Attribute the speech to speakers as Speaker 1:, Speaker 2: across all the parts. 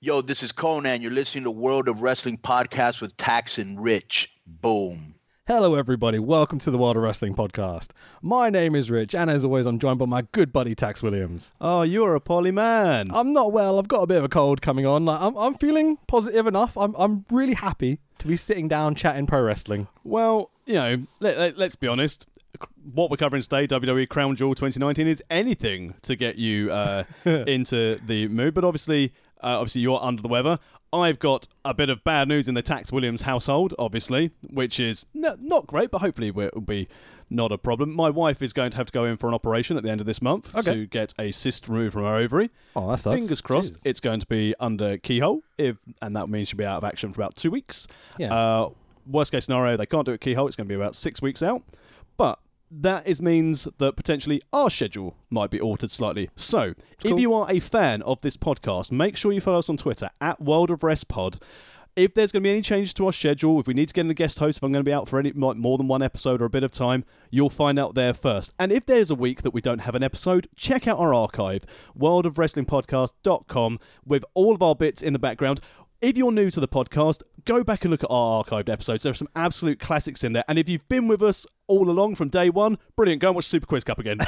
Speaker 1: Yo, this is Conan. You're listening to World of Wrestling Podcast with Tax and Rich. Boom.
Speaker 2: Hello, everybody. Welcome to the World of Wrestling Podcast. My name is Rich, and as always, I'm joined by my good buddy Tax Williams.
Speaker 3: Oh, you're a poly man.
Speaker 2: I'm not well. I've got a bit of a cold coming on. Like, I'm, I'm feeling positive enough. I'm, I'm really happy to be sitting down chatting pro wrestling.
Speaker 3: Well, you know, let, let, us be honest. What we're covering today, WWE Crown Jewel 2019, is anything to get you uh, into the mood. But obviously, uh, obviously, you're under the weather. I've got a bit of bad news in the Tax Williams household, obviously, which is n- not great, but hopefully it will be not a problem. My wife is going to have to go in for an operation at the end of this month
Speaker 2: Okay.
Speaker 3: to get a cyst removed from her ovary.
Speaker 2: Oh, that sucks.
Speaker 3: Fingers crossed,
Speaker 2: Jeez.
Speaker 3: it's going to be under keyhole, if and that means she'll be out of action for about two weeks.
Speaker 2: Yeah.
Speaker 3: Uh, worst case scenario, they can't do it keyhole. It's going to be about six weeks out, but that is means that potentially our schedule might be altered slightly. So, if you are a fan of this podcast, make sure you follow us on Twitter at World of Rest Pod. If there's going to be any changes to our schedule, if we need to get in a guest host, if I'm going to be out for any like, more than one episode or a bit of time, you'll find out there first. And if there's a week that we don't have an episode, check out our archive, worldofwrestlingpodcast.com, with all of our bits in the background. If you're new to the podcast, go back and look at our archived episodes. There are some absolute classics in there. And if you've been with us all along from day one, brilliant. Go and watch Super Quiz Cup again.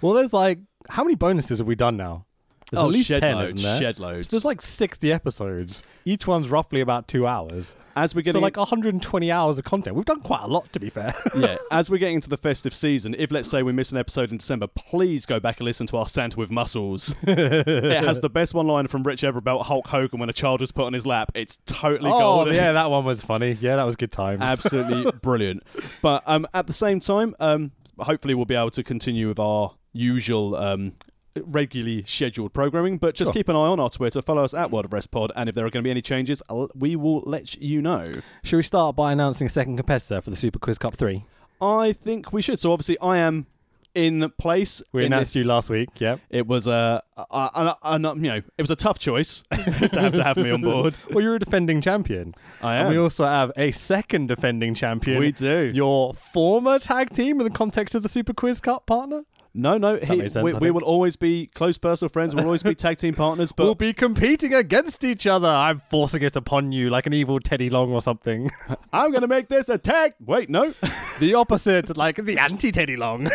Speaker 2: Well, there's like, how many bonuses have we done now? There's at least
Speaker 3: Oh, shed
Speaker 2: 10,
Speaker 3: loads,
Speaker 2: isn't there?
Speaker 3: Shed loads.
Speaker 2: So there's like 60 episodes. Each one's roughly about two hours.
Speaker 3: As we're
Speaker 2: So
Speaker 3: getting
Speaker 2: like 120 hours of content. We've done quite a lot, to be fair.
Speaker 3: yeah, as we're getting into the festive season, if let's say we miss an episode in December, please go back and listen to our Santa with Muscles. it has the best one liner from Rich Ever about Hulk Hogan when a child was put on his lap. It's totally golden.
Speaker 2: Oh, yeah, that one was funny. Yeah, that was good times.
Speaker 3: absolutely brilliant. But um, at the same time, um, hopefully we'll be able to continue with our usual um, regularly scheduled programming. But just keep an eye on our Twitter, follow us at World of Rest Pod, and if there are going to be any changes, I'll, we will let you know.
Speaker 2: Should we start by announcing a second competitor for the Super Quiz Cup 3?
Speaker 3: I think we should. So obviously, I am in place.
Speaker 2: We
Speaker 3: in
Speaker 2: announced
Speaker 3: this-
Speaker 2: you last week, yeah.
Speaker 3: It was a, a, a, a, a- you know, it was a tough choice to have to have me on board.
Speaker 2: Well, you're a defending champion.
Speaker 3: I
Speaker 2: And we
Speaker 3: am.
Speaker 2: also have a second defending champion.
Speaker 3: We do.
Speaker 2: Your former tag team in the context of the Super Quiz Cup partner
Speaker 3: No, no, he-
Speaker 2: makes sense,
Speaker 3: we,
Speaker 2: I
Speaker 3: we
Speaker 2: think.
Speaker 3: will always be close personal friends. We'll always be tag team partners. But
Speaker 2: will be competing against each other. I'm forcing it upon you like an evil Teddy Long or something.
Speaker 3: I'm going to make this a tag. Wait, no,
Speaker 2: the opposite, like the anti Teddy Long.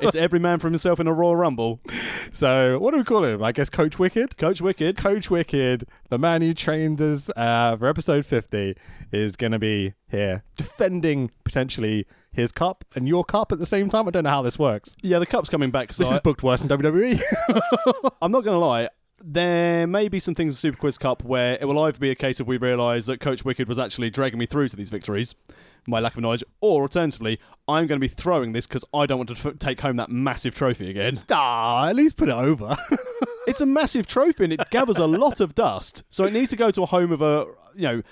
Speaker 3: it's every man for himself in a Royal Rumble.
Speaker 2: so, what do we call him? I guess Coach Wicked?
Speaker 3: Coach Wicked,
Speaker 2: Coach Wicked, the man who trained us uh, for episode 50, is going to be here defending potentially his cup and your cup at the same time. I don't know how this works.
Speaker 3: yeah, the cup's coming back. So
Speaker 2: This
Speaker 3: I,
Speaker 2: is booked worse than E. WWE.
Speaker 3: I'm not going to lie. There may be some things in Super Quiz Cup where it will either be a case of we realise that Coach Wicked was actually dragging me through to these victories, my lack of knowledge, or alternatively, I'm going to be throwing this because I don't want to f- take home that massive trophy again.
Speaker 2: Ah, at least put it over.
Speaker 3: It's a massive trophy and it gathers a lot of dust. So it needs to go to a home of a, you know,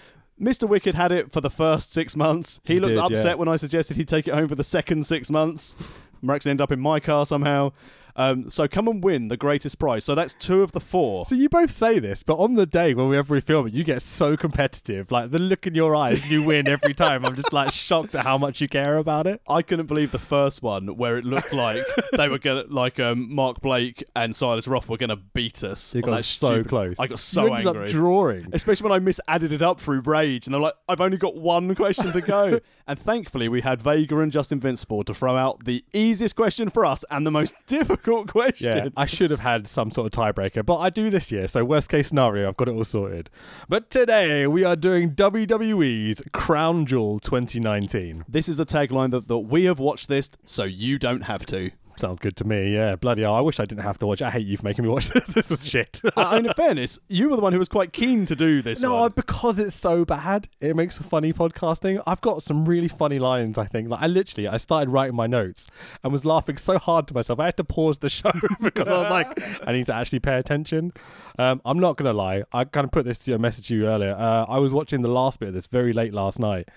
Speaker 3: Mr. Wicked had it for the first six months. He,
Speaker 2: He
Speaker 3: looked
Speaker 2: did,
Speaker 3: upset
Speaker 2: yeah.
Speaker 3: when I suggested he take it home for the second six months. Max ended up in my car somehow. Um, so come and win the greatest prize. So that's two of the four.
Speaker 2: so you both say this, but on the day whenever we film it, you get so competitive. Like the look in your eyes, you win every time. I'm just like shocked at how much you care about it.
Speaker 3: I couldn't believe the first one where it looked like they were gonna like um, Mark Blake and Silas Roth were gonna beat us.
Speaker 2: You
Speaker 3: on
Speaker 2: got
Speaker 3: that
Speaker 2: so
Speaker 3: stupid-
Speaker 2: close.
Speaker 3: I got so
Speaker 2: you ended
Speaker 3: angry.
Speaker 2: up drawing.
Speaker 3: Especially when I misadded it up through rage, and they're like, "I've only got one question to go." and thankfully, we had Vega and Just Invincible to throw out the easiest question for us and the most difficult question.
Speaker 2: Yeah, I should have had some sort of tiebreaker, but I do this year, so worst case scenario, I've got it all sorted. But today we are doing WWE's Crown Jewel 2019.
Speaker 3: This is the tagline that, that we have watched this, so you don't have to.
Speaker 2: Sounds good to me. Yeah, bloody hell, I wish I didn't have to watch. it. I hate you for making me watch this. This was shit.
Speaker 3: I- Uh, in fairness, you were the one who was quite keen to do this.
Speaker 2: No,
Speaker 3: one.
Speaker 2: because it's so bad, it makes for funny podcasting. I've got some really funny lines. I think, like, I literally, I started writing my notes and was laughing so hard to myself. I had to pause the show because I was like, I need to actually pay attention. Um, I'm not gonna lie. I kind of put this to a message to you earlier. Uh, I was watching the last bit of this very late last night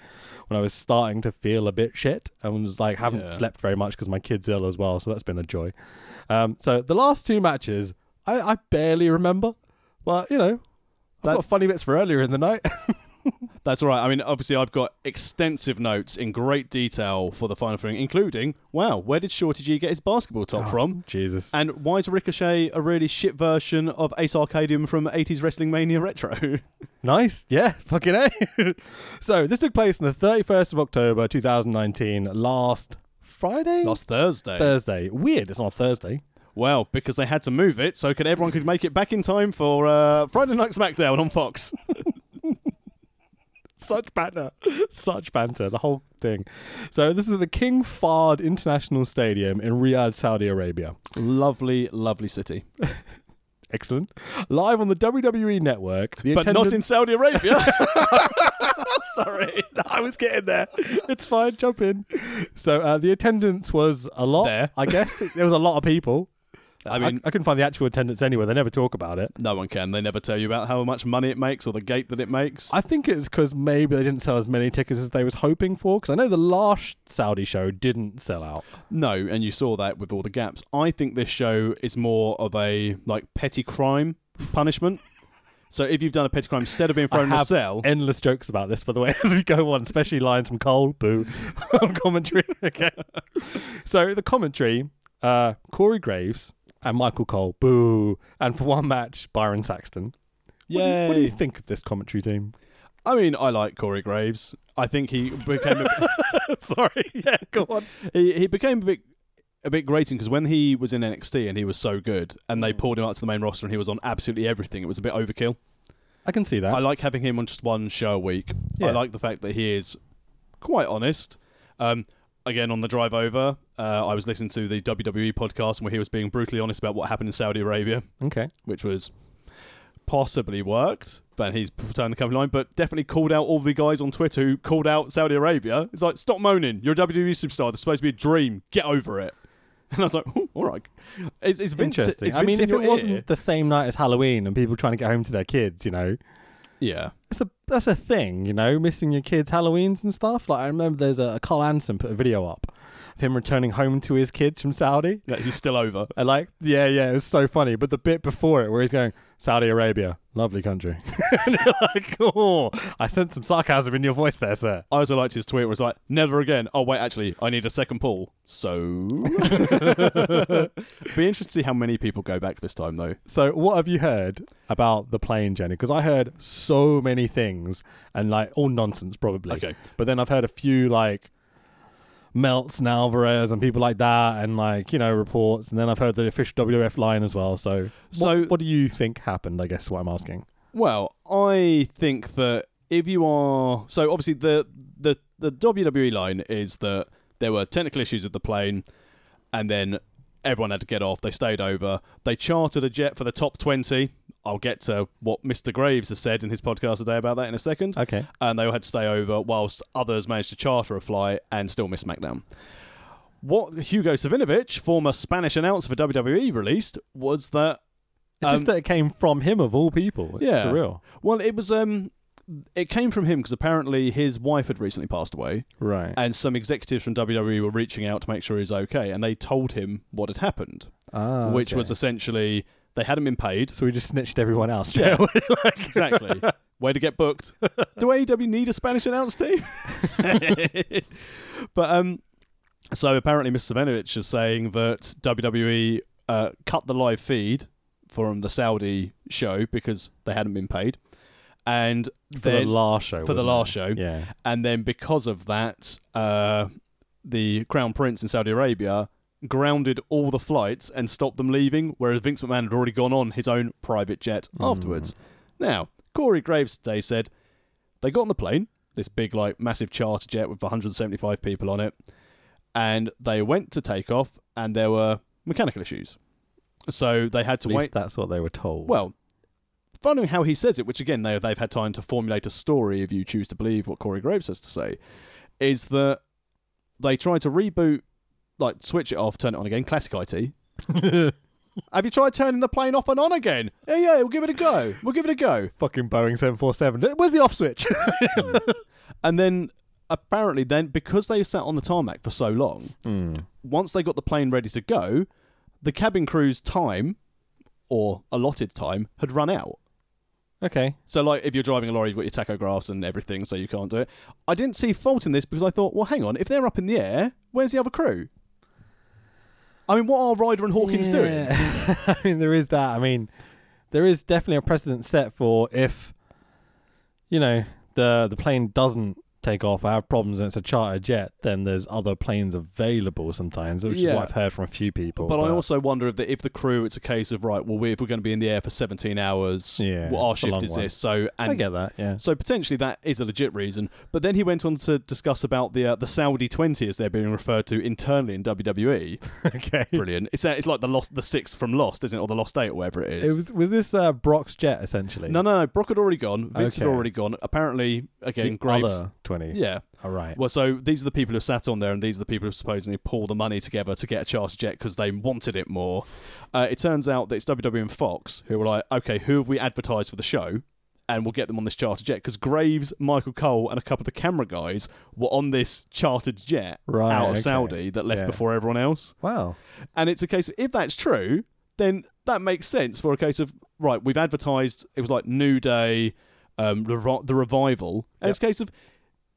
Speaker 2: when I was starting to feel a bit shit and was like, haven't
Speaker 3: Yeah.
Speaker 2: slept very much because my kid's ill as well. So that's been a joy. Um, so the last two matches, I, I barely remember, but you know. I've
Speaker 3: That-
Speaker 2: got funny bits for earlier in the night.
Speaker 3: That's all right. I mean, obviously, I've got extensive notes in great detail for the final thing, including wow, where did Shorty G get his basketball top
Speaker 2: Oh,
Speaker 3: from?
Speaker 2: Jesus.
Speaker 3: And why is Ricochet a really shit version of Ace Arcadium from 80s Wrestling Mania Retro?
Speaker 2: Nice. Yeah. Fucking A. so this took place on the 31st of October 2019, last Friday?
Speaker 3: Last Thursday.
Speaker 2: Thursday. Weird. It's not a Thursday.
Speaker 3: well, because they had to move it so could everyone could make it back in time for uh, Friday Night SmackDown on Fox.
Speaker 2: Such banter. Such banter. The whole thing. So this is at the King Fahd International Stadium in Riyadh, Saudi Arabia.
Speaker 3: lovely, lovely city.
Speaker 2: Excellent. Live on the WWE Network. The
Speaker 3: But not
Speaker 2: attendance-
Speaker 3: in Saudi Arabia. Sorry.
Speaker 2: I was getting there. It's fine. Jump in. So uh, the attendance was a lot.
Speaker 3: There.
Speaker 2: I guess there was a lot of people. I
Speaker 3: mean-
Speaker 2: I, couldn't find the actual attendance anywhere. They never talk about it.
Speaker 3: No one can. They never tell you about how much money it makes or the gate that it makes.
Speaker 2: I think it's because maybe they didn't sell as many tickets as they was hoping for. Because I know the last Saudi show didn't sell out.
Speaker 3: No, and you saw that with all the gaps. I think this show is more of a like petty crime punishment. So if you've done a petty crime instead of being
Speaker 2: I
Speaker 3: thrown in a
Speaker 2: have
Speaker 3: cell,
Speaker 2: endless jokes about this, by the way, as we go on, especially lines from Cole, boo, on commentary. okay. So the commentary, uh, Corey Graves and Michael Cole, boo, and for one match, Byron Saxton. What do, you, what do you
Speaker 3: Yay.
Speaker 2: think of this commentary team?
Speaker 3: I mean, I like Corey Graves. I think he became a,
Speaker 2: Sorry, yeah, go on.
Speaker 3: he, he became a bit a bit grating because when he was in NXT and he was so good,
Speaker 2: Mm.
Speaker 3: and they pulled him up to the main roster and he was on absolutely everything. It was a bit overkill.
Speaker 2: I can see that.
Speaker 3: I like having him on just one show a week.
Speaker 2: Yeah.
Speaker 3: I like the fact that he is quite honest. Um, again, on the drive over, uh, I was listening to the WWE podcast where he was being brutally honest about what happened in Saudi Arabia,
Speaker 2: okay.
Speaker 3: which was possibly worked, but he's turned the company line, but definitely called out all the guys on Twitter who called out Saudi Arabia. It's like, stop moaning. You're a WWE superstar. This is supposed to be a dream. Get over it. And I was like, "Ooh, all right. It's, it's Vince-
Speaker 2: Interesting.
Speaker 3: it's
Speaker 2: I mean,
Speaker 3: Vince in
Speaker 2: if it
Speaker 3: your ear.
Speaker 2: wasn't the same night as Halloween and people trying to get home to their kids, you know,
Speaker 3: Yeah.
Speaker 2: that's a that's a thing, you know, missing your kids' Halloweens and stuff. Like I remember there's a Carl Anson put a video up of him returning home to his kids from Saudi.
Speaker 3: yeah, he's still over.
Speaker 2: I like, yeah, yeah, it was so funny. But the bit before it, where he's going, Saudi Arabia, lovely country. and you're like, oh, I sense some sarcasm in your voice there, sir.
Speaker 3: I also liked his tweet where it's like, never again. Oh, wait, actually, I need a second pool. So. Be interested to see how many people go back this time, though.
Speaker 2: So, what have you heard about the plane, Jenny? Because I heard so many things and like all nonsense, probably.
Speaker 3: Okay.
Speaker 2: But then I've heard a few like Melts and Alvarez and people like that, and like you know reports. And then I've heard the official WF line as well. So, what-
Speaker 3: So-
Speaker 2: what, do you think happened? I guess is what I'm asking.
Speaker 3: Well, I think that if you are. So, obviously, the, the, the WWE line is that there were technical issues with the plane, and then everyone had to get off. They stayed over. They chartered a jet for the top 20. I'll get to what Mr. Graves has said in his podcast today about that in a second.
Speaker 2: Okay.
Speaker 3: and they all had to stay over whilst others managed to charter a flight and still miss SmackDown. What Hugo Savinovich, former Spanish announcer for WWE, released was that
Speaker 2: It's just
Speaker 3: Um,
Speaker 2: that it came from him of all people. It's
Speaker 3: Yeah.
Speaker 2: surreal.
Speaker 3: well, it was um, it came from him because apparently his wife had recently passed away,
Speaker 2: Right.
Speaker 3: and some executives from WWE were reaching out to make sure he was okay, and they told him what had happened,
Speaker 2: Ah,
Speaker 3: which
Speaker 2: okay.
Speaker 3: was essentially they hadn't been paid.
Speaker 2: so we just snitched everyone else.
Speaker 3: Yeah.
Speaker 2: Yeah.
Speaker 3: exactly. Way to get booked. Do AEW need a Spanish announce team? but um, so apparently, Mr. Savinovich is saying that WWE uh, cut the live feed from the Saudi show because they hadn't been paid, and
Speaker 2: for the
Speaker 3: then
Speaker 2: last show.
Speaker 3: for the
Speaker 2: wasn't
Speaker 3: last
Speaker 2: it?
Speaker 3: show,
Speaker 2: Yeah.
Speaker 3: and then because of that, uh, the Crown Prince in Saudi Arabia grounded all the flights and stopped them leaving, whereas Vince McMahon had already gone on his own private jet
Speaker 2: Hmm.
Speaker 3: afterwards. Now, Corey Graves today said they got on the plane, this big, like, massive charter jet with 175 people on it, and they went to take off, and there were mechanical issues. So they had to
Speaker 2: At least
Speaker 3: wait.
Speaker 2: that's what they were told.
Speaker 3: Well, following how he says it, which again they they've had time to formulate a story if you choose to believe what Corey Graves has to say, is that they tried to reboot, like switch it off, turn it on again. Classic IT. Have you tried turning the plane off and on again? Yeah, yeah, we'll give it a go. We'll give it a go.
Speaker 2: fucking Boeing 747. Where's the off switch?
Speaker 3: And then apparently, then because they sat on the tarmac for so long, once they got the plane ready to go, the cabin crew's time or allotted time had run out.
Speaker 2: Okay.
Speaker 3: So, like, if you're driving a lorry, you've got your tachographs and everything, so you can't do it. I didn't see fault in this because I thought, well, hang on, if they're up in the air, where's the other crew? I mean, what are Ryder and Hawkins doing?
Speaker 2: Yeah. I mean, there is that. I mean, there is definitely a precedent set for if, you know, the the plane doesn't take off, I have problems, and it's a charter jet, then there's other planes available sometimes, which is
Speaker 3: Yeah.
Speaker 2: what I've heard from a few people.
Speaker 3: But I also wonder if the, if the crew, it's a case of right. Well, we, if we're going to be in the air for 17 hours,
Speaker 2: Yeah,
Speaker 3: well, our
Speaker 2: it's a long
Speaker 3: shift is
Speaker 2: one.
Speaker 3: this. So,
Speaker 2: I
Speaker 3: and
Speaker 2: get that. Yeah.
Speaker 3: so potentially that is a legit reason. But then he went on to discuss about the uh, the Saudi 20 as they're being referred to internally in WWE.
Speaker 2: okay.
Speaker 3: Brilliant. It's uh, it's like the lost the six from Lost, isn't it, or the Lost Eight, or whatever it is.
Speaker 2: It was was this uh, Brock's jet essentially?
Speaker 3: no, no, no. Brock had already gone. Vince had
Speaker 2: Okay.
Speaker 3: already gone. Apparently, again,
Speaker 2: the
Speaker 3: Graves.
Speaker 2: other twenty.
Speaker 3: Yeah.
Speaker 2: All right.
Speaker 3: Well, so these are the people who sat on there, and these are the people who supposedly pull the money together to get a charter jet because they wanted it more. Uh, it turns out that it's WWE and Fox who were like, okay, who have we advertised for the show? And we'll get them on this charter jet because Graves, Michael Cole, and a couple of the camera guys were on this chartered jet
Speaker 2: Right,
Speaker 3: out of
Speaker 2: okay.
Speaker 3: Saudi that left
Speaker 2: Yeah.
Speaker 3: before everyone else.
Speaker 2: Wow.
Speaker 3: And it's a case of if that's true, then that makes sense for a case of right, we've advertised it was like New Day, um, the, Revi- the revival, and it's a case of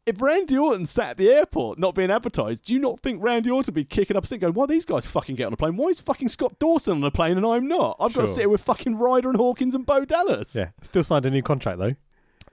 Speaker 3: if Randy Orton sat at the airport not being advertised, do you not think Randy Orton would be kicking up a stink going, why these guys fucking get on a plane? Why is fucking Scott Dawson on a plane and I'm not? I've got to
Speaker 2: Sure.
Speaker 3: sit here with fucking Ryder and Hawkins and Bo Dallas.
Speaker 2: Yeah. Still signed a new contract though.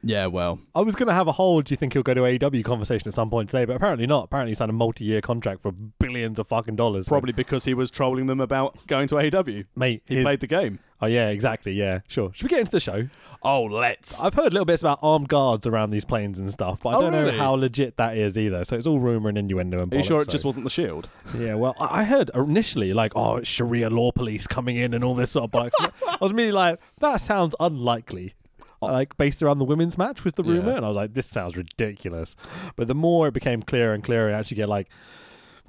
Speaker 3: Yeah, well.
Speaker 2: I was going to have a whole do you think he'll go to AEW conversation at some point today, but apparently not. Apparently he signed a multi-year contract for billions of fucking dollars. So,
Speaker 3: Probably because he was trolling them about going to AEW.
Speaker 2: mate.
Speaker 3: He
Speaker 2: his-
Speaker 3: played the game.
Speaker 2: Oh yeah, exactly. Yeah, sure. Should we get into the show?
Speaker 3: Oh, let's.
Speaker 2: I've heard little bits about armed guards around these planes and stuff, but I
Speaker 3: Oh,
Speaker 2: don't know
Speaker 3: really?
Speaker 2: how legit that is either. So it's all rumor and innuendo. And
Speaker 3: Are you
Speaker 2: bollocks,
Speaker 3: sure it
Speaker 2: so-
Speaker 3: just wasn't the shield?
Speaker 2: Yeah, well, I I heard initially like, oh, it's Sharia law police coming in and all this sort of bollocks. I was really like, that sounds unlikely. Like based around the women's match was the
Speaker 3: Yeah.
Speaker 2: rumor, and I was like, this sounds ridiculous. But the more it became clearer and clearer, and actually get like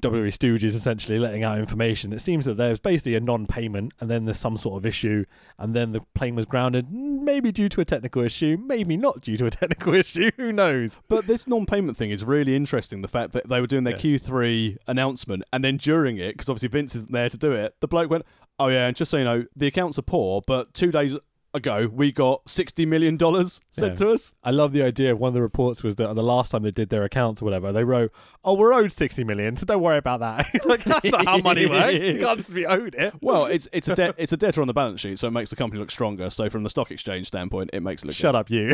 Speaker 2: WWE Stooges essentially letting out information. It seems that there's basically a non-payment, and then there's some sort of issue, and then the plane was grounded, maybe due to a technical issue, maybe not due to a technical issue. Who knows?
Speaker 3: But this non-payment thing is really interesting. The fact that they were doing their Q3 announcement, and then during it, because obviously Vince isn't there to do it, the bloke went, "Oh yeah, and just so you know, the accounts are poor, but two days ago we got sixty million dollars sent
Speaker 2: Yeah.
Speaker 3: to us."
Speaker 2: I love the idea of one of the reports was that the last time they did their accounts or whatever, they wrote, "Oh, we're owed sixty million, so don't worry about that." like that's not how money works. You can't just be owed it.
Speaker 3: Well, it's it's a de- it's a debtor on the balance sheet, so it makes the company look stronger. So from the stock exchange standpoint, it makes it look.
Speaker 2: Shut up, you.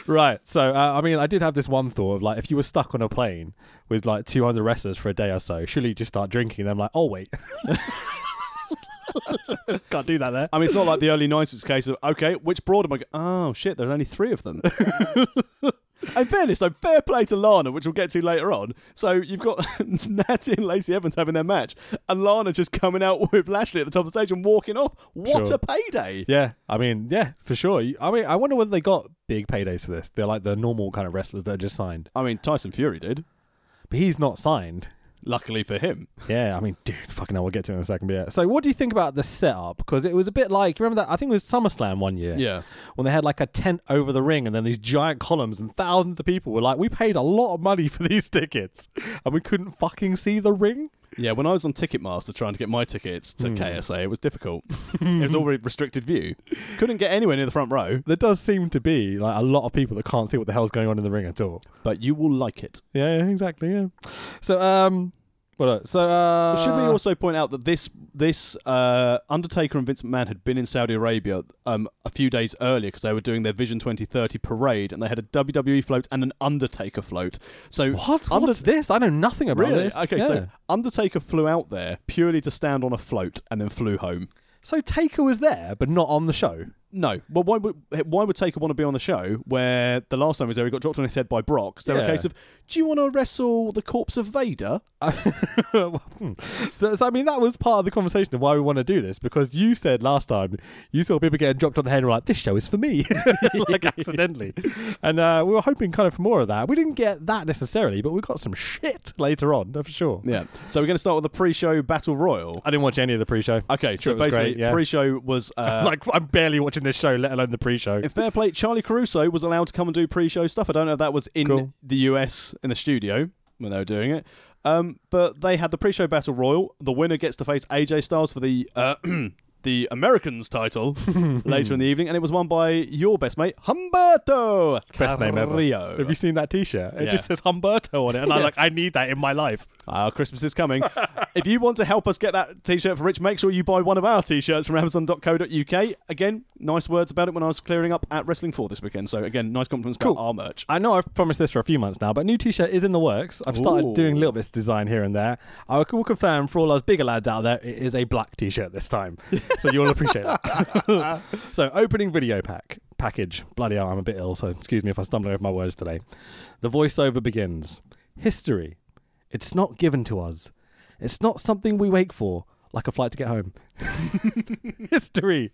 Speaker 2: right. So, uh, I mean, I did have this one thought of like, if you were stuck on a plane with like 200 wrestlers for a day or so, surely you just start drinking them. Like, oh wait, can't do that there.
Speaker 3: I mean, it's not like the early '90s case of okay, which broad am I? Go- oh shit, there's only three of them. In fairness, so fair play to Lana, which we'll get to later on. So you've got Natty and Lacey Evans having their match, and Lana just coming out with Lashley at the top of the stage and walking off. What
Speaker 2: Sure.
Speaker 3: a payday!
Speaker 2: Yeah, I mean, yeah, for sure. You- I mean, I wonder whether they got big paydays for this. They're like the normal kind of wrestlers that are just signed,
Speaker 3: I mean, Tyson Fury did.
Speaker 2: but he's not signed.
Speaker 3: Luckily for him,
Speaker 2: Yeah, I mean, dude, fucking hell, we'll get to it in a second. But yeah. So, what do you think about the setup? Because it was a bit like, remember that? I think it was SummerSlam one year.
Speaker 3: Yeah.
Speaker 2: When they had like a tent over the ring and then these giant columns and thousands of people were like, we paid a lot of money for these tickets and we couldn't fucking see the ring.
Speaker 3: yeah. When I was on Ticketmaster trying to get my tickets to
Speaker 2: Hmm.
Speaker 3: KSA, it was difficult. it was all very restricted view. Couldn't get anywhere near the front row.
Speaker 2: There does seem to be like a lot of people that can't see what the hell's going on in the ring at all.
Speaker 3: But you will like it.
Speaker 2: Yeah, yeah, exactly. Yeah. So, um, what? else? So, uh,
Speaker 3: Should we also point out that this this uh, Undertaker and Vince McMahon had been in Saudi Arabia um, a few days earlier because they were doing their Vision 2030 parade and they had a WWE float and an Undertaker float. So
Speaker 2: What?
Speaker 3: Under-
Speaker 2: What's this? I know nothing about
Speaker 3: really?
Speaker 2: this.
Speaker 3: Okay,
Speaker 2: yeah.
Speaker 3: so Undertaker flew out there purely to stand on a float and then flew home.
Speaker 2: so Taker was there, but not on the show.
Speaker 3: No, well, why would why would Taker want to be on the show where the last time he was there he got dropped on his head by Brock? So a
Speaker 2: Yeah.
Speaker 3: case of, do you want to wrestle the corpse of Vader?
Speaker 2: Well, hmm. so, so, I mean, that was part of the conversation of why we want to do this because you said last time you saw people getting dropped on the head and were like, "This show is for me," like accidentally, and uh, we were hoping kind of for more of that. We didn't get that necessarily, but we got some shit later on for sure.
Speaker 3: Yeah. So we're going to start with the pre-show battle royal.
Speaker 2: I didn't watch any of the pre-show.
Speaker 3: Okay,
Speaker 2: Sure,
Speaker 3: so
Speaker 2: it was
Speaker 3: basically,
Speaker 2: great, yeah.
Speaker 3: pre-show was uh,
Speaker 2: like I'm barely watching this show, let alone the pre-show.
Speaker 3: In fair play, Charlie Caruso was allowed to come and do pre-show stuff. I don't know if that was in
Speaker 2: Cool.
Speaker 3: the US in a studio when they were doing it. Um, but they had the pre-show battle royal. The winner gets to face AJ Styles for the uh, the Americans title later in the evening, and it was won by your best mate Humberto.
Speaker 2: Best name ever.
Speaker 3: Carrillo.
Speaker 2: Have you seen that T-shirt? It
Speaker 3: Yeah.
Speaker 2: just says Humberto on it, and I'm
Speaker 3: Yeah.
Speaker 2: like, I need that in my life.
Speaker 3: Ah, Christmas is coming. if you want to help us get that T-shirt for Rich, make sure you buy one of our T-shirts from Amazon.co.uk. Again, nice words about it when I was clearing up at Wrestling Four this weekend. So again, nice compliments about our merch.
Speaker 2: I know I've promised this for a few months now, but new T-shirt is in the works. I've started
Speaker 3: Ooh.
Speaker 2: doing a little bit of design here and there. I will confirm for all us bigger lads out there, it is a black T-shirt this time, so you'll appreciate that. so, opening video pack package. Bloody hell, I'm a bit ill, so excuse me if I'm stumbling over my words today. The voiceover begins. History. It's not given to us. It's not something we wait for, like a flight to get home. History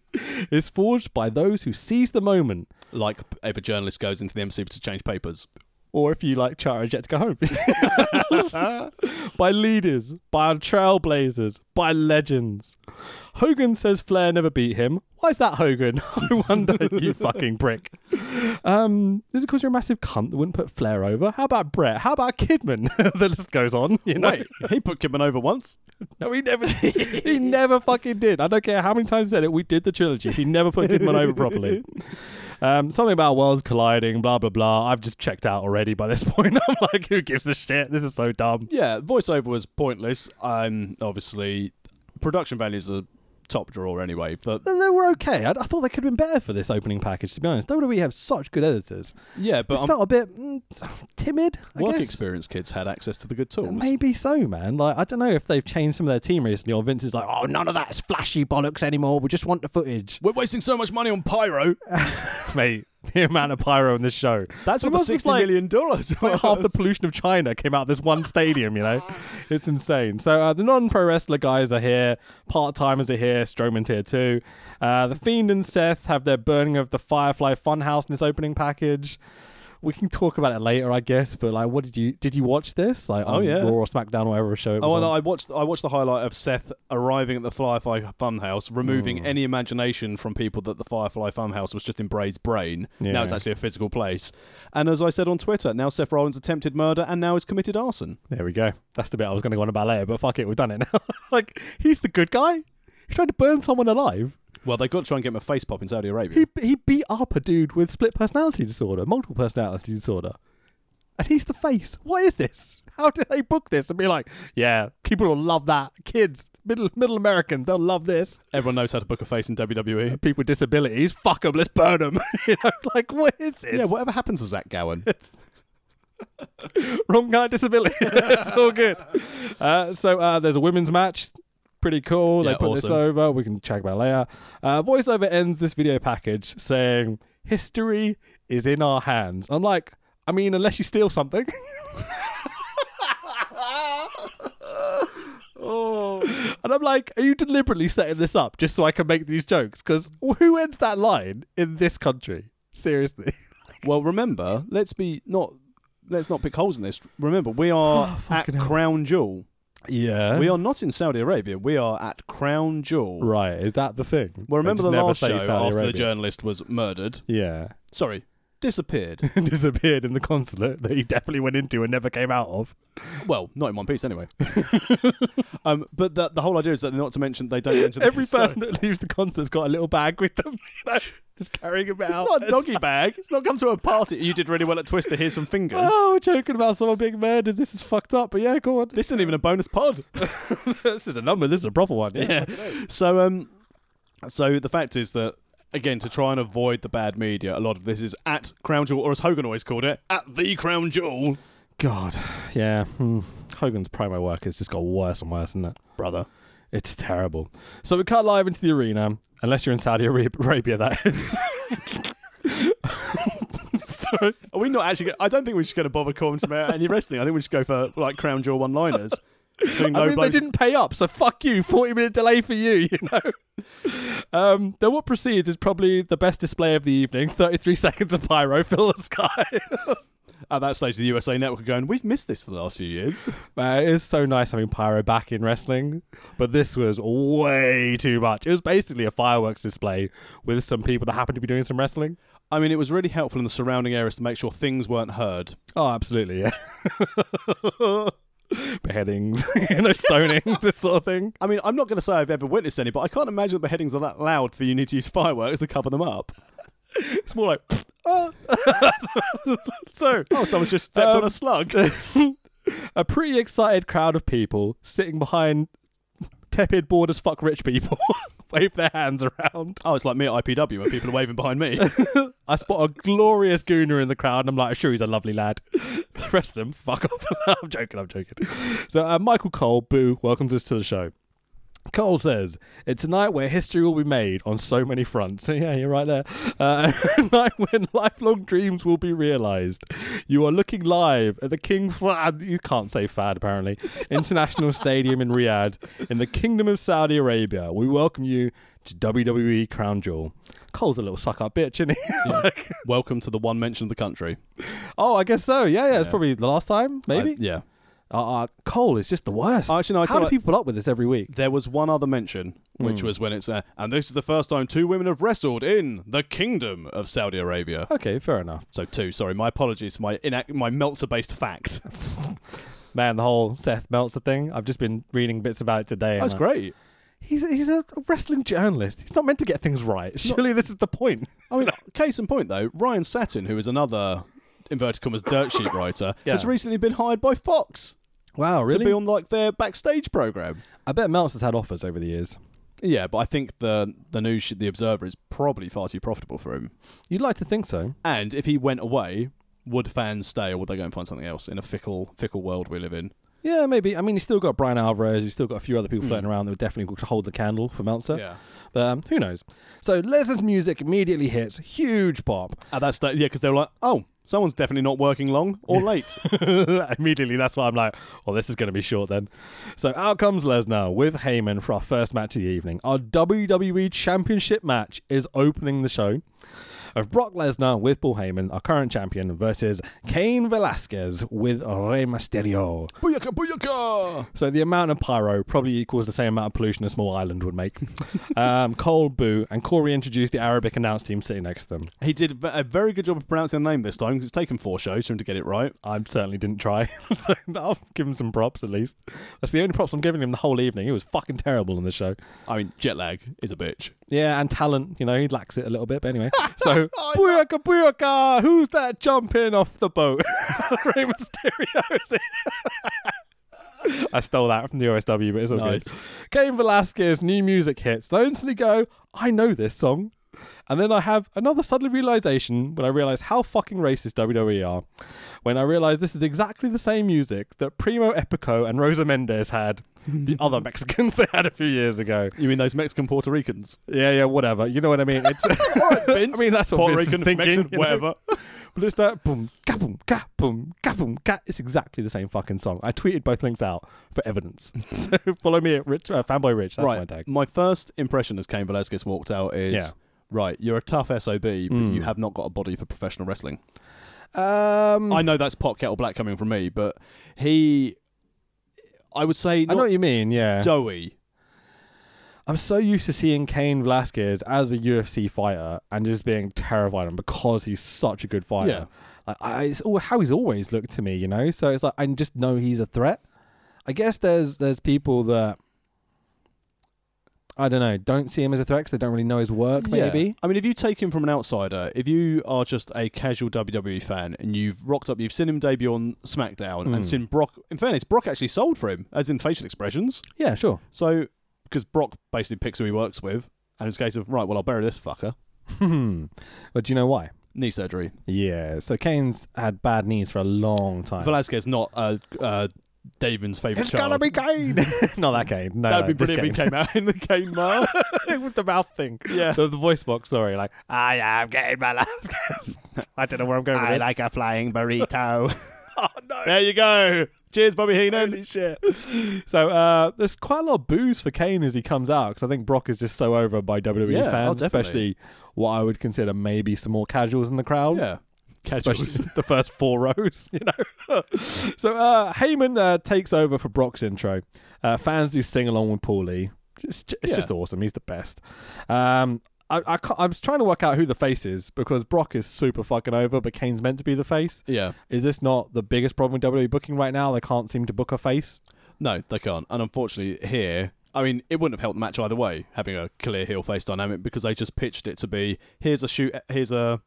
Speaker 2: is forged by those who seize the moment
Speaker 3: Like if a journalist goes into the embassy to change papers.
Speaker 2: or if you like charter a jet to go home. by leaders, by trailblazers, by legends. Hogan says Flair never beat him. Why's that Hogan? I wonder, you fucking prick. Um, is it because you're a massive cunt that wouldn't put Flair over? How about Brett? How about Kidman? the list goes on. You know?
Speaker 3: Wait, he put Kidman over once.
Speaker 2: No, he never. he never fucking did. I don't care how many times he said it. We did the trilogy. He never put Kidman over properly. Um, something about worlds colliding. Blah blah blah. I've just checked out already by this point. I'm like, who gives a shit? This is so dumb.
Speaker 3: Yeah, voiceover was pointless. Um, obviously, production values are top drawer anyway. But
Speaker 2: They were okay. I, I thought they could have been better for this opening package. To be honest, WWE have such good editors.
Speaker 3: yeah,
Speaker 2: But
Speaker 3: but
Speaker 2: it's
Speaker 3: um,
Speaker 2: felt a bit mm, timid. I
Speaker 3: work
Speaker 2: guess.
Speaker 3: experience kids had access to the good tools.
Speaker 2: Maybe so, man. Like I don't know if they've changed some of their team recently, or Vince is like, oh, none of that's flashy bollocks anymore. We just want the footage,
Speaker 3: We're wasting so much money on pyro.
Speaker 2: mate. The amount of pyro in this show.
Speaker 3: That's
Speaker 2: It
Speaker 3: what the
Speaker 2: must have,
Speaker 3: sixty
Speaker 2: like-
Speaker 3: million dollars.
Speaker 2: It's like half the pollution of China came out of this one stadium, you know? It's insane. So uh, the non pro wrestler guys are here, part timers are here, Strowman's here too. Uh, the Fiend and Seth have their burning of the Firefly Funhouse in this opening package. We can talk about it later, I guess. But like, what did you did you watch this? Like,
Speaker 3: Oh,
Speaker 2: on
Speaker 3: yeah.
Speaker 2: Raw or SmackDown, or whatever show it was.
Speaker 3: Oh,
Speaker 2: on?
Speaker 3: and I watched. I watched the highlight of Seth arriving at the Firefly Funhouse, removing any imagination from people that the Firefly Funhouse was just in Bray's brain. Now it's
Speaker 2: Yeah.
Speaker 3: actually a physical place. And as I said on Twitter, now Seth Rollins attempted murder and now has committed arson.
Speaker 2: There we go. That's the bit I was going to go on about later. But fuck it, we've done it now. like, he's the good guy. He tried to burn someone alive.
Speaker 3: Well, they got to try and get him a face pop in Saudi Arabia.
Speaker 2: He he beat up a dude with split personality disorder, multiple personality disorder, and he's the face. What is this? How did they book this and be like, yeah, people will love that. Kids, middle middle Americans, they'll love this.
Speaker 3: Everyone knows how to book a face in E. WWE.
Speaker 2: People with disabilities, fuck them, let's burn them. you know, like what is this?
Speaker 3: Yeah, whatever happens to Zach Gowan.
Speaker 2: It's- Wrong guy, disability. it's all good. Uh, so uh, there's a women's match. Pretty cool. they
Speaker 3: Yeah,
Speaker 2: put this
Speaker 3: awesome.
Speaker 2: over. We can check about it later. Uh, voiceover ends this video package saying, "History is in our hands." I'm like, I mean, unless you steal something.
Speaker 3: Oh.
Speaker 2: And I'm like, are you deliberately setting this up just so I can make these jokes? Because who ends that line in this country? Seriously.
Speaker 3: Well, remember, let's be not let's not pick holes in this. Remember, we are at Crown Jewel.
Speaker 2: Yeah.
Speaker 3: We are not in Saudi Arabia. We are at Crown Jewel.
Speaker 2: Right, is that the thing?
Speaker 3: Well, remember
Speaker 2: They just
Speaker 3: the
Speaker 2: never
Speaker 3: last
Speaker 2: say
Speaker 3: show
Speaker 2: Saudi
Speaker 3: after the
Speaker 2: Arabia.
Speaker 3: journalist was murdered?
Speaker 2: Yeah.
Speaker 3: Sorry, disappeared.
Speaker 2: disappeared in the consulate that he definitely went into and never came out of.
Speaker 3: well, not in one piece anyway. um, but the, the whole idea is that not to mention they don't mention
Speaker 2: Every
Speaker 3: so-
Speaker 2: person that leaves the consulate's got a little bag with them, you know, just carrying about.
Speaker 3: It's not a doggy bag. It's not come to a party. You did really well at Twister. Here's some fingers.
Speaker 2: Oh, we're joking about someone being murdered. This is fucked up, but yeah, go on.
Speaker 3: This isn't even a bonus pod.
Speaker 2: this is a number. This is a proper one.
Speaker 3: yeah. So um, so the fact is that again to try and avoid the bad media, a lot of this is at Crown Jewel, or as Hogan always called it, at the Crown Jewel,
Speaker 2: God. Yeah. Hmm. Hogan's promo work has just got worse and worse, isn't it?
Speaker 3: brother.
Speaker 2: It's terrible. So we cut live into the arena, unless you're in Saudi Ara- Arabia, that is. Sorry.
Speaker 3: Are we not actually? Gonna, I don't think we're just going to bother commenting about any wrestling. I think we should go for like crown jaw one-liners. Doing
Speaker 2: I
Speaker 3: low
Speaker 2: mean,
Speaker 3: blows.
Speaker 2: they didn't pay up, so fuck you. 40 minute delay for you, you know? Um, then what proceeds is probably the best display of the evening 33 seconds of pyro fill the sky.
Speaker 3: At that stage, the USA Network are going, "We've missed this for the last few years."
Speaker 2: Man, it is so nice having pyro back in wrestling, but this was way too much. It was basically a fireworks display with some people that happened to be doing some wrestling.
Speaker 3: I mean, it was really helpful in the surrounding areas to make sure things weren't heard.
Speaker 2: Oh, absolutely, yeah. beheadings, you know, stonings, this sort of thing.
Speaker 3: I mean, I'm not going to say I've ever witnessed any, but I can't imagine the beheadings are that loud for you need to use fireworks to cover them up.
Speaker 2: It's more like, oh. so
Speaker 3: Oh, someone's just stepped on
Speaker 2: Um,
Speaker 3: a slug.
Speaker 2: a pretty excited crowd of people sitting behind tepid, bored as fuck rich people wave their hands around.
Speaker 3: Oh, it's like me at IPW where people are waving behind me.
Speaker 2: I spot a glorious gooner in the crowd, and I'm like, sure, he's a lovely lad. The rest of them, fuck off. I'm joking, I'm joking. So, uh, Michael Cole, boo, welcomes us to the show. Cole says, It's a night where history will be made on so many fronts. Yeah, you're right there. Uh, a night when lifelong dreams will be realized. You are looking live at the King Fahd, you can't say Fad apparently, International Stadium in Riyadh, in the Kingdom of Saudi Arabia. We welcome you to WWE Crown Jewel. Cole's a little suck up bitch, isn't he? like,
Speaker 3: Welcome to the one mention of the country.
Speaker 2: oh, I guess so. Yeah, yeah, it's
Speaker 3: Yeah.
Speaker 2: probably the last time,
Speaker 3: I-
Speaker 2: maybe.
Speaker 3: yeah.
Speaker 2: uh, uh, Cole is just the worst.
Speaker 3: Actually, no, I
Speaker 2: How
Speaker 3: tell
Speaker 2: do
Speaker 3: you-
Speaker 2: people put up with this every week?
Speaker 3: There was one other mention, which was when it's, uh, and this is the first time two women have wrestled in the kingdom of Saudi Arabia.
Speaker 2: Okay, fair enough.
Speaker 3: So two, sorry, my apologies for my inac- my Meltzer-based fact.
Speaker 2: Man, the whole Seth Meltzer thing. I've just been reading bits about it today.
Speaker 3: That's
Speaker 2: and I-
Speaker 3: great.
Speaker 2: He's he's a wrestling journalist. He's not meant to get things right. Surely this is the point.
Speaker 3: I mean, case in point though, Ryan Satin, who is another inverted commas dirt sheet writer,
Speaker 2: Yeah.
Speaker 3: has recently been hired by Fox
Speaker 2: Wow,
Speaker 3: to be on like their backstage program.
Speaker 2: I bet Meltzer's had offers over the years.
Speaker 3: Yeah, but I think the the news, the Observer, is probably far too profitable for him.
Speaker 2: You'd like to think so.
Speaker 3: And if he went away, would fans stay or would they go and find something else in a fickle, fickle world we live in?
Speaker 2: Yeah, maybe. I mean, he's still got Brian Alvarez. He's still got a few other people floating around that would definitely could hold the candle for Meltzer.
Speaker 3: Yeah.
Speaker 2: But um, who knows? So Lesnar's music immediately hits huge pop.
Speaker 3: At that stage, yeah, because they were like, oh, someone's definitely not working long or late.
Speaker 2: immediately, that's why I'm like, well, this is going to be short then. So out comes Lesnar with Heyman for our first match of the evening. Our WWE Championship match is opening the show. Of Brock Lesnar with Paul Heyman, our current champion, versus Kane Velasquez with Rey Mysterio.
Speaker 3: booyaka, booyaka!
Speaker 2: So the amount of pyro probably equals the same amount of pollution a small island would make. um, Cole, Boo, and Corey introduced the Arabic announce team sitting next to them.
Speaker 3: He did v- a very good job of pronouncing the name this time 'cause it's taken four shows for him to get it right.
Speaker 2: I certainly didn't try, so I'll give him some props at least. That's the only props I'm giving him the whole evening. He was fucking terrible on the show.
Speaker 3: I mean, jet lag is a bitch.
Speaker 2: Yeah, and talent, you know, he lacks it a little bit, but anyway. So, booyaka, booyaka, who's that jumping off the boat? Rey Mysterio's in. I stole that from the OSW, but it's all good.
Speaker 3: Nice.
Speaker 2: Kane Velasquez, new music hits. And I instantly go, I know this song. And then I have another sudden realization when I realize how fucking racist WWE are. When I realize this is exactly the same music that Primo Epico and Rosa Mendez had, the other Mexicans they had a few years ago.
Speaker 3: You mean those Mexican Puerto Ricans?
Speaker 2: Yeah, yeah, whatever. You know what I mean? It's, I mean, that's what
Speaker 3: Puerto
Speaker 2: Vince is
Speaker 3: Rican,
Speaker 2: thinking,
Speaker 3: Mexican,
Speaker 2: you know?
Speaker 3: whatever.
Speaker 2: But it's that boom, ka boom, ka boom, ka boom, ka. It's exactly the same fucking song. I tweeted both links out for evidence. so follow me at Rich, uh, Fanboy Rich. That's
Speaker 3: right.
Speaker 2: my tag.
Speaker 3: first impression as Cain Velasquez walked out is,
Speaker 2: Yeah. Hmm.
Speaker 3: right, you're a tough SOB, but you have not got a body for professional wrestling.
Speaker 2: Um, I,
Speaker 3: I know that's pot kettle black coming from me, but he, I would say,
Speaker 2: know
Speaker 3: not
Speaker 2: what you mean. Yeah,
Speaker 3: doughy.
Speaker 2: I'm so used to seeing Kane Velasquez as a UFC fighter and just being terrified of him because he's such a good fighter. Like, I, it's all, how he's always looked to me, you know. So it's like I just know he's a threat. I guess there's there's people that I don't know don't see him as a threat because they don't really know his work. Maybe
Speaker 3: I mean, if you take him from an outsider, if you are just a casual WWE fan and you've rocked up, you've seen him debut on SmackDown
Speaker 2: Hmm.
Speaker 3: and seen Brock. In fairness, Brock actually sold for him, as in facial expressions.
Speaker 2: yeah, sure.
Speaker 3: So, because Brock basically picks who he works with, and it's a case of right, well, I'll bury this fucker.
Speaker 2: Hmm. But do you know why?
Speaker 3: Knee surgery.
Speaker 2: Yeah. So Kane's had bad knees for a long time.
Speaker 3: Velasquez not uh, uh, Davin's favorite
Speaker 2: it's
Speaker 3: child.
Speaker 2: gonna be Kane. Not that Kane. No,
Speaker 3: That'd
Speaker 2: no,
Speaker 3: be
Speaker 2: this
Speaker 3: brilliant if he
Speaker 2: Kane.
Speaker 3: came out in the cane mask.
Speaker 2: with the mouth thing.
Speaker 3: yeah.
Speaker 2: the, the voice box, sorry, like, I am Gabe Velasquez. I don't know where I'm going with this.
Speaker 3: a flying burrito.
Speaker 2: oh, no.
Speaker 3: there you go. Cheers, Bobby Heenan.
Speaker 2: Holy shit. So uh, there's quite a lot of booze for Kane as he comes out because I think Brock is just so over by WWE
Speaker 3: Yeah, oh,
Speaker 2: fans,
Speaker 3: definitely.
Speaker 2: especially what I would consider maybe some more casuals in the crowd.
Speaker 3: Yeah. Casuals.
Speaker 2: Especially the first four rows, you know. so uh, Heyman uh, takes over for Brock's intro. Uh, fans do sing along with Paulie. It's, ju- it's
Speaker 3: Yeah.
Speaker 2: just awesome. He's the best. Um, I, I, can't, I was trying to work out who the face is because Brock is super fucking over, but Kane's meant to be the face.
Speaker 3: Yeah.
Speaker 2: Is this not the biggest problem with WWE booking right now? They can't seem to book a face.
Speaker 3: No, they can't. And unfortunately, here, I mean, it wouldn't have helped the match either way, having a clear heel face dynamic, because they just pitched it to be here's a shoot, here's a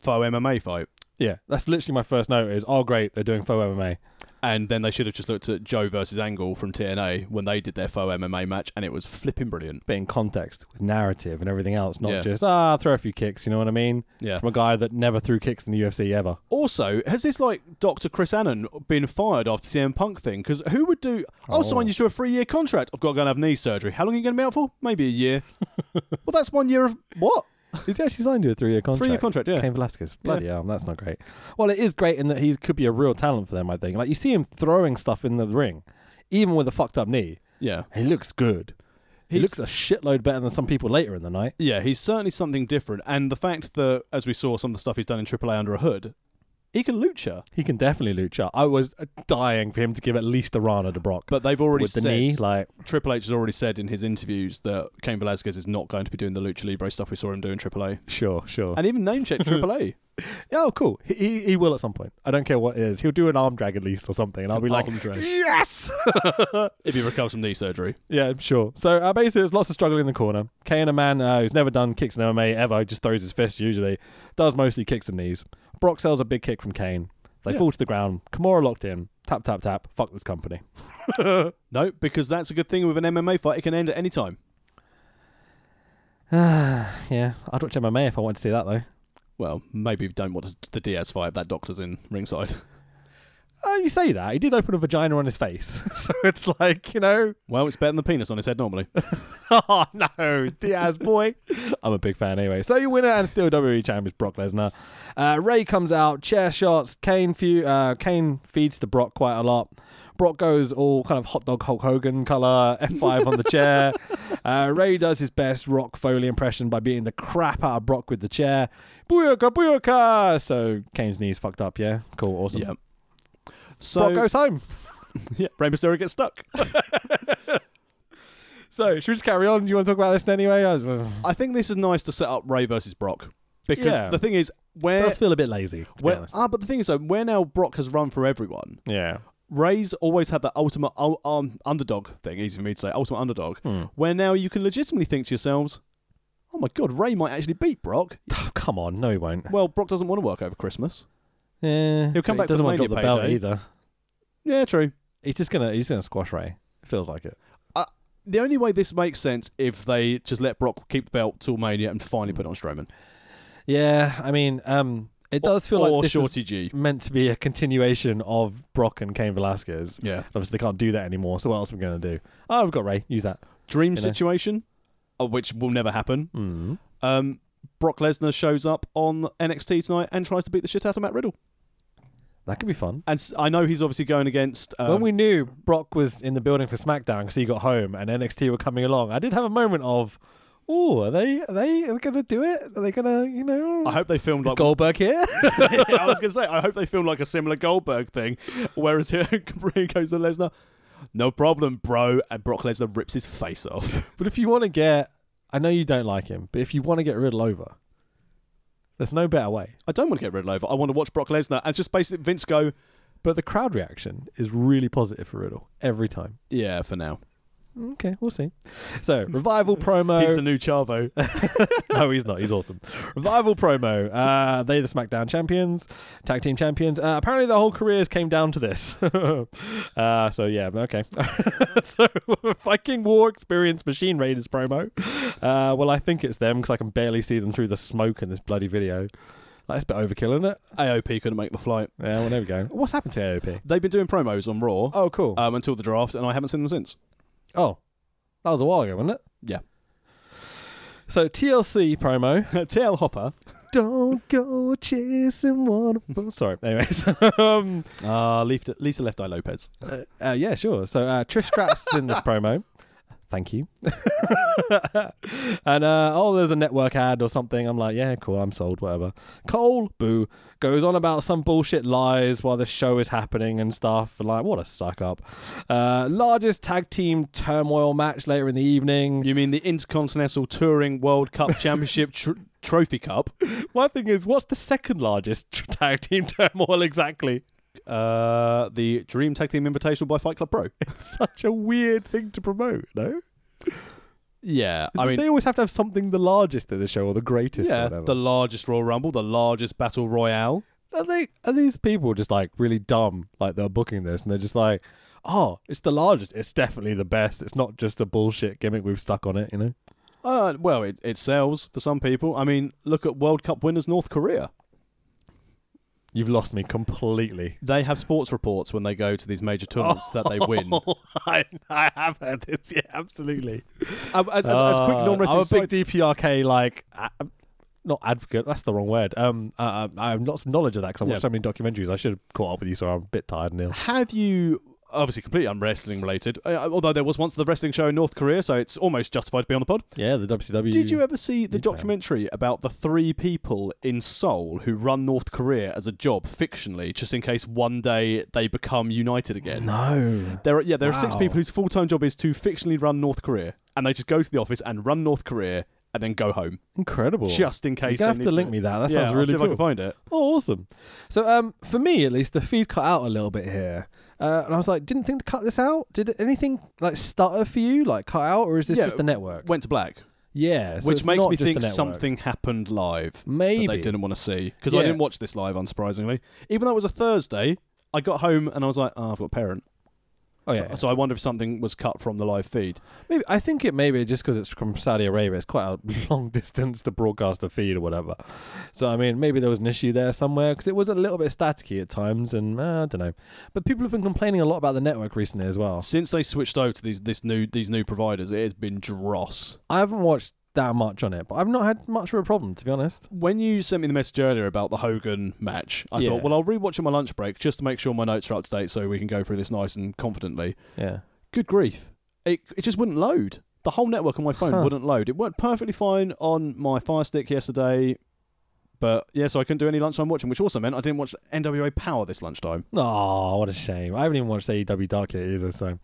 Speaker 3: faux MMA fight.
Speaker 2: Yeah, that's literally my first note. Is oh great, they're doing faux MMA.
Speaker 3: And then they should have just looked at Joe versus Angle from TNA when they did their faux MMA match, and it was flipping brilliant.
Speaker 2: But in context with narrative and everything else, not
Speaker 3: Yeah.
Speaker 2: just ah throw a few kicks. You know what I mean?
Speaker 3: Yeah.
Speaker 2: From a guy that never threw kicks in the UFC ever.
Speaker 3: Also, has this like Dr. Chris Annan been fired after CM Punk thing? Because who would do?
Speaker 2: Oh.
Speaker 3: I'll sign you to a three-year contract. I've got to go and have knee surgery. How long are you going to be out for? Maybe a year. well, that's one year of what?
Speaker 2: Is he actually signed to a three-year contract?
Speaker 3: Three-year contract. Yeah.
Speaker 2: Cain Velasquez. Bloody hell, that's not great. Well, it is great in that he could be a real talent for them. I think. Like you see him throwing stuff in the ring, even with a fucked up knee.
Speaker 3: Yeah.
Speaker 2: He looks good. He looks
Speaker 3: He's-
Speaker 2: a shitload better than some people later in the night.
Speaker 3: Yeah, he's certainly something different. And the fact that, as we saw, some of the stuff he's done in AAA under a hood, he can lucha.
Speaker 2: He can definitely lucha. I was uh, dying for him to give at least a Rana to Brock.
Speaker 3: But they've already
Speaker 2: with the
Speaker 3: said
Speaker 2: knee, like
Speaker 3: Triple H has already said in his interviews that Cain Velasquez is not going to be doing the lucha libre stuff we saw him do in AAA,
Speaker 2: sure, sure.
Speaker 3: and even name checked AAA.
Speaker 2: oh, cool. He, he he will at some point. I don't care what it is. He'll do an arm drag at least or something, and I'll be like,
Speaker 3: Arm drag.
Speaker 2: yes.
Speaker 3: Oh, if he recovers from knee surgery.
Speaker 2: Yeah, sure. So uh, basically, there's lots of struggle in the corner. Kane, a man uh, who's never done kicks in MMA ever, just throws his fist usually, does mostly kicks and knees. Brock sells a big kick from Kane. They
Speaker 3: Yeah.
Speaker 2: fall to the ground. Kimura locked in. Tap, tap, tap. Fuck this company.
Speaker 3: No, because that's a good thing with an MMA fight. It can end at any time.
Speaker 2: Yeah, I'd watch MMA if I wanted to see that though.
Speaker 3: Well, maybe you don't want the Diaz fight. That doctor's in ringside.
Speaker 2: Oh, you say that. He did open a vagina on his face. so it's like, you know,
Speaker 3: Well, it's better than the penis on his head normally.
Speaker 2: oh no, Diaz boy. I'm a big fan anyway. So your winner and still WWE champion is Brock Lesnar. Uh, Ray comes out, chair shots. Kane few, uh, Kane feeds to Brock quite a lot. Brock goes all kind of hot dog Hulk Hogan color, F5 on the chair. Uh, Ray does his best Rock Foley impression by beating the crap out of Brock with the chair. Booyaka, booyaka! So Kane's knee's fucked up, yeah? Cool, awesome.
Speaker 3: yeah. So
Speaker 2: Brock goes home.
Speaker 3: yeah, Rey Mysterio gets stuck.
Speaker 2: So, should we just carry on? Do you want to talk about this anyway? Uh,
Speaker 3: I think this is nice to set up Ray versus Brock because
Speaker 2: Yeah.
Speaker 3: the thing is
Speaker 2: It
Speaker 3: where
Speaker 2: does feel a bit lazy, to be
Speaker 3: where
Speaker 2: honest.
Speaker 3: ah, but the thing is though, where now Brock has run for everyone,
Speaker 2: Yeah.
Speaker 3: Ray's always had that ultimate u- um, underdog thing. Easy for me to say, ultimate underdog.
Speaker 2: Hmm.
Speaker 3: Where now you can legitimately think to yourselves, "Oh my God, Ray might actually beat Brock."
Speaker 2: Oh, come on, no, he won't.
Speaker 3: Well, Brock doesn't want to work over Christmas.
Speaker 2: Yeah,
Speaker 3: He'll come
Speaker 2: but
Speaker 3: back
Speaker 2: He doesn't
Speaker 3: for
Speaker 2: want to
Speaker 3: Mania
Speaker 2: drop the belt
Speaker 3: payday.
Speaker 2: either.
Speaker 3: Yeah, true.
Speaker 2: He's just gonna he's gonna squash Ray. Feels like it.
Speaker 3: The only way this makes sense if they just let Brock keep the belt till Mania and finally put it on Strowman.
Speaker 2: Yeah, I mean, um, it does feel
Speaker 3: or
Speaker 2: like this
Speaker 3: Shorty G.
Speaker 2: is meant to be a continuation of Brock and Cain Velasquez.
Speaker 3: Yeah.
Speaker 2: Obviously, they can't do that anymore. So what else are we gonna do? Oh, we've got Ray. Use that.
Speaker 3: Dream
Speaker 2: know?
Speaker 3: situation, uh, which will never happen.
Speaker 2: Mm.
Speaker 3: Um, Brock Lesnar shows up on NXT tonight and tries to beat the shit out of Matt Riddle.
Speaker 2: That could be fun.
Speaker 3: And s- I know he's obviously going against. Um,
Speaker 2: when we knew Brock was in the building for SmackDown because he got home and NXT were coming along, I did have a moment of, oh, are they are they gonna do it? Are they gonna you know?
Speaker 3: I hope they filmed
Speaker 2: is
Speaker 3: like.
Speaker 2: Goldberg here?
Speaker 3: I was going to say, I hope they filmed like a similar Goldberg thing, whereas here Cabrera goes to Lesnar. No problem, bro. And Brock Lesnar rips his face off.
Speaker 2: But if you want to get, I know you don't like him, but if you want to get Riddle over, there's no better way.
Speaker 3: I don't want to get Riddle over. I want to watch Brock Lesnar and just basically Vince go,
Speaker 2: But the crowd reaction is really positive for Riddle every time.
Speaker 3: yeah, for now.
Speaker 2: Okay, we'll see. So revival promo.
Speaker 3: He's the new Chavo.
Speaker 2: no, he's not. He's awesome. Revival promo. Uh, they the SmackDown champions, tag team champions. Uh, apparently, their whole careers came down to this. uh, so yeah, okay. so Viking War Experience Machine Raiders promo. Uh, well, I think it's them because I can barely see them through the smoke in this bloody video. That's a bit overkill, isn't it?
Speaker 3: AOP couldn't make the flight.
Speaker 2: Yeah. Well, there we go. What's happened to AOP?
Speaker 3: They've been doing promos on Raw
Speaker 2: Oh, cool.
Speaker 3: um, until the draft, and I haven't seen them since.
Speaker 2: oh, that was a while ago, wasn't it?
Speaker 3: Yeah.
Speaker 2: So TLC promo.
Speaker 3: Tail Hopper.
Speaker 2: Don't go chasing waterfalls. Sorry. Anyways, um,
Speaker 3: Uh, Lisa Lefty Lopez.
Speaker 2: uh, uh, yeah, sure. So uh, Trish Stratus is in this promo. thank you. and uh, oh, there's a network ad or something. I'm like, yeah, cool, I'm sold, whatever. Cole, boo, goes on about some bullshit lies while the show is happening and stuff. Like, what a suck up. Uh, largest tag team turmoil match later in the evening.
Speaker 3: You mean the Intercontinental Touring World Cup Championship tr- Trophy Cup?
Speaker 2: My thing is, what's the second largest tag team turmoil exactly?
Speaker 3: Uh, the Dream Tag Team Invitational by Fight Club Pro.
Speaker 2: Such a weird thing to promote, no?
Speaker 3: Yeah, I mean,
Speaker 2: they always have to have something the largest at the show or the greatest or
Speaker 3: yeah,
Speaker 2: whatever.
Speaker 3: the largest Royal Rumble, the largest Battle Royale.
Speaker 2: are they are these people just like really dumb like they're booking this and they're just like oh it's the largest it's definitely the best it's not just a bullshit gimmick we've stuck on it you know
Speaker 3: Uh, well, it, it sells for some people. I mean, look at World Cup winners North Korea.
Speaker 2: you've lost me completely
Speaker 3: They have sports reports when they go to these major tournaments that they win.
Speaker 2: Oh, I, I have heard this yeah absolutely
Speaker 3: As, as, as quick
Speaker 2: Uh,
Speaker 3: non
Speaker 2: I'm
Speaker 3: wrestling
Speaker 2: a big DPRK like a- not advocate that's the wrong word um uh, I have lots of knowledge of that because I've watched
Speaker 3: Yeah.
Speaker 2: so many documentaries I should have caught up with you so I'm a bit tired Neil
Speaker 3: Have you obviously completely unwrestling related? Uh, although there was once the wrestling show in North Korea, so it's almost justified to be on the pod.
Speaker 2: yeah the WCW
Speaker 3: Did you ever see the
Speaker 2: you found.
Speaker 3: documentary about the three people in Seoul who run North Korea as a job fictionally, just in case one day they become united again?
Speaker 2: no
Speaker 3: There are yeah, there are six
Speaker 2: Wow.
Speaker 3: people whose full time job is to fictionally run North Korea, and they just go to the office and run North Korea and then go home
Speaker 2: incredible
Speaker 3: just in case.
Speaker 2: you're
Speaker 3: they
Speaker 2: gonna have
Speaker 3: need
Speaker 2: to link me that that
Speaker 3: yeah,
Speaker 2: sounds
Speaker 3: I'll
Speaker 2: really
Speaker 3: see if
Speaker 2: cool
Speaker 3: I can find it.
Speaker 2: Oh, awesome. So, um, for me at least, the feed cut out a little bit here. Uh, and I was like, didn't think to cut this out. Did anything like stutter for you, like cut out, or is this
Speaker 3: Yeah,
Speaker 2: just the network?
Speaker 3: Went to black,
Speaker 2: Yeah, so
Speaker 3: which
Speaker 2: it's
Speaker 3: makes
Speaker 2: not
Speaker 3: me
Speaker 2: just the
Speaker 3: think
Speaker 2: network.
Speaker 3: something happened live
Speaker 2: Maybe
Speaker 3: that they didn't want to see because I
Speaker 2: Yeah.
Speaker 3: didn't watch this live, unsurprisingly. Even though it was a Thursday, I got home and I was like, oh, I've got parent.
Speaker 2: Oh
Speaker 3: so,
Speaker 2: yeah,
Speaker 3: so I wonder if something was cut from the live feed.
Speaker 2: maybe I think it maybe just because it's from Saudi Arabia, it's quite a long distance to broadcast the feed or whatever. So I mean, maybe there was an issue there somewhere because it was a little bit staticky at times, and uh, I don't know. But people have been complaining a lot about the network recently as well.
Speaker 3: Since they switched over to these this new these new providers, it has been dross.
Speaker 2: I haven't watched that much on it, but I've not had much of a problem to be honest.
Speaker 3: When you sent me the message earlier about the Hogan match, I
Speaker 2: Yeah.
Speaker 3: thought, well, I'll rewatch it on my lunch break just to make sure my notes are up to date, so we can go through this nice and confidently.
Speaker 2: Yeah.
Speaker 3: Good grief, it it just wouldn't load. The whole network on my phone
Speaker 2: Huh.
Speaker 3: wouldn't load. It worked perfectly fine on my Fire Stick yesterday, but yeah, so I couldn't do any lunchtime watching, which also meant I didn't watch NWA Power this lunchtime.
Speaker 2: Oh, what a shame. I haven't even watched AEW Dark yet either, so.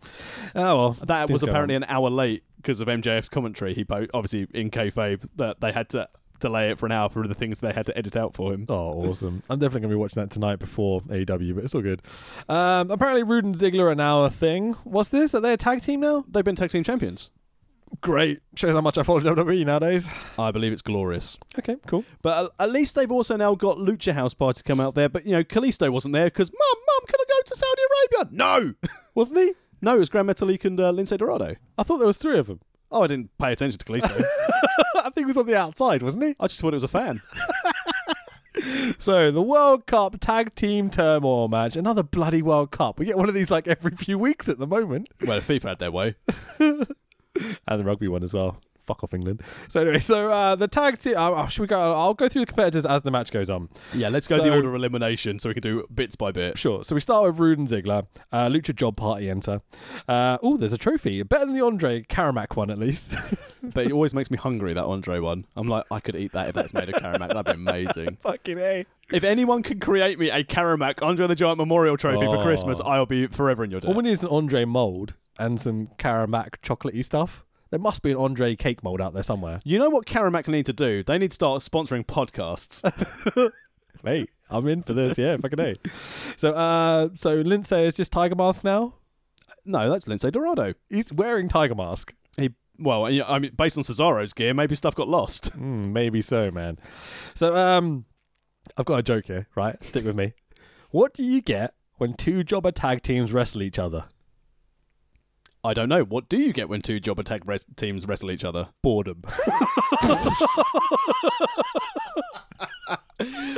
Speaker 2: Oh, well.
Speaker 3: That
Speaker 2: Didn't
Speaker 3: was
Speaker 2: go
Speaker 3: apparently an hour late because of MJF's commentary. He po- obviously in kayfabe that they had to delay it for an hour for the things they had to edit out for him.
Speaker 2: Oh, awesome. I'm definitely going to be watching that tonight before AEW, but it's all good. Um, apparently, Rude and Ziggler are now a thing. What's this? Are they a tag team now?
Speaker 3: They've been tag team champions.
Speaker 2: Great. Shows how much I follow WWE nowadays.
Speaker 3: I believe it's glorious.
Speaker 2: Okay, cool.
Speaker 3: But a- at least they've also now got Lucha House Party to come out there. But you know, Kalisto wasn't there because Mum, Mum, can I go to Saudi Arabia? No,
Speaker 2: Wasn't he?
Speaker 3: no, it was Grand Metalik and uh, Lince Dorado.
Speaker 2: I thought there was three of them.
Speaker 3: Oh, I didn't pay attention to Kalisto.
Speaker 2: I think he was on the outside, wasn't he?
Speaker 3: I just thought it was a fan.
Speaker 2: So, the World Cup tag team turmoil match. Another bloody World Cup. We get one of these like every few weeks at the moment.
Speaker 3: well, if FIFA had their way.
Speaker 2: and the rugby one as well. Fuck off England. So anyway, so uh, the tag team. Uh, oh, should we go? I'll go through the competitors as the match goes on.
Speaker 3: Yeah, let's go
Speaker 2: So-
Speaker 3: the order of elimination so we can do bits by bit.
Speaker 2: Sure. So we start with Rude and Ziggler. Uh, Lucha Job Party enter. Uh, oh, there's a trophy. Better than the Andre Karamak one at least.
Speaker 3: But it always makes me hungry that Andre one. I'm like, I could eat that if that's made of Karamak. That'd be amazing.
Speaker 2: Fucking a.
Speaker 3: If anyone can create me a Karamak Andre the Giant Memorial Trophy for
Speaker 2: Oh.
Speaker 3: Christmas, I'll be forever in your debt.
Speaker 2: All we need is an Andre mold and some Karamak chocolatey stuff. There must be an Andre cake mold out there somewhere.
Speaker 3: You know what Karamak need to do? They need to start sponsoring podcasts.
Speaker 2: Mate, I'm in for this. Yeah, fucking a. So, uh, so Lindsay is just Tiger Mask now.
Speaker 3: no, that's Lince Dorado.
Speaker 2: He's wearing Tiger Mask.
Speaker 3: He well, yeah, I mean, based on Cesaro's gear, maybe stuff got lost.
Speaker 2: Mm, maybe so, man. So, um, I've got a joke here, right? Stick with me. What do you get when two jobber tag teams wrestle each other?
Speaker 3: I don't know. What do you get when two job attack res- teams wrestle each other?
Speaker 2: Boredom.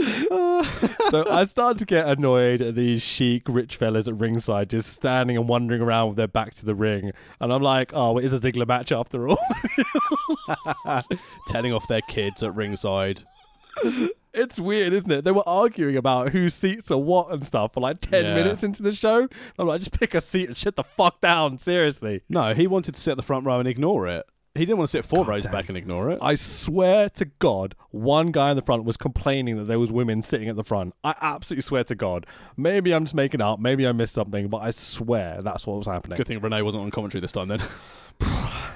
Speaker 2: so I start to get annoyed at these chic rich fellas at ringside just standing and wandering around with their back to the ring. And I'm like, oh, it is a Ziggler match after all.
Speaker 3: Telling off their kids at ringside.
Speaker 2: It's weird, isn't it? They were arguing about whose seats are what and stuff for like 10
Speaker 3: Yeah.
Speaker 2: minutes into the show. I'm like, just pick a seat and shit the fuck down, seriously.
Speaker 3: No, he wanted to sit at the front row and ignore it. He didn't want to sit four rows back and ignore it.
Speaker 2: I swear to God, one guy in the front was complaining that there was women sitting at the front. I absolutely swear to God. Maybe I'm just making it up. Maybe I missed something, but I swear that's what was happening.
Speaker 3: Good thing Renee wasn't on commentary this time then.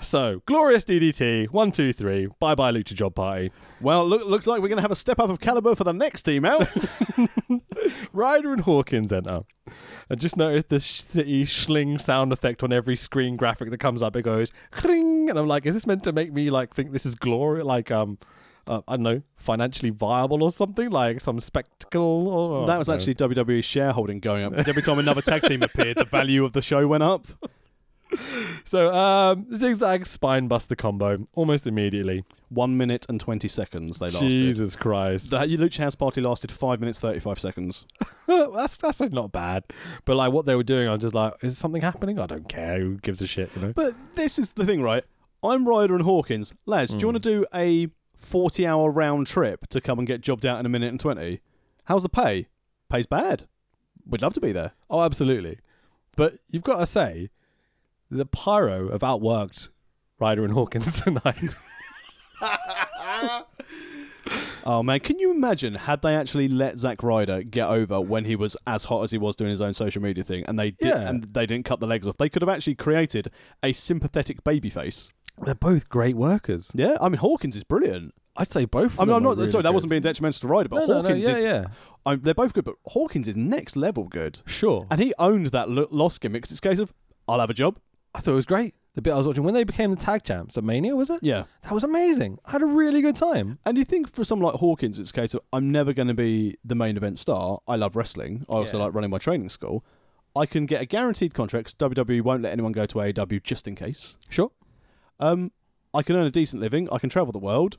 Speaker 2: So, glorious DDT, one, two, three. Bye bye, Lucha Job Party.
Speaker 3: Well, look, looks like we're going to have a step up of caliber for the next team out.
Speaker 2: Ryder and Hawkins enter. I just noticed the city schling sound effect on every screen graphic that comes up. It goes kring, and I'm like, is this meant to make me like think this is glory, like um, uh, I don't know, financially viable or something, like some spectacle? Oh, Or,
Speaker 3: that was
Speaker 2: no.
Speaker 3: actually WWE's shareholding going up because every time another tag team appeared, the value of the show went up.
Speaker 2: so. Um, zigzag spine buster combo almost immediately.
Speaker 3: One minute and 20 seconds they lasted.
Speaker 2: Jesus Christ,
Speaker 3: The Lucha House Party lasted five minutes, 35 seconds.
Speaker 2: that's that's like not bad, but like what they were doing, I'm just like, is something happening? I don't care. Who gives a shit? You know.
Speaker 3: But this is the thing, right? I'm Ryder and Hawkins. Lads, do you
Speaker 2: Hmm.
Speaker 3: want to do a 40 hour round trip to come and get jobbed out in a minute and 20? How's the pay? Pay's bad. We'd love to be there.
Speaker 2: Oh, absolutely. But you've got to say, the pyro have outworked Ryder and Hawkins tonight.
Speaker 3: Oh man, can you imagine had they actually let Zack Ryder get over when he was as hot as he was doing his own social media thing and they did
Speaker 2: Yeah.
Speaker 3: and they didn't cut the legs off. They could have actually created a sympathetic babyface.
Speaker 2: They're both great workers.
Speaker 3: Yeah, I mean Hawkins is brilliant.
Speaker 2: I'd say both. Of
Speaker 3: I mean,
Speaker 2: them
Speaker 3: I'm
Speaker 2: are
Speaker 3: not
Speaker 2: really
Speaker 3: sorry, that
Speaker 2: good.
Speaker 3: wasn't being detrimental to Ryder, but
Speaker 2: No, no, no,
Speaker 3: Hawkins
Speaker 2: yeah,
Speaker 3: is
Speaker 2: yeah.
Speaker 3: I'm, they're both good, but Hawkins is next level good.
Speaker 2: Sure.
Speaker 3: And he owned that lo- loss gimmick 'cause it's a case of, I'll have a job.
Speaker 2: I thought it was great. The bit I was watching when they became the tag champs at Mania, was it?
Speaker 3: Yeah.
Speaker 2: That was amazing. I had a really good time.
Speaker 3: And you think for someone like Hawkins, it's a case of, I'm never going to be the main event star. I love wrestling. I also
Speaker 2: Yeah.
Speaker 3: like running my training school. I can get a guaranteed contract 'cause WWE won't let anyone go to AEW just in case.
Speaker 2: Sure.
Speaker 3: Um, I can earn a decent living. I can travel the world.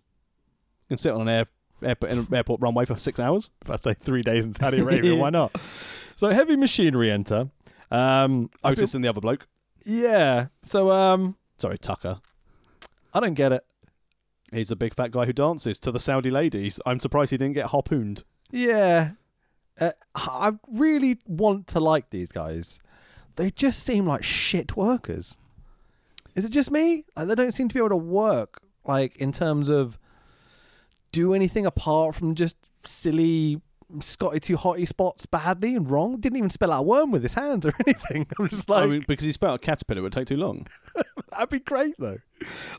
Speaker 3: I can sit on an air, airport, in an airport runway for six hours.
Speaker 2: If I say three days in Saudi Arabia, why not? So heavy machinery enter. Um, I
Speaker 3: Otis and the other bloke.
Speaker 2: feel- yeah. So um,
Speaker 3: Sorry, Tucker.
Speaker 2: I don't get it.
Speaker 3: He's a big fat guy who dances to the Saudi ladies. I'm surprised he didn't get harpooned.
Speaker 2: Yeah. Uh, I really want to like these guys. They just seem like shit workers. Is it just me? Like, they don't seem to be able to work, like, in terms of do anything apart from just silly Scotty too hotty spots badly and wrong. Didn't even spell out worm with his hands or anything. I'm just like,
Speaker 3: I mean, because he spelled out caterpillar, it would take too long.
Speaker 2: that'd be great, though.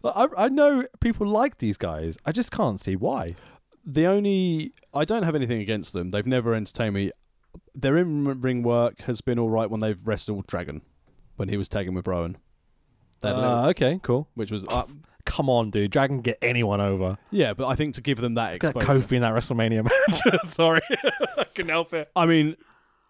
Speaker 2: Like, I, I know people like these guys. I just can't see why.
Speaker 3: The only I don't have anything against them. They've never entertained me. Their in ring work has been all right when they've wrestled Dragon, when he was tagging with Rowan, They had a little-
Speaker 2: Uh, okay, cool.
Speaker 3: which was uh,
Speaker 2: Come on, dude. Dragon can get anyone over.
Speaker 3: yeah. But I think to give them that
Speaker 2: Look at
Speaker 3: exposure,
Speaker 2: Kofi in that WrestleMania match. Sorry, I couldn't help it.
Speaker 3: I mean,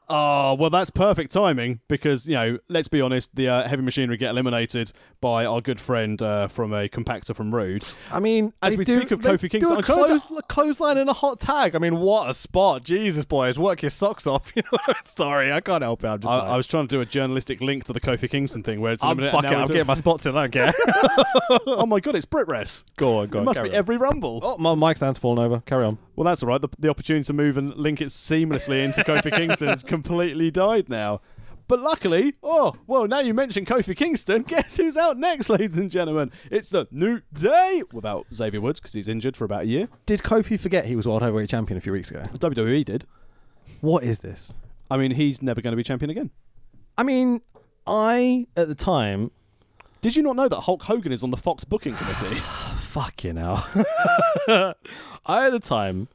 Speaker 3: oh well, that's perfect timing because you know, let's be honest, the uh, heavy machinery get eliminated by our good friend uh, from a compactor from Rude.
Speaker 2: I mean,
Speaker 3: As
Speaker 2: they
Speaker 3: we
Speaker 2: do-
Speaker 3: speak of
Speaker 2: they
Speaker 3: Kofi Kingston,
Speaker 2: do
Speaker 3: I
Speaker 2: a
Speaker 3: tried to-
Speaker 2: close, a clothesline and a hot tag. I mean, what a spot! Jesus, boys, work your socks off. You know, sorry, I can't help it. I'm
Speaker 3: I,
Speaker 2: just like,
Speaker 3: I was trying to do a journalistic link to the Kofi Kingston thing where it's
Speaker 2: I'm
Speaker 3: eliminated
Speaker 2: fuck it.
Speaker 3: now
Speaker 2: I'm
Speaker 3: it's-
Speaker 2: getting my spots in. I don't care.
Speaker 3: oh my god, it's Brit Rest.
Speaker 2: go on, go
Speaker 3: It
Speaker 2: on.
Speaker 3: must
Speaker 2: carry
Speaker 3: be
Speaker 2: on.
Speaker 3: every rumble.
Speaker 2: Oh, my mic stand's falling over. Carry on.
Speaker 3: Well, that's all right. The, the opportunity to move and link it seamlessly into Kofi Kingston has completely died now. But luckily, oh, well, now you mentioned Kofi Kingston. Guess who's out next, ladies and gentlemen? It's the new day without Xavier Woods because he's injured for about a year.
Speaker 2: Did Kofi forget he was world heavyweight champion a few weeks ago?
Speaker 3: WWE did.
Speaker 2: What is this?
Speaker 3: I mean, he's never going to be champion again.
Speaker 2: I mean, I at the time,
Speaker 3: Did you not know that Hulk Hogan is on the Fox booking committee?
Speaker 2: fucking hell. I at the time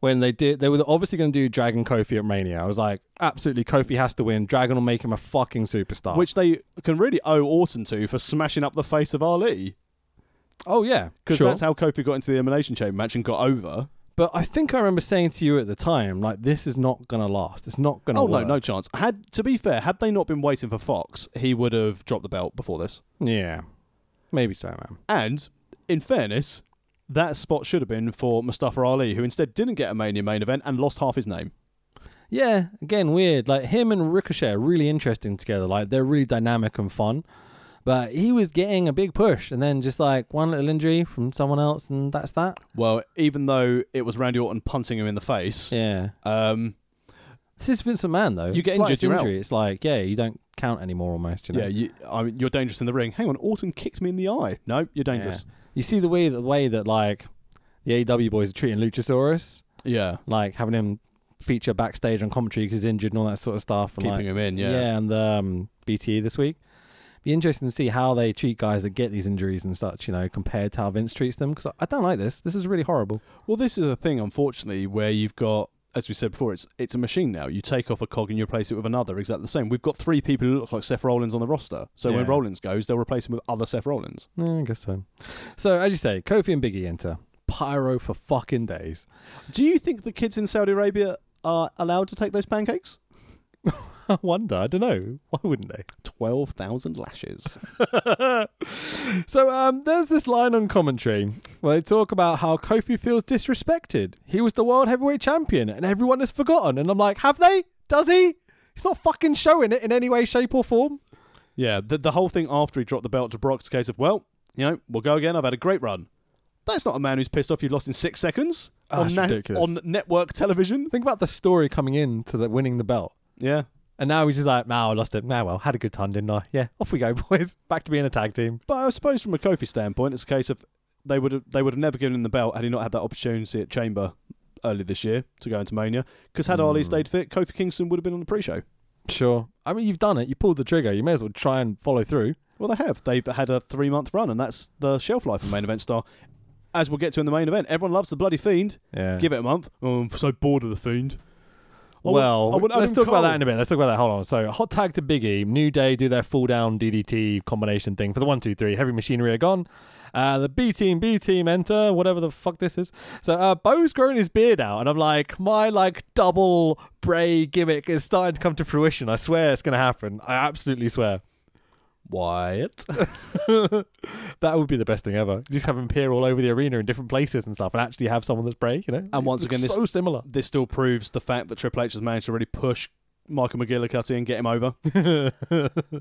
Speaker 2: when they did, they were obviously going to do Dragon Kofi at Mania. I was like, absolutely, Kofi has to win. Dragon will make him a fucking superstar.
Speaker 3: Which they can really owe Orton to for smashing up the face of Ali.
Speaker 2: oh yeah,
Speaker 3: Because
Speaker 2: sure.
Speaker 3: that's how Kofi got into the Elimination Chamber match and got over.
Speaker 2: but I think I remember saying to you at the time, like, this is not going to last. It's not going to.
Speaker 3: Oh no, no chance. Had to be fair, had they not been waiting for Fox, he would have dropped the belt before this.
Speaker 2: Yeah, maybe so, man.
Speaker 3: And in fairness, that spot should have been for Mustafa Ali, who instead didn't get a Mania main event and lost half his name.
Speaker 2: Yeah, again, weird. Like him and Ricochet are really interesting together. Like they're really dynamic and fun. But he was getting a big push, and then just like one little injury from someone else, and that's that.
Speaker 3: Well, even though it was Randy Orton punting him in the face,
Speaker 2: Yeah.
Speaker 3: um,
Speaker 2: This is Vince McMahon though.
Speaker 3: You get
Speaker 2: Slightest
Speaker 3: injured, you're out.
Speaker 2: injury. It's like yeah, you don't count anymore almost. You know.
Speaker 3: yeah, you, I mean, you're dangerous in the ring. Hang on, Orton kicked me in the eye. No, you're dangerous.
Speaker 2: Yeah. You see the way the way that like the AEW boys are treating Luchasaurus,
Speaker 3: Yeah,
Speaker 2: like having him feature backstage on commentary because he's injured and all that sort of stuff. And,
Speaker 3: keeping
Speaker 2: like,
Speaker 3: him in. Yeah.
Speaker 2: and the um, BTE this week. Be interesting to see how they treat guys that get these injuries and such. You know, compared to how Vince treats them because I don't like this. This is really horrible.
Speaker 3: Well, this is a thing, unfortunately, where you've got, as we said before, it's it's a machine now. You take off a cog and you replace it with another, exactly the same. We've got three people who look like Seth Rollins on the roster. So when
Speaker 2: Yeah.
Speaker 3: Rollins goes, they'll replace him with other Seth Rollins.
Speaker 2: Yeah, I guess so. So as you say, Kofi and Biggie enter. Pyro for fucking days.
Speaker 3: Do you think the kids in Saudi Arabia are allowed to take those pancakes?
Speaker 2: I wonder. I don't know. Why wouldn't they?
Speaker 3: Twelve thousand lashes.
Speaker 2: so um, there's this line on commentary where they talk about how Kofi feels disrespected. He was the world heavyweight champion, and everyone has forgotten. And I'm like, have they? Does he? He's not fucking showing it in any way, shape, or form.
Speaker 3: yeah, the the whole thing after he dropped the belt to Brock's case of, well, you know, we'll go again. I've had a great run. That's not a man who's pissed off you lost in six seconds
Speaker 2: Ah,
Speaker 3: on
Speaker 2: that's ridiculous.
Speaker 3: on network television.
Speaker 2: Think about the story coming in to the winning the belt,
Speaker 3: Yeah.
Speaker 2: and now he's just like, "Now I lost it. Now well, had a good time, didn't I? Yeah, off we go, boys. Back to being a tag team."
Speaker 3: But I suppose from a Kofi standpoint, it's a case of they would have they would have never given him the belt had he not had that opportunity at Chamber earlier this year to go into Mania. Because had
Speaker 2: Hmm.
Speaker 3: Ali stayed fit, Kofi Kingston would have been on the pre-show.
Speaker 2: Sure. I mean, you've done it. You pulled the trigger. You may as well try and follow through.
Speaker 3: Well, they have. They've had a three month run, and that's the shelf life of main event star. As we'll get to in the main event, everyone loves the bloody fiend.
Speaker 2: Yeah.
Speaker 3: Give it a month. Oh, I'm so bored of the fiend. I want-
Speaker 2: Well,
Speaker 3: I want
Speaker 2: let's
Speaker 3: Adam
Speaker 2: talk about
Speaker 3: Cole.
Speaker 2: that in a minute. Let's talk about that. Hold on. So, hot tag to Biggie. New Day do their fall down DDT combination thing for the one, two, three. Heavy machinery are gone. Uh, the B team, B team enter, whatever the fuck this is. So, uh, Bo's growing his beard out, and I'm like, my like double Bray gimmick is starting to come to fruition. I swear it's going to happen. I absolutely swear.
Speaker 3: Wyatt.
Speaker 2: That would be the best thing ever. Just have him peer all over the arena in different places and stuff, and actually have someone that's Bray, you know?
Speaker 3: And once
Speaker 2: Looks
Speaker 3: again, this-
Speaker 2: so similar.
Speaker 3: this still proves the fact that Triple H has managed to really push Michael McGillicuddy and get him over.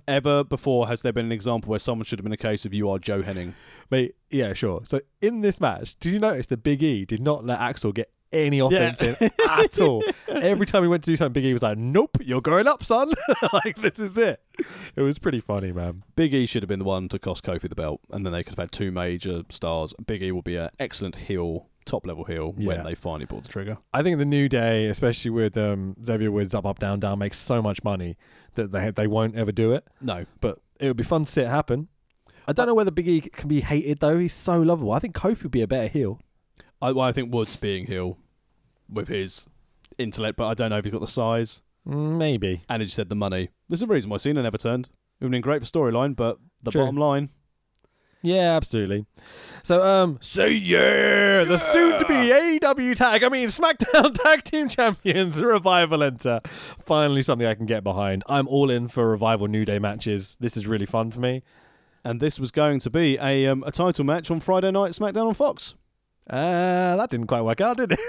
Speaker 3: Ever before has there been an example where someone should have been a case of you are Joe Henning?
Speaker 2: Mate, yeah, sure. So in this match, did you notice that Big E did not let Axel get any offense in at all? Every time he went to do something, Big E was like, "Nope, you're going up, son." like this is it. It was pretty funny, man.
Speaker 3: Big E should have been the one to cost Kofi the belt, and then they could have had two major stars. Big E will be an excellent heel, top level heel,
Speaker 2: Yeah.
Speaker 3: when they finally pull the trigger.
Speaker 2: I think the new day, especially with um, Xavier Woods up, up, down, down, makes so much money that they they won't ever do it.
Speaker 3: No,
Speaker 2: But it would be fun to see it happen. I don't know whether Big E can be hated though. He's so lovable. I think Kofi would be a better heel.
Speaker 3: I, well, I think Woods being heel with his intellect, but I don't know if he's got the size.
Speaker 2: Mm, Maybe.
Speaker 3: And as you said, the money. There's a reason why Cena never turned. It would have been great for storyline, but the
Speaker 2: True.
Speaker 3: bottom line
Speaker 2: Yeah, absolutely. So, um, say yeah, the soon-to-be AW tag, I mean SmackDown Tag Team Champions, Revival enter. Finally, something I can get behind. I'm all in for Revival New Day matches. This is really fun for me.
Speaker 3: and this was going to be a um, a title match on Friday night SmackDown on Fox.
Speaker 2: Uh, that didn't quite work out, did it?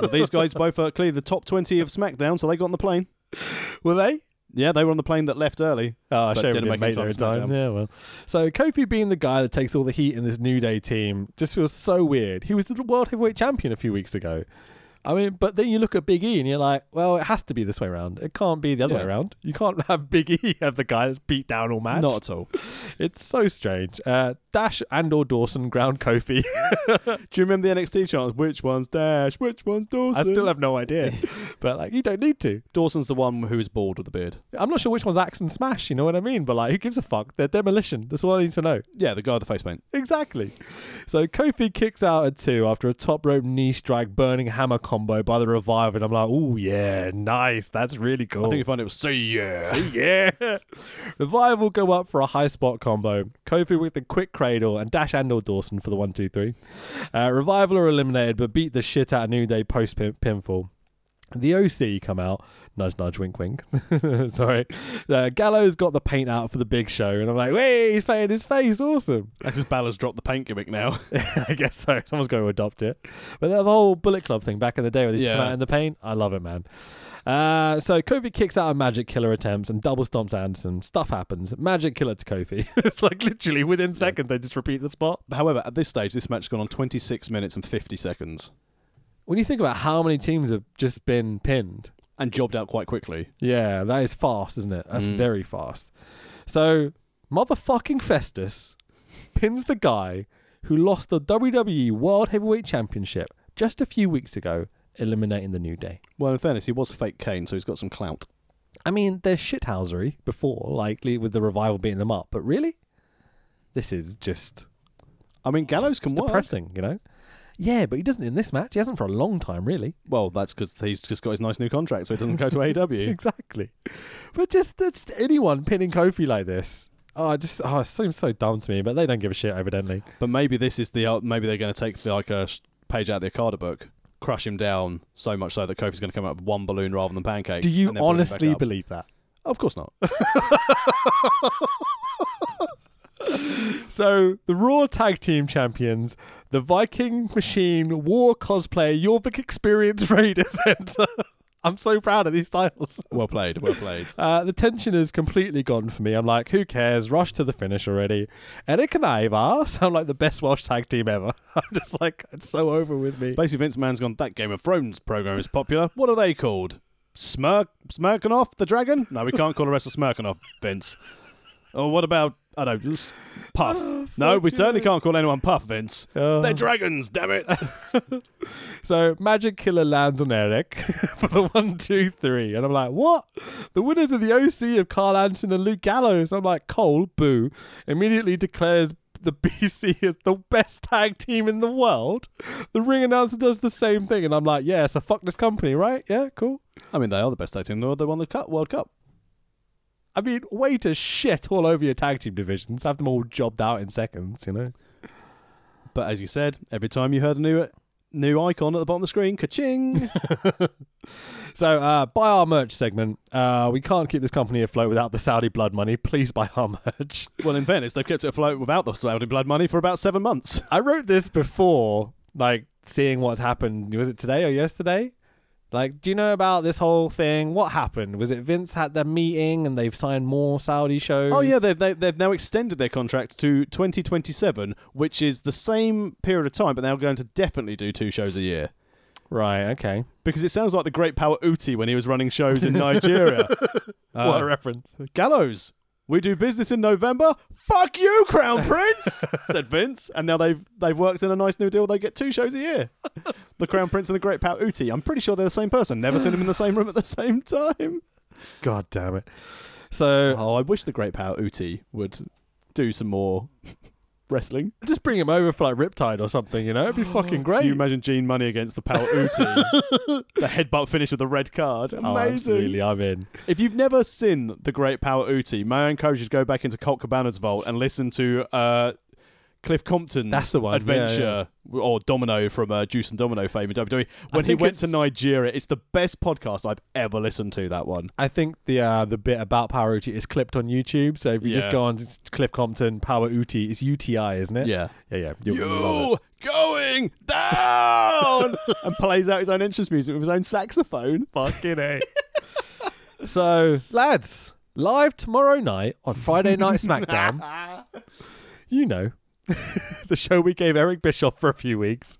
Speaker 3: Well, these guys both are clearly the top 20 of SmackDown, so they got on the plane.
Speaker 2: Were they?
Speaker 3: Yeah, they were on the plane that left early.
Speaker 2: Oh,
Speaker 3: But
Speaker 2: shame we
Speaker 3: didn't
Speaker 2: didn't
Speaker 3: make
Speaker 2: make
Speaker 3: it
Speaker 2: there in
Speaker 3: to
Speaker 2: time.
Speaker 3: SmackDown.
Speaker 2: Yeah, well. So Kofi being the guy that takes all the heat in this New Day team just feels so weird. He was the World Heavyweight Champion a few weeks ago. I mean, but then you look at Big E and you're like, well, it has to be this way around. It can't be the other
Speaker 3: Yeah.
Speaker 2: way around. You can't have Big E have the guy that's beat down all match.
Speaker 3: Not at all.
Speaker 2: It's so strange. Uh, Dash and or Dawson ground Kofi.
Speaker 3: Do you remember the NXT chant? Which one's Dash? Which one's
Speaker 2: I
Speaker 3: Dawson?
Speaker 2: still have no idea. but like, you don't need to.
Speaker 3: Dawson's the one who is bald with the beard.
Speaker 2: I'm not sure which one's Axe and Smash, you know what I mean? But like, who gives a fuck? They're demolition. That's all I need to know.
Speaker 3: Yeah, the guy with the face paint.
Speaker 2: Exactly. So Kofi kicks out at two after a top rope knee strike, burning hammer combo by the revive, and I'm like, oh yeah, nice. That's really cool.
Speaker 3: I think you find it was say yeah.
Speaker 2: yeah. Revival go up for a high spot combo. Kofi with the quick cradle and Dash and or Dawson for the one, two, three. Uh, Revival are eliminated but beat the shit out of New Day post pin- pinfall. The OC come out, nudge, nudge, wink, wink. Sorry. Uh, Gallows got the paint out for the big show, and I'm like, wait, he's painting his face. Awesome.
Speaker 3: That's just Balor's dropped the paint gimmick now.
Speaker 2: I guess so. Someone's going to adopt it. But the whole Bullet Club thing back in the day where they used to come
Speaker 3: Yeah.
Speaker 2: out in the paint, I love it, man. Uh, so Kofi kicks out a Magic Killer attempts and double stomps Anderson. Stuff happens. Magic Killer to Kofi. it's like literally within seconds they just repeat the spot.
Speaker 3: However, at this stage, this match has gone on 26 minutes and 50 seconds
Speaker 2: When you think about how many teams have just been pinned,
Speaker 3: and jobbed out quite quickly.
Speaker 2: Yeah, that is fast, isn't it? That's
Speaker 3: Mm.
Speaker 2: very fast. So, motherfucking Festus pins the guy who lost the WWE World Heavyweight Championship just a few weeks ago, eliminating the New Day.
Speaker 3: Well, in fairness, he was fake Kane, so he's got some clout.
Speaker 2: I mean, there's shithousery before, likely with the revival beating them up, but really? This is just
Speaker 3: I mean, Gallows can
Speaker 2: it's
Speaker 3: work.
Speaker 2: depressing, you know? Yeah, but he doesn't in this match. He hasn't for a long time, really.
Speaker 3: Well, that's because he's just got his nice new contract, so he doesn't go to E AW.
Speaker 2: Exactly. But just that's anyone pinning Kofi like this. Oh, it just oh, it seems so dumb to me, but they don't give a shit, evidently.
Speaker 3: But maybe this is the uh, maybe they're going to take like a s- page out of the Okada book, crush him down so much so that Kofi's going to come out with one balloon rather than pancakes.
Speaker 2: Do you
Speaker 3: and then balloon back
Speaker 2: honestly
Speaker 3: up.
Speaker 2: believe that?
Speaker 3: Of course not.
Speaker 2: So the Raw Tag Team Champions, the Viking Machine War Cosplay Jorvik Experience Raiders Center. I'm so proud of these titles.
Speaker 3: well played. Well played.
Speaker 2: Uh, the tension is completely gone for me. I'm like, who cares? Rush to the finish already. Eric and Ivar sound like the best Welsh tag team ever. I'm just like, it's so over with me.
Speaker 3: Basically, Vince McMahon's gone. That Game of Thrones program is popular. What are they called? Smirk Smirkanoff the Dragon? No, we can't call a wrestler Smirkanoff, Vince. Or what about I don't know, s- Puff? no, we certainly can't call anyone Puff, Vince.
Speaker 2: Uh.
Speaker 3: They're dragons, damn it.
Speaker 2: So Magic Killer lands on Eric for the one, two, three. And I'm like, what? The winners of the OC of Carl Anson and Luke Gallows. I'm like, Cole, boo, immediately declares the BC is the best tag team in the world. The ring announcer does the same thing. And I'm like, yeah, so fuck this company, right? Yeah, cool.
Speaker 3: I mean, they are the best tag team in the world. They won the cup, World Cup.
Speaker 2: I mean, way to shit all over your tag team divisions. Have them all jobbed out in seconds, you know?
Speaker 3: But as you said, every time you heard a new new icon at the bottom of the screen, ka-ching.
Speaker 2: So, uh, buy our merch segment. Uh, we can't keep this company afloat without the Saudi blood money. Please buy our merch.
Speaker 3: well, in Venice, they've kept it afloat without the Saudi blood money for about seven months.
Speaker 2: I wrote this before, like seeing what's happened. Was it today or yesterday? Like, do you know about this whole thing? What happened? Was it Vince had their meeting and they've signed more Saudi shows?
Speaker 3: Oh yeah, they've, they, they've now extended their contract to 2027, which is the same period of time, but they're going to definitely do two shows a year.
Speaker 2: right. Okay.
Speaker 3: Because it sounds like the great power Uti when he was running shows in Nigeria.
Speaker 2: what
Speaker 3: Uh,
Speaker 2: a reference.
Speaker 3: Gallows, we do business in November. Fuck you, Crown Prince, said Vince. And now they've they've worked in a nice new deal. They get two shows a year. The Crown Prince and the Great Power Uti. I'm pretty sure they're the same person. Never seen them in the same room at the same time.
Speaker 2: God damn it. So
Speaker 3: Oh, I wish the Great Power Uti would do some more wrestling.
Speaker 2: just bring him over for like Riptide or something. You know, it'd be fucking
Speaker 3: Can you
Speaker 2: great.
Speaker 3: imagine Gene Money against the Power Uti? the headbutt finish with the red card. Amazing.
Speaker 2: Oh, absolutely, I'm in.
Speaker 3: If you've never seen The Great Power Uti, may I encourage you to go back into Colt Cabana's vault and listen to uh, Cliff Compton's
Speaker 2: That's the one, yeah,
Speaker 3: adventure or Domino from uh, Juice and Domino fame in WWE. When he
Speaker 2: think
Speaker 3: went to
Speaker 2: it's-
Speaker 3: Nigeria, it's the best podcast I've ever listened to. That one.
Speaker 2: I think the uh, the bit about Power Uti is clipped on YouTube. So if you just
Speaker 3: Yeah.
Speaker 2: go on to Cliff Compton Power Uti, it's UTI, isn't it?
Speaker 3: Yeah.
Speaker 2: yeah, yeah. You'll love it.
Speaker 3: You going down and plays out his own entrance music with his own saxophone.
Speaker 2: Fucking A. so, lads, live tomorrow night on Friday Night SmackDown. you know, the show we gave Eric Bischoff for a few weeks.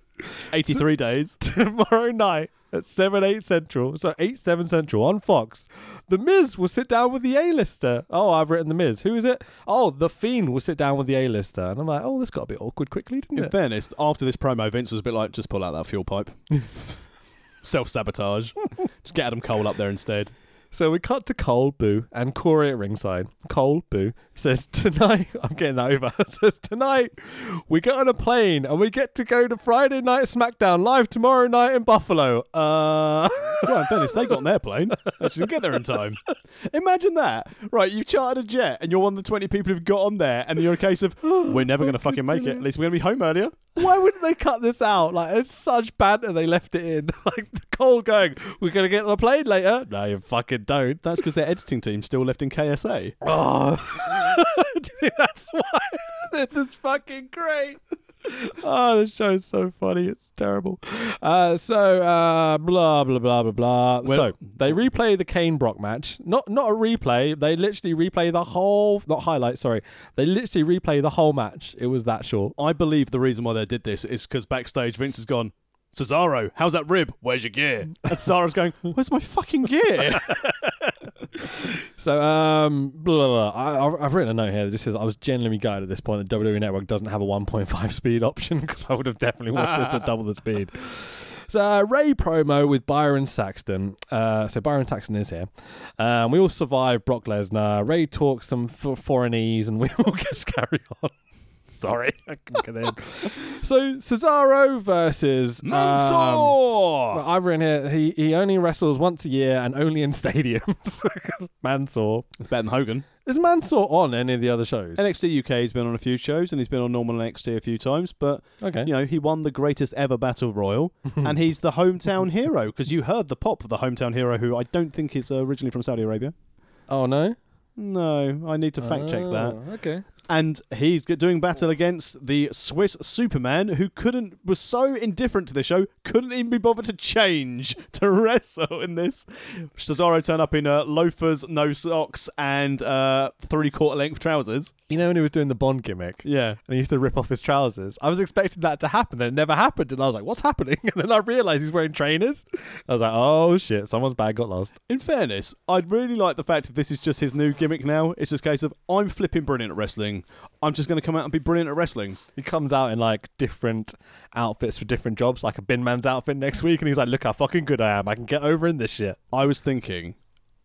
Speaker 3: 83 days.
Speaker 2: Tomorrow night at 7, 8 Central, so 8, 7 Central on Fox, The Miz will sit down with the A-lister. Oh, I've written The Miz. Who is it? Oh, The Fiend will sit down with the A-lister. And I'm like, oh, this got a bit awkward quickly, didn't
Speaker 3: In
Speaker 2: it?
Speaker 3: fairness, after this promo, Vince was a bit like, just pull out that fuel pipe. Self sabotage. just get Adam Cole up there instead.
Speaker 2: So we cut to Cole, Boo, and Corey at ringside. Cole, Boo, says, Tonight, I'm getting that over, says, Tonight, we get on a plane and we get to go to Friday Night SmackDown live tomorrow night in Buffalo. Uh.
Speaker 3: Yeah, in fairness, they got on their plane. They just didn't get there in time. Imagine that. Right, you've chartered a jet and you're one of the 20 people who've got on there, and you're a case of, we're never going to fucking make it. At least we're going to be home earlier.
Speaker 2: Why wouldn't they cut this out? Like it's such banter they left it in. Like the Cole going, "We're gonna get on a plane later." No, you fucking don't.
Speaker 3: That's because their editing team still left in KSA.
Speaker 2: Oh, Dude, that's why this is fucking great. Oh, this show's so funny. It's terrible. Uh, so uh, blah blah blah blah blah. so they replay the Kane Brock match. Not not a replay. They literally replay the whole not highlight. Sorry, they literally replay the whole match. It was that short.
Speaker 3: I believe the reason why they did this is because backstage Vince has gone, Cesaro, how's that rib? Where's your gear? And Cesaro's going, Where's my fucking gear?
Speaker 2: So, um, blah, blah, blah. I, I've written a note here that just says I was genuinely gutted at this point that WWE Network doesn't have a 1.5 speed option because I would have definitely watched this at double the speed. So, uh, Ray promo with Byron Saxton. Uh, so, Byron Saxton is here. Um, we all survive Brock Lesnar. Ray talks some f- foreignese and we all just carry on. Sorry, I um, couldn't get in. so, Cesaro versus. um,
Speaker 3: Mansoor!
Speaker 2: well, I've written here, he, he only wrestles once a year and only in stadiums. Mansoor.
Speaker 3: it's better than Hogan.
Speaker 2: Is Mansoor on any of the other shows?
Speaker 3: NXT UK has been on a few shows and he's been on normal NXT a few times, but
Speaker 2: Okay.
Speaker 3: you know, he won the greatest ever battle royal and he's the hometown hero because you heard the pop of the hometown hero who I don't think is uh, originally from Saudi Arabia.
Speaker 2: Oh, no?
Speaker 3: No, I need to fact check that.
Speaker 2: Oh, Okay.
Speaker 3: And he's g- doing battle against the Swiss Superman who couldn't was so indifferent to the show, couldn't even be bothered to change to wrestle in this. Cesaro turned up in uh, loafers, no socks, and uh, three quarter length trousers.
Speaker 2: You know when he was doing the Bond gimmick and
Speaker 3: Yeah.
Speaker 2: he used to rip off his trousers? I was expecting that to happen, then it never happened. And I was like, what's happening? And then I realized he's wearing trainers. I was like, oh shit, someone's bag got lost.
Speaker 3: In fairness, I'd really like the fact that this is just his new gimmick now. It's just a case of I'm flipping brilliant at wrestling. I'm just going to come out and be brilliant at wrestling.
Speaker 2: He comes out in like different outfits for different jobs, like a bin man's outfit next week. And he's like, look how fucking good I am. I can get over in this shit.
Speaker 3: I was thinking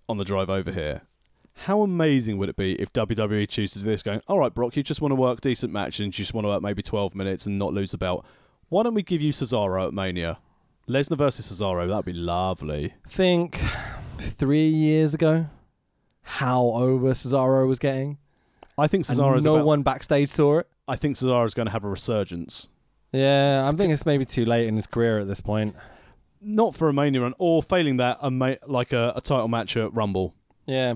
Speaker 3: on the drive over here, how amazing would it be if WWE chooses to do this going, all right, Brock, you just want to work decent matches, you just want to work maybe 12 minutes and not lose the belt. Why don't we give you Cesaro at Mania? Lesnar versus Cesaro, that'd be lovely.
Speaker 2: Think three years ago, how over Cesaro was getting.
Speaker 3: I think
Speaker 2: And
Speaker 3: Cesaro's
Speaker 2: no
Speaker 3: about-
Speaker 2: one backstage saw it.
Speaker 3: I think Cesaro's going to have a resurgence.
Speaker 2: Yeah, I'm thinking it's maybe too late in his career at this point.
Speaker 3: Not for a Mania run, or failing that, a ma- like a, a title match at Rumble.
Speaker 2: Yeah.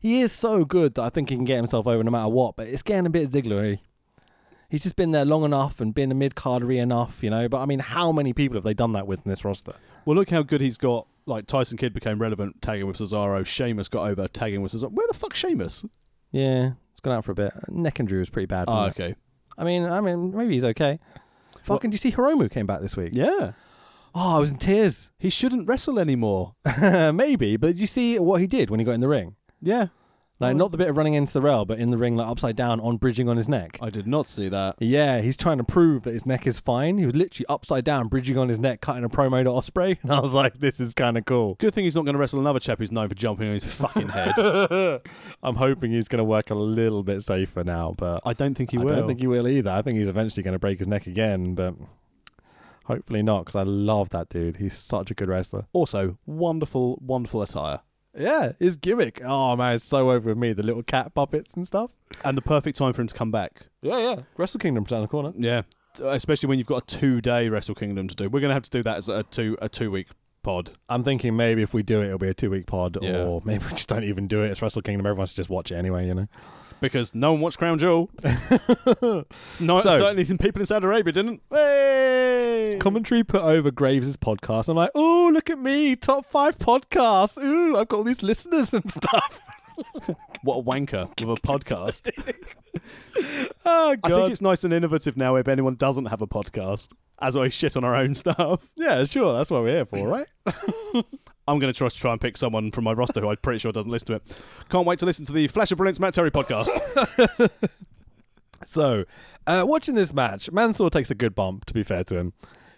Speaker 2: He is so good that I think he can get himself over no matter what, but it's getting a bit zigglery. He's just been there long enough and been a mid cardery enough, you know. But I mean, how many people have they done that with in this roster?
Speaker 3: Well, look how good he's got. Like Tyson Kidd became relevant, tagging with Cesaro. Sheamus got over, tagging with Cesaro. Where the fuck Sheamus?
Speaker 2: Yeah, it's gone out for a bit. Neck injury was pretty bad.
Speaker 3: Oh,
Speaker 2: wasn't it?
Speaker 3: okay.
Speaker 2: I mean, I mean, maybe he's okay. Fucking, do you see Hiromu came back this week?
Speaker 3: Yeah,
Speaker 2: Oh, I was in tears.
Speaker 3: he shouldn't wrestle anymore.
Speaker 2: maybe, but did you see what he did when he got in the ring?
Speaker 3: Yeah,
Speaker 2: Like, not the bit of running into the rail, but in the ring, like upside down on bridging on his neck.
Speaker 3: I did not see that.
Speaker 2: Yeah, he's trying to prove that his neck is fine. He was literally upside down, bridging on his neck, cutting a promo to Osprey, and I was like, "This is kind of cool."
Speaker 3: Good thing he's not going to wrestle another chap who's known for jumping on his fucking head.
Speaker 2: I'm hoping he's going to work a little bit safer now, but
Speaker 3: I don't think he
Speaker 2: I
Speaker 3: will.
Speaker 2: don't think he will either. I think he's eventually going to break his neck again, but hopefully not, because I love that dude. He's such a good wrestler.
Speaker 3: also, wonderful, wonderful attire
Speaker 2: Yeah, his gimmick. Oh man, it's so over with me. The little cat puppets and stuff.
Speaker 3: and the perfect time for him to come back.
Speaker 2: Yeah, yeah. Wrestle Kingdom's down the corner.
Speaker 3: Yeah, especially when you've got a two-day Wrestle Kingdom to do. We're going to have to do that as a two a two-week pod.
Speaker 2: I'm thinking maybe if we do it, it'll be a two week pod,
Speaker 3: Yeah.
Speaker 2: or maybe we just don't even do it. It's Wrestle Kingdom. Everyone should just watch it anyway, you know.
Speaker 3: because no one watched Crown Jewel. no,
Speaker 2: So-
Speaker 3: certainly some people in Saudi Arabia didn't. Hey!
Speaker 2: commentary put over Graves' podcast. I'm like, oh, look at me, top five podcast. Ooh, I've got all these listeners and stuff.
Speaker 3: What a wanker with a podcast.
Speaker 2: Oh
Speaker 3: I
Speaker 2: god,
Speaker 3: think it's nice and innovative now if anyone doesn't have a podcast, as we shit on our own stuff.
Speaker 2: yeah, sure, that's what we're here for, right?
Speaker 3: I'm going to try to try and pick someone from my roster who I'm pretty sure doesn't listen to it. Can't wait to listen to the Flash of Brilliance Matt Terry podcast.
Speaker 2: so, uh, watching this match, Mansoor takes a good bump. To be fair to him,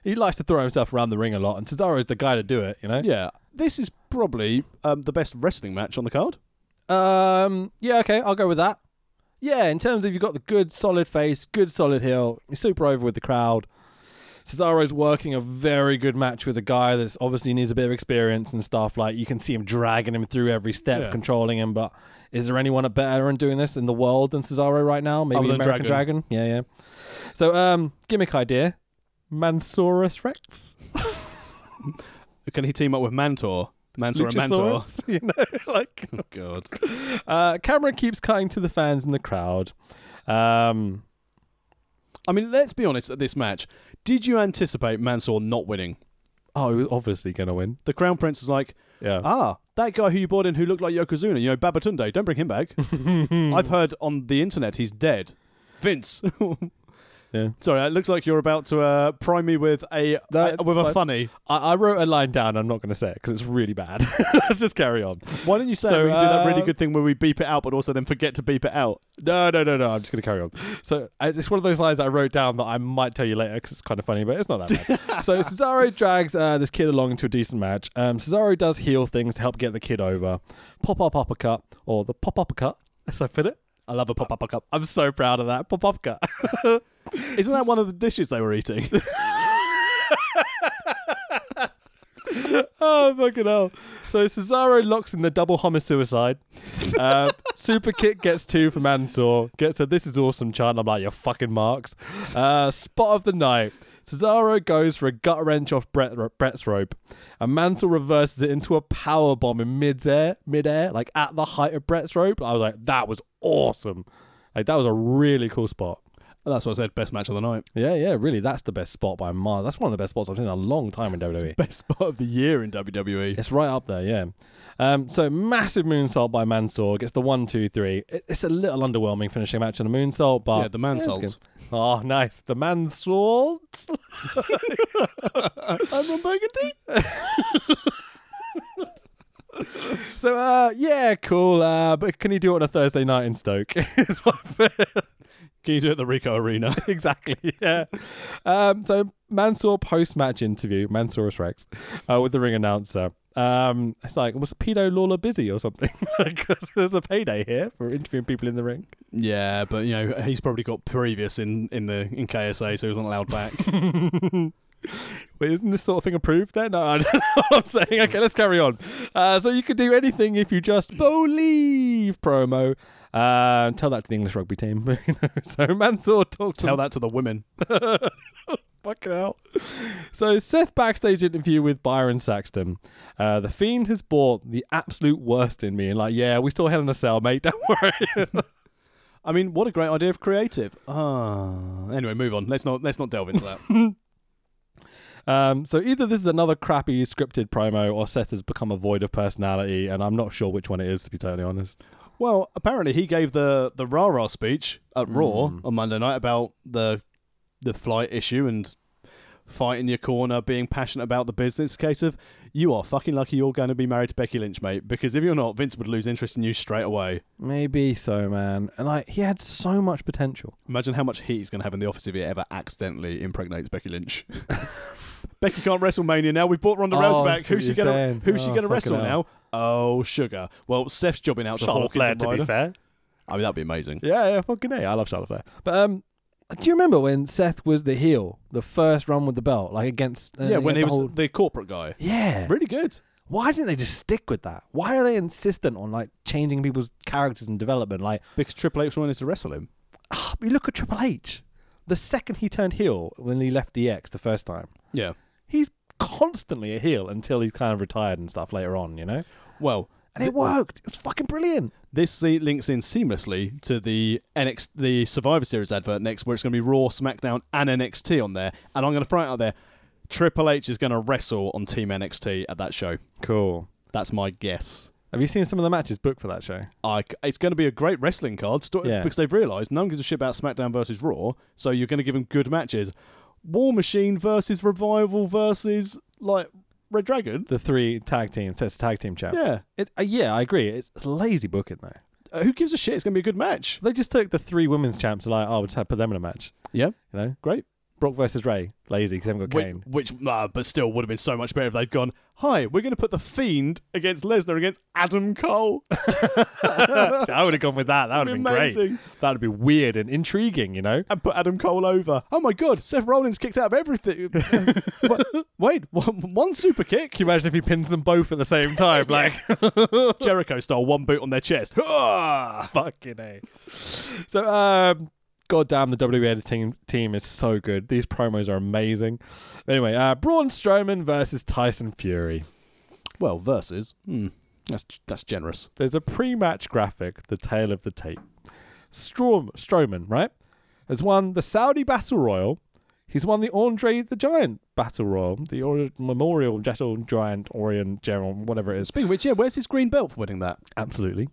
Speaker 2: he likes to throw himself around the ring a lot, and Cesaro is the guy to do it. You know.
Speaker 3: yeah, this is probably um, the best wrestling match on the card.
Speaker 2: Um. Yeah. Okay. I'll go with that. Yeah. In terms of you've got the good solid face, good solid heel, you're super over with the crowd. Cesaro's working a very good match with a guy that's obviously needs a bit of experience and stuff. Like you can see him dragging him through every step,
Speaker 3: Yeah.
Speaker 2: controlling him. But is there anyone better in doing this in the world than Cesaro right now? Maybe
Speaker 3: Other than
Speaker 2: American Dragon. Yeah, yeah. So, um, gimmick idea, Mansaurus Rex.
Speaker 3: Can he team up with Mantor? Mantor and Mantor.
Speaker 2: Luchasaurus, You know, like
Speaker 3: Oh, God.
Speaker 2: uh, camera keeps cutting to the fans in the crowd. Um,
Speaker 3: I mean, let's be honest at this match. Did you anticipate Mansour not winning?
Speaker 2: oh, he was obviously gonna win.
Speaker 3: The Crown Prince was like,
Speaker 2: Yeah.
Speaker 3: ah, that guy who you brought in who looked like Yokozuna, you know, Babatunde, don't bring him back. I've heard on the internet he's dead. Vince.
Speaker 2: Yeah.
Speaker 3: Sorry, it looks like you're about to uh, prime me with a
Speaker 2: That's
Speaker 3: uh, with a
Speaker 2: fine.
Speaker 3: funny.
Speaker 2: I, I wrote a line down. I'm not going to say it because it's really bad. Let's just carry on.
Speaker 3: Why don't you say
Speaker 2: So,
Speaker 3: it? we can do that really
Speaker 2: uh,
Speaker 3: good thing where we beep it out, but also then forget to beep it out?
Speaker 2: No, no, no, no. I'm just going to carry on. So uh, it's one of those lines that I wrote down that I might tell you later because it's kind of funny, but it's not that bad. so Cesaro drags uh, this kid along into a decent match. Um, Cesaro does heal things to help get the kid over. Pop up uppercut or the pop uppercut, as I put it.
Speaker 3: I love a pop up cup.
Speaker 2: I'm so proud of that. Pop uppercut.
Speaker 3: Isn't that one of the dishes they were eating?
Speaker 2: Oh fucking hell! So Cesaro locks in the double homicide. Uh, super kick gets two for Mansoor. Gets a "This is awesome" chant. I'm like, you're fucking marks. Uh, spot of the night. Cesaro goes for a gut wrench off Brett, Brett's rope, and Mansoor reverses it into a power bomb in midair, midair, like at the height of Brett's rope. I was like, that was awesome. Like that was a really cool spot.
Speaker 3: That's what I said. Best match of the night.
Speaker 2: Yeah, yeah, really. That's the best spot by miles. That's one of the best spots I've seen in a long time in E. WWE.
Speaker 3: Best spot of the year in E. WWE.
Speaker 2: It's right up there, yeah. Um, so massive moonsault by Mansoor gets the one, two, three. It- It's a little underwhelming finishing match on the moonsault, but
Speaker 3: Yeah, the
Speaker 2: it's
Speaker 3: mansault.
Speaker 2: good. oh, nice, the mansault.
Speaker 3: I'm Ron Burgundy.
Speaker 2: So uh, yeah, cool. Uh, but can you do it on a Thursday night in Stoke? Is what
Speaker 3: Can you do it at the Rico Arena?
Speaker 2: exactly. Yeah. Um, so Mansoor post-match interview, Mansoorus Rex, uh, with the ring announcer. Um, it's like was pedo Lawler busy or something? Because there's a payday here for interviewing people in the ring.
Speaker 3: Yeah, but you know he's probably got previous in in the in KSA, so he's not allowed back.
Speaker 2: Wait, isn't this sort of thing approved then? No, I don't know what I'm saying. Okay, let's carry on. Uh, so you could do anything if you just believe promo. Uh, tell that to the English rugby team. you know. so Mansour talked to
Speaker 3: Tell that to the women.
Speaker 2: fucking hell. So Seth backstage interview with Byron Saxton. Uh, the Fiend has bought the absolute worst in me. And like, yeah, we still hell in a cell, mate. Don't worry.
Speaker 3: I mean, what a great idea of creative. Ah. Anyway, move on. Let's not let's not delve into that.
Speaker 2: Um, so either this is another crappy scripted promo, or Seth has become a void of personality, and I'm not sure which one it is to be totally honest.
Speaker 3: well, apparently he gave the the rah rah speech at Raw on Monday night about the the flight issue and fighting your corner, being passionate about the business. Case of you are fucking lucky you're going to be married to Becky Lynch, mate. Because if you're not, Vince would lose interest in you straight away.
Speaker 2: Maybe so, man. And like he had so much potential.
Speaker 3: Imagine how much heat he's going to have in the office if he ever accidentally impregnates Becky Lynch. Becky can't WrestleMania now. We've brought Ronda
Speaker 2: Oh,
Speaker 3: Rousey
Speaker 2: I
Speaker 3: back.
Speaker 2: see what
Speaker 3: Who's she
Speaker 2: you're
Speaker 3: going
Speaker 2: saying.
Speaker 3: to Who's she
Speaker 2: Oh,
Speaker 3: going to
Speaker 2: fucking
Speaker 3: wrestle
Speaker 2: hell.
Speaker 3: now? Oh, sugar. Well, Seth's jobbing out to Hawkins and Ryder.
Speaker 2: fair.
Speaker 3: I mean, that'd be amazing.
Speaker 2: Yeah, yeah, fucking hey, I love Charlotte Flair. But um, do you remember when Seth was the heel, the first run with the belt, like against? Uh,
Speaker 3: yeah, when
Speaker 2: the
Speaker 3: he was
Speaker 2: whole-
Speaker 3: the corporate guy.
Speaker 2: yeah.
Speaker 3: Really good.
Speaker 2: Why didn't they just stick with that? Why are they insistent on like changing people's characters and development? Like, ah,
Speaker 3: Because Triple H wanted to wrestle him.
Speaker 2: you look at Triple H. The second he turned heel when he left DX the first time,
Speaker 3: Yeah.
Speaker 2: he's constantly a heel until he's kind of retired and stuff later on, you know?
Speaker 3: Well,
Speaker 2: And it worked. It was fucking brilliant.
Speaker 3: this se- links in seamlessly to the NX, the Survivor Series advert next, where it's going to be Raw, SmackDown, and NXT on there. And I'm going to throw it out there. Triple H is going to wrestle on Team NXT at that show.
Speaker 2: Cool.
Speaker 3: That's my guess.
Speaker 2: Have you seen some of the matches booked for that show?
Speaker 3: I c it's going to be a great wrestling card sto-
Speaker 2: Yeah.
Speaker 3: because they've realised no one gives a shit about SmackDown versus Raw, so you're going to give them good matches. War Machine versus Revival versus like Red Dragon.
Speaker 2: The three tag teams. It's tag team champs.
Speaker 3: Yeah,
Speaker 2: It, uh, yeah, I agree. It's, it's lazy booking though.
Speaker 3: Uh, who gives a shit? It's going to be a good match.
Speaker 2: They just took the three women's champs and like, oh, we'll just have- put them in a match.
Speaker 3: Yeah,
Speaker 2: You know,
Speaker 3: great.
Speaker 2: Brock versus Ray. Lazy because I haven't got
Speaker 3: Whi-
Speaker 2: Kane.
Speaker 3: Which, uh, but still would have been so much better if they'd gone, hi, we're going to put The Fiend against Lesnar against Adam Cole.
Speaker 2: See, I would have gone with that. That would have
Speaker 3: It'd
Speaker 2: been
Speaker 3: be
Speaker 2: great.
Speaker 3: amazing.
Speaker 2: That would be weird and intriguing, you know?
Speaker 3: and put Adam Cole over. Oh my God, Seth Rollins kicked out of everything. Wa- Wait, one, one super kick,
Speaker 2: Can you imagine if he pins them both at the same time? Like,
Speaker 3: Jericho style, one boot on their chest. Ah, Hurrah!
Speaker 2: fucking A. So, um, goddamn, the WWE team, team is so good. These promos are amazing. Anyway, uh, Braun Strowman versus Tyson Fury.
Speaker 3: Well, versus, hmm, that's that's generous.
Speaker 2: There's a pre-match graphic, the tail of the tape. Strom- Strowman, right, has won the Saudi Battle Royal. He's won the Andre the Giant Battle Royal, the or- Memorial Battle Giant Orion General, whatever it is.
Speaker 3: Speaking of which, yeah, where's his green belt for winning that?
Speaker 2: Absolutely.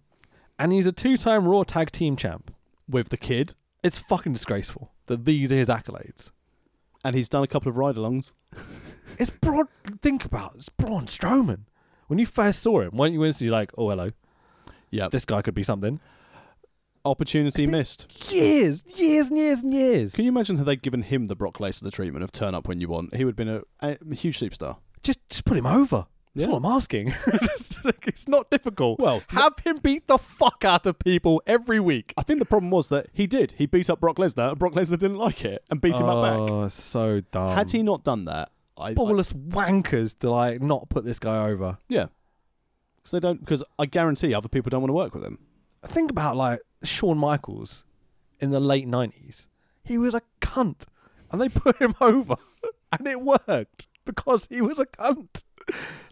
Speaker 2: And he's a two-time Raw Tag Team Champ.
Speaker 3: With the kid,
Speaker 2: It's fucking disgraceful that these are his accolades.
Speaker 3: and he's done a couple of ride alongs.
Speaker 2: It's Braun. Think about it. It's Braun Strowman. When you first saw him, weren't you instantly like, "Oh, hello,
Speaker 3: Yeah,
Speaker 2: this guy could be something"?
Speaker 3: opportunity missed.
Speaker 2: Years, years, and years, and years.
Speaker 3: Can you imagine had they given him the Brock Lesnar treatment of turn up when you want? He would have been a, a huge superstar.
Speaker 2: just just put him over. That's
Speaker 3: Yeah.
Speaker 2: all I'm asking. Just, like, it's not difficult.
Speaker 3: Well,
Speaker 2: have him beat the fuck out of people every week.
Speaker 3: I think the problem was that he did. He beat up Brock Lesnar, and Brock Lesnar didn't like it and beat him up back.
Speaker 2: Oh, so dumb.
Speaker 3: Had he not done that, I, I
Speaker 2: ballless wankers to like not put this guy over?
Speaker 3: Yeah, because they don't. Because I guarantee other people don't want to work with him.
Speaker 2: Think about like Shawn Michaels in the late nineties. He was a cunt, and they put him over, and it worked because he was a cunt.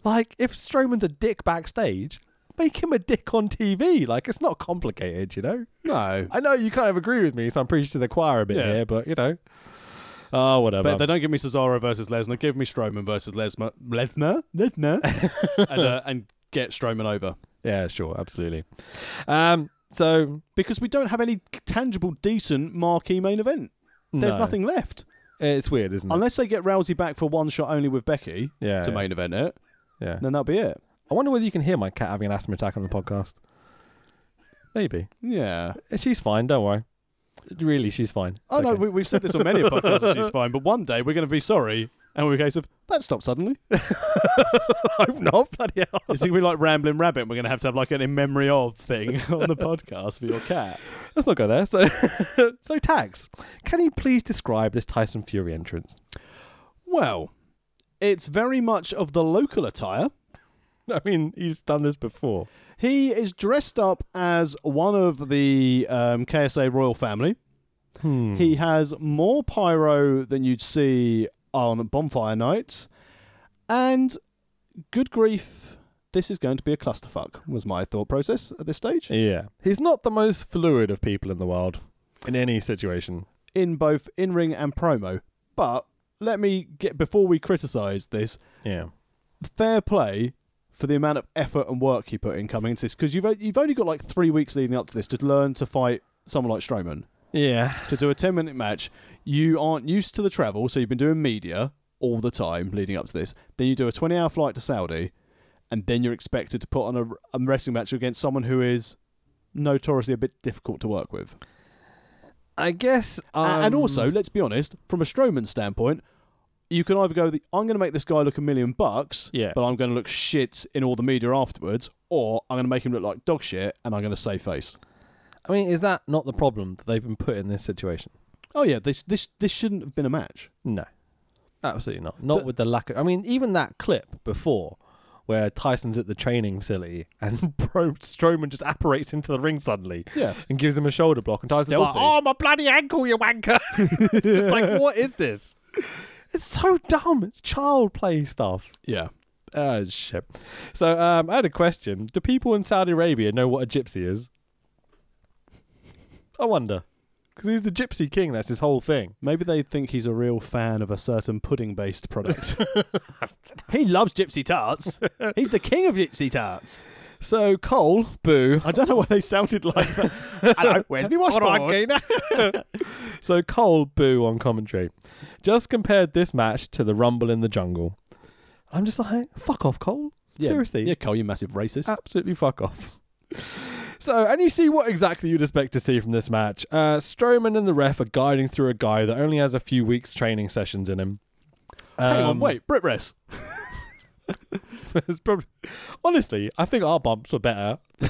Speaker 2: Like if Strowman's a dick backstage, make him a dick on TV. Like it's not complicated, you know.
Speaker 3: No,
Speaker 2: I know you kind of agree with me, so I'm preaching to the choir a bit
Speaker 3: Yeah.
Speaker 2: here, but you know. Oh,
Speaker 3: but
Speaker 2: whatever.
Speaker 3: they don't give me Cesaro versus Lesnar. Give me Strowman versus Lesnar. Lesnar, Lesnar, and, uh, and get Strowman over
Speaker 2: yeah, sure, absolutely. Um, so
Speaker 3: because we don't have any tangible, decent marquee main event. There's
Speaker 2: no.
Speaker 3: nothing left
Speaker 2: It's weird, isn't it?
Speaker 3: unless they get Rousey back for one shot only with Becky
Speaker 2: Yeah,
Speaker 3: to
Speaker 2: yeah.
Speaker 3: main event it.
Speaker 2: yeah.
Speaker 3: Then that'll be it.
Speaker 2: I wonder whether you can hear my cat having an asthma attack on the podcast. Maybe
Speaker 3: Yeah.
Speaker 2: she's fine. Don't worry. Really, she's fine.
Speaker 3: oh no,
Speaker 2: okay.
Speaker 3: we, we've said this on many a podcasts. that She's fine, but one day we're going to be sorry, and we're a case of that stopped suddenly.
Speaker 2: hope not. Bloody hell.
Speaker 3: It's going to be like Rambling Rabbit. and We're going to have to have like an in memory of thing on the podcast for your cat.
Speaker 2: Let's not go there. So, so tax. Can you please describe this Tyson Fury entrance?
Speaker 3: Well, it's very much of the local attire.
Speaker 2: I mean, he's done this before.
Speaker 3: He is dressed up as one of the um, KSA royal family.
Speaker 2: Hmm.
Speaker 3: He has more pyro than you'd see on bonfire nights. And good grief, this is going to be a clusterfuck, was my thought process at this stage.
Speaker 2: Yeah. He's not the most fluid of people in the world in any situation.
Speaker 3: In both in ring and promo. But let me get, before we criticise this,
Speaker 2: Yeah.
Speaker 3: fair play for the amount of effort and work he put in coming into this because you've o- you've only got like three weeks leading up to this to learn to fight someone like Strowman
Speaker 2: Yeah.
Speaker 3: to do a ten minute match. You aren't used to the travel, so you've been doing media all the time leading up to this. Then you do a twenty hour flight to Saudi, and then you're expected to put on a, a wrestling match against someone who is notoriously a bit difficult to work with.
Speaker 2: I guess. um,
Speaker 3: A- and also, let's be honest, from a Strowman standpoint. You can either go, the, I'm going to make this guy look a million bucks,
Speaker 2: Yeah.
Speaker 3: but I'm going to look shit in all the media afterwards, or I'm going to make him look like dog shit and I'm going to save face.
Speaker 2: I mean, is that not the problem that they've been put in this situation?
Speaker 3: Oh yeah, this this this shouldn't have been a match.
Speaker 2: No. Absolutely not. Not
Speaker 3: But-
Speaker 2: with the lack of. I mean, even that clip before where Tyson's at the training facility and Bro Strowman just apparates into the ring suddenly
Speaker 3: Yeah,
Speaker 2: and gives him a shoulder block, and Tyson's like,
Speaker 3: Stealthy.
Speaker 2: "Oh my bloody ankle, you wanker!" it's just like, what is this? It's so dumb. It's child play stuff.
Speaker 3: yeah.
Speaker 2: Oh shit. So um, I had a question. Do people in Saudi Arabia know what a gypsy is? I wonder. Because he's the gypsy king, that's his whole thing.
Speaker 3: Maybe they think he's a real fan of a certain pudding-based product. he loves gypsy tarts. He's the king of gypsy tarts.
Speaker 2: So Cole, boo.
Speaker 3: I don't know why they sounded like that. Hello, where's me
Speaker 2: Alright,
Speaker 3: washboard?
Speaker 2: Keena. so Cole, boo on commentary. Just compared this match to the Rumble in the Jungle. I'm just like, fuck off, Cole.
Speaker 3: Yeah,
Speaker 2: Seriously.
Speaker 3: Uh, yeah, Cole, you massive racist.
Speaker 2: Absolutely fuck off. So, and you see what exactly you'd expect to see from this match. Uh, Strowman and the ref are guiding through a guy that only has a few weeks training sessions in him.
Speaker 3: Hang on,
Speaker 2: Um,
Speaker 3: wait, Brit Rest.
Speaker 2: it's probably, honestly, I think our bumps were better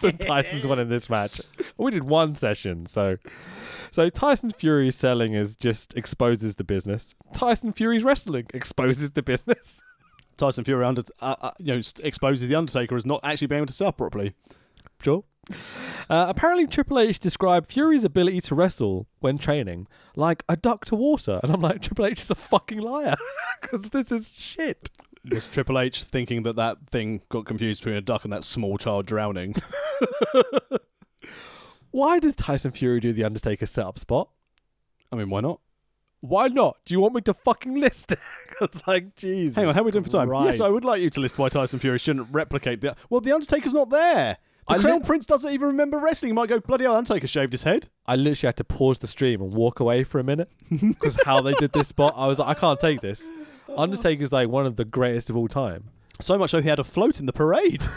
Speaker 2: than Tyson's one in this match. We did one session, so so Tyson Fury's selling is just exposes the business. Tyson Fury's wrestling exposes the business.
Speaker 3: Tyson Fury under, uh, uh, you know, s- exposes the Undertaker as not actually being able to sell properly.
Speaker 2: Sure. Uh, apparently, Triple H described Fury's ability to wrestle when training like a duck to water, and I'm like, Triple H is a fucking liar because this is shit.
Speaker 3: Was Triple H thinking that that thing got confused between a duck and that small child drowning?
Speaker 2: Why does Tyson Fury do the Undertaker setup spot?
Speaker 3: I mean, why not?
Speaker 2: Why not? Do you want me to fucking list it? it's like, Jesus.
Speaker 3: Hang on, how are we doing for time?
Speaker 2: Christ.
Speaker 3: Yes, I would like you to list why Tyson Fury shouldn't replicate the. Well, the Undertaker's not there. The
Speaker 2: I
Speaker 3: Crown
Speaker 2: lit-
Speaker 3: Prince doesn't even remember wrestling. He might go, bloody hell, Undertaker shaved his head.
Speaker 2: I literally had to pause the stream and walk away for a minute because how they did this spot, I was like, I can't take this. Undertaker's like one of the greatest of all time.
Speaker 3: So much so he had a float in the parade.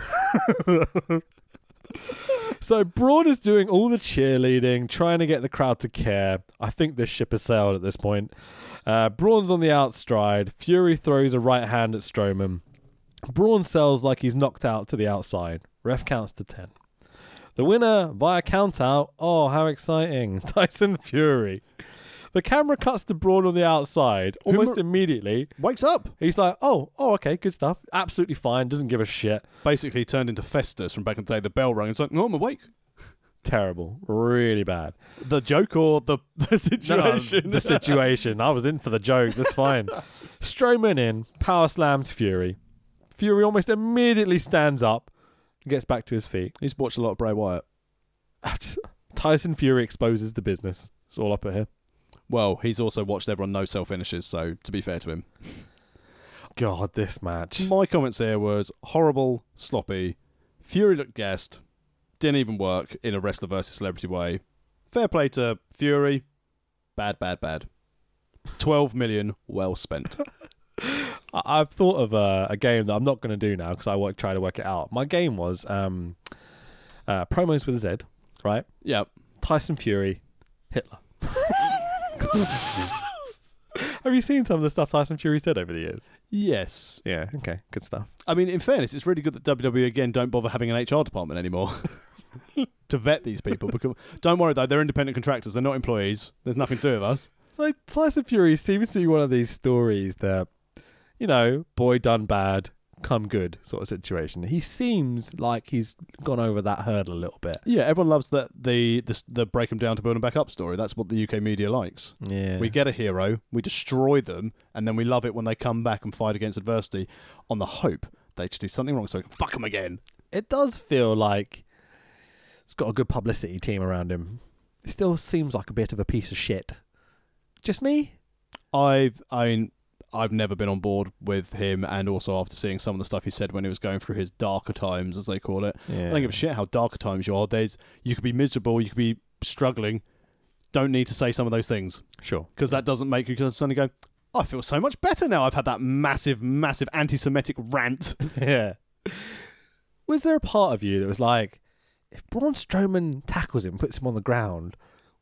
Speaker 2: So Braun is doing all the cheerleading, trying to get the crowd to care. I think this ship has sailed at this point. Uh, Braun's on the outstride. Fury throws a right hand at Strowman. Braun sells like he's knocked out to the outside. Ref counts to 10. The winner via count out. Oh, how exciting! Tyson Fury. The camera cuts to Braun on the outside almost
Speaker 3: mar-
Speaker 2: immediately.
Speaker 3: Wakes up.
Speaker 2: He's like, oh, oh, okay, good stuff. Absolutely fine. Doesn't give a shit.
Speaker 3: Basically turned into Festus from back in the day. The bell rang. It's like, no, I'm awake.
Speaker 2: Terrible. Really bad.
Speaker 3: The joke or the, the
Speaker 2: No, no,
Speaker 3: situation?
Speaker 2: the situation. I was in for the joke. That's fine. Strowman in, power slams Fury. Fury almost immediately stands up and gets back to his feet.
Speaker 3: He's watched a lot of Bray Wyatt.
Speaker 2: Tyson Fury exposes the business. It's all up at here.
Speaker 3: Well, he's also watched everyone no sell finishes, so to be fair to him.
Speaker 2: God, this match.
Speaker 3: My comments here was horrible, sloppy, Fury looked guest, didn't even work in a wrestler versus celebrity way. Fair play to Fury, bad, bad, bad. Twelve million well spent.
Speaker 2: I- I've thought of uh, a game that I'm not going to do now because I work, try to work it out. My game was um, uh, promos with a Z, right?
Speaker 3: yeah,
Speaker 2: Tyson Fury, Hitler. Have you seen some of the stuff Tyson Fury said over the years?
Speaker 3: yes.
Speaker 2: Yeah. Okay. Good stuff.
Speaker 3: I mean, in fairness, it's really good that WWE again don't bother having an HR department anymore to vet these people. Because don't worry though, they're independent contractors; they're not employees. There's nothing to do with us.
Speaker 2: So Slice of Fury seems to be one of these stories that, you know, boy done bad, come good sort of situation. He seems like he's gone over that hurdle a little bit.
Speaker 3: Yeah, everyone loves that the the, the break them down to build them back up story. That's what the UK media likes.
Speaker 2: Yeah.
Speaker 3: We get a hero, we destroy them, and then we love it when they come back and fight against adversity on the hope they just do something wrong so we can fuck them again.
Speaker 2: it does feel like it's got a good publicity team around him. It still seems like a bit of a piece of shit. Just me?
Speaker 3: I've I mean, I've never been on board with him and also after seeing some of the stuff he said when he was going through his darker times as they call it. I
Speaker 2: Yeah.
Speaker 3: don't give a shit how dark a times you are. There's you could be miserable, you could be struggling. Don't need to say some of those things
Speaker 2: Sure.
Speaker 3: because that doesn't make you suddenly go. I feel so much better now. I've had that massive, massive anti-Semitic rant.
Speaker 2: yeah. Was there a part of you that was like, if Braun Strowman tackles him, puts him on the ground,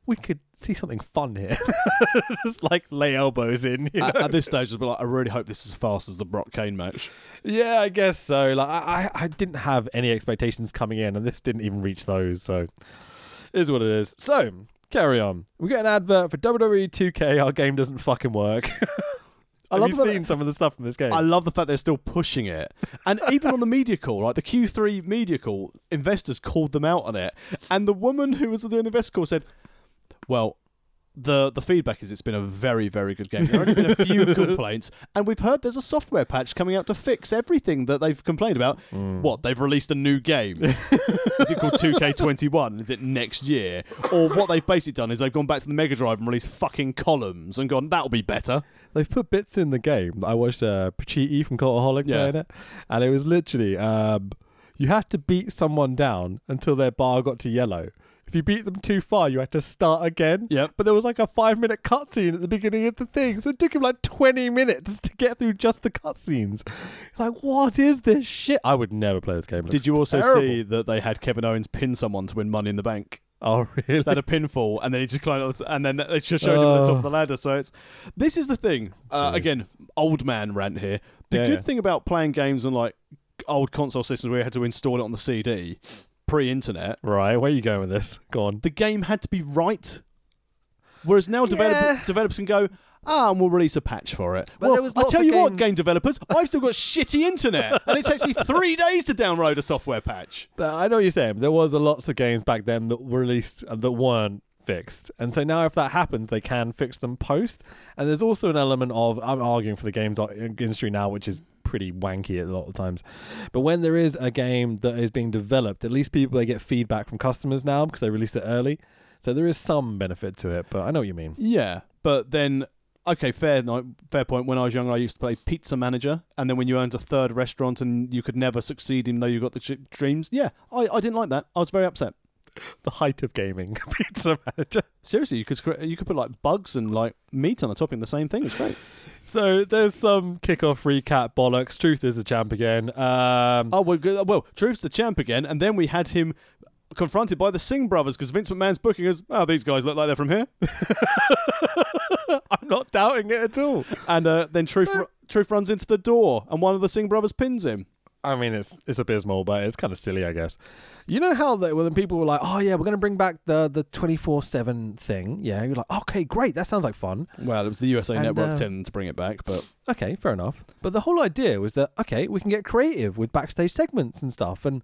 Speaker 2: we could see something fun here? Just like lay elbows in. you
Speaker 3: at,
Speaker 2: know?
Speaker 3: at this stage, I'd be like, I really hope this is as fast as the Brock Kane match.
Speaker 2: yeah, I guess so. Like I, I I didn't have any expectations coming in, and this didn't even reach those. So, it is what it is. So carry on. We get an advert for WWE 2K. Our game doesn't fucking work.
Speaker 3: I
Speaker 2: have
Speaker 3: love
Speaker 2: you
Speaker 3: that-
Speaker 2: seen some of the stuff from this game?
Speaker 3: I love the fact they're still pushing it. And even on the media call, like the Q3 media call, investors called them out on it. And the woman who was doing the investor call said, Well, the, the feedback is it's been a very, very good game. There have only been a few complaints. And we've heard there's a software patch coming out to fix everything that they've complained about. What? They've released a new game. is it called 2K21? Is it next year? Or what they've basically done is they've gone back to the Mega Drive and released fucking columns and gone, That'll be better.
Speaker 2: They've put bits in the game. I watched uh, Pachiti from Cultaholic
Speaker 3: Yeah.
Speaker 2: playing it, and it was literally um, you had to beat someone down until their bar got to yellow. If you beat them too far, you had to start again.
Speaker 3: Yep.
Speaker 2: But there was like a five minute cutscene at the beginning of the thing, so it took him like twenty minutes to get through just the cutscenes. Like, what is this shit? I would never play this game. It
Speaker 3: Did
Speaker 2: looks
Speaker 3: you also
Speaker 2: terrible.
Speaker 3: see that they had Kevin Owens pin someone to win Money in the Bank?
Speaker 2: Oh really?
Speaker 3: They had a pinfall, and then he just climbed, up, and then they just showed him at the top of the ladder. So it's this is the thing. Uh, again, old man rant here. The
Speaker 2: Yeah.
Speaker 3: good thing about playing games on like old console systems where you had to install it on the CD pre-internet,
Speaker 2: Right, where are you going with this? Go on.
Speaker 3: the game had to be right. Whereas now develop-
Speaker 2: Yeah.
Speaker 3: developers can go, ah, and we'll release a patch for it.
Speaker 2: But
Speaker 3: well,
Speaker 2: there was
Speaker 3: I
Speaker 2: lots
Speaker 3: tell
Speaker 2: of
Speaker 3: you what,
Speaker 2: games-
Speaker 3: game developers, I've still got shitty internet, and it takes me three days to download a software patch.
Speaker 2: But I know what you're saying. but There was a lots of games back then that were released and that weren't fixed, and so now if that happens, they can fix them post. And there's also an element of I'm arguing for the games ar- industry now, which is pretty wanky a lot of times. But when there is a game that is being developed, at least people they get feedback from customers now because they released it early. So there is some benefit to it, but I know what you mean.
Speaker 3: Yeah, but then okay, fair ni- fair point. When I was young, I used to play Pizza Manager, and then when you owned a third restaurant and you could never succeed, even though you got the ch- dreams. Yeah, I, I didn't like that. I was very upset.
Speaker 2: The height of gaming, Pizza Manager.
Speaker 3: Seriously, you could scr- you could put like bugs and like meat on the topping of the same thing. It's great.
Speaker 2: So there's some kickoff recap bollocks. Truth is the champ again. Um,
Speaker 3: Oh well, good- well, Truth's the champ again, and then we had him confronted by the Singh brothers because Vince McMahon's booking us. Oh, these guys look like they're from here,
Speaker 2: I'm not doubting it at all.
Speaker 3: and uh, then Truth
Speaker 2: So-
Speaker 3: ru- Truth runs into the door, and one of the Singh brothers pins him.
Speaker 2: I mean, it's it's abysmal, but it's kind of silly, I guess. You know how that when people were like, "Oh yeah, we're gonna bring back the the twenty four seven thing," yeah, you're like, "Okay, great, that sounds like fun."
Speaker 3: Well, it was the USA
Speaker 2: And,
Speaker 3: Network
Speaker 2: uh,
Speaker 3: telling them to bring it back, but
Speaker 2: Okay, fair enough. But the whole idea was that okay, we can get creative with backstage segments and stuff, and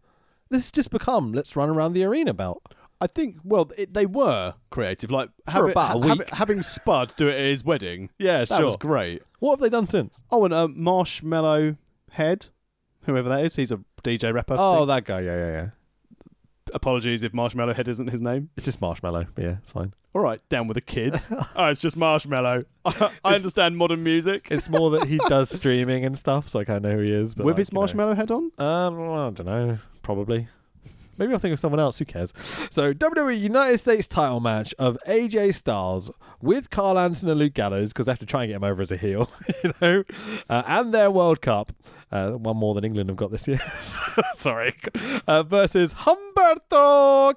Speaker 2: this has just become let's run around the arena belt.
Speaker 3: I think well it, they were creative, like have it-
Speaker 2: about a
Speaker 3: ha- have
Speaker 2: week.
Speaker 3: it- having Spud do it at his wedding.
Speaker 2: Yeah,
Speaker 3: that was great.
Speaker 2: What have they done since?
Speaker 3: Oh, and uh, Marshmallow Head, whoever that is, he's a DJ rapper.
Speaker 2: Oh,
Speaker 3: thing.
Speaker 2: that guy. Yeah, yeah, yeah.
Speaker 3: apologies if Marshmallow Head isn't his name.
Speaker 2: It's just marshmallow. Yeah, it's fine.
Speaker 3: All right, down with the kids. oh, it's just Marshmallow. I understand modern music.
Speaker 2: It's more that he does streaming and stuff, so I kind of know who he is. But
Speaker 3: with
Speaker 2: like,
Speaker 3: his
Speaker 2: you know.
Speaker 3: Marshmallow Head on.
Speaker 2: Um, well, I don't know. Probably. Maybe I'll think of someone else. Who cares? So WWE United States title match of AJ Styles with Carl Anderson and Luke Gallows because they have to try and get him over as a heel, you know, uh, and their World Cup, uh, one more than England have got this year. Sorry, uh, versus Humberto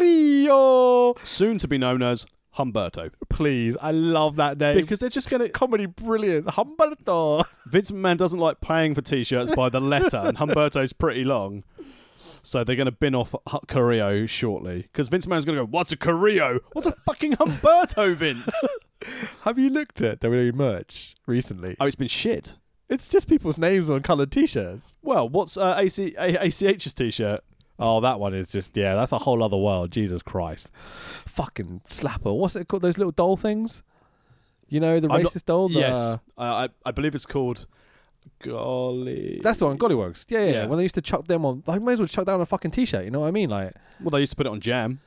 Speaker 2: Carrillo.
Speaker 3: Soon to be known as Humberto,
Speaker 2: Please, I love that name.
Speaker 3: because they're just gonna.
Speaker 2: comedy brilliant, Humberto.
Speaker 3: Vince McMahon doesn't like paying for T-shirts by the letter, and Humberto's pretty long. So they're going to bin off H- Carrillo shortly because Vince McMahon's going to go, "What's a Carrillo? What's a fucking Humberto, Vince?"
Speaker 2: Have you looked at WWE merch recently?
Speaker 3: oh, it's been shit.
Speaker 2: It's just people's names on coloured t-shirts.
Speaker 3: Well, what's uh, AC- A- ACH's T-shirt?
Speaker 2: Oh, that one is just yeah, that's a whole other world. Jesus Christ, fucking slapper. What's it called? Those little doll things. You know the
Speaker 3: I'm not-
Speaker 2: racist doll. The, uh,
Speaker 3: yes, I I, I believe it's called. Golly,
Speaker 2: that's the one. Gollywogs. Yeah, yeah, yeah.
Speaker 3: Yeah.
Speaker 2: When they used to chuck them on, I may as well chuck down a fucking t-shirt. You know what I mean? Like
Speaker 3: well, they used to put it on Jam.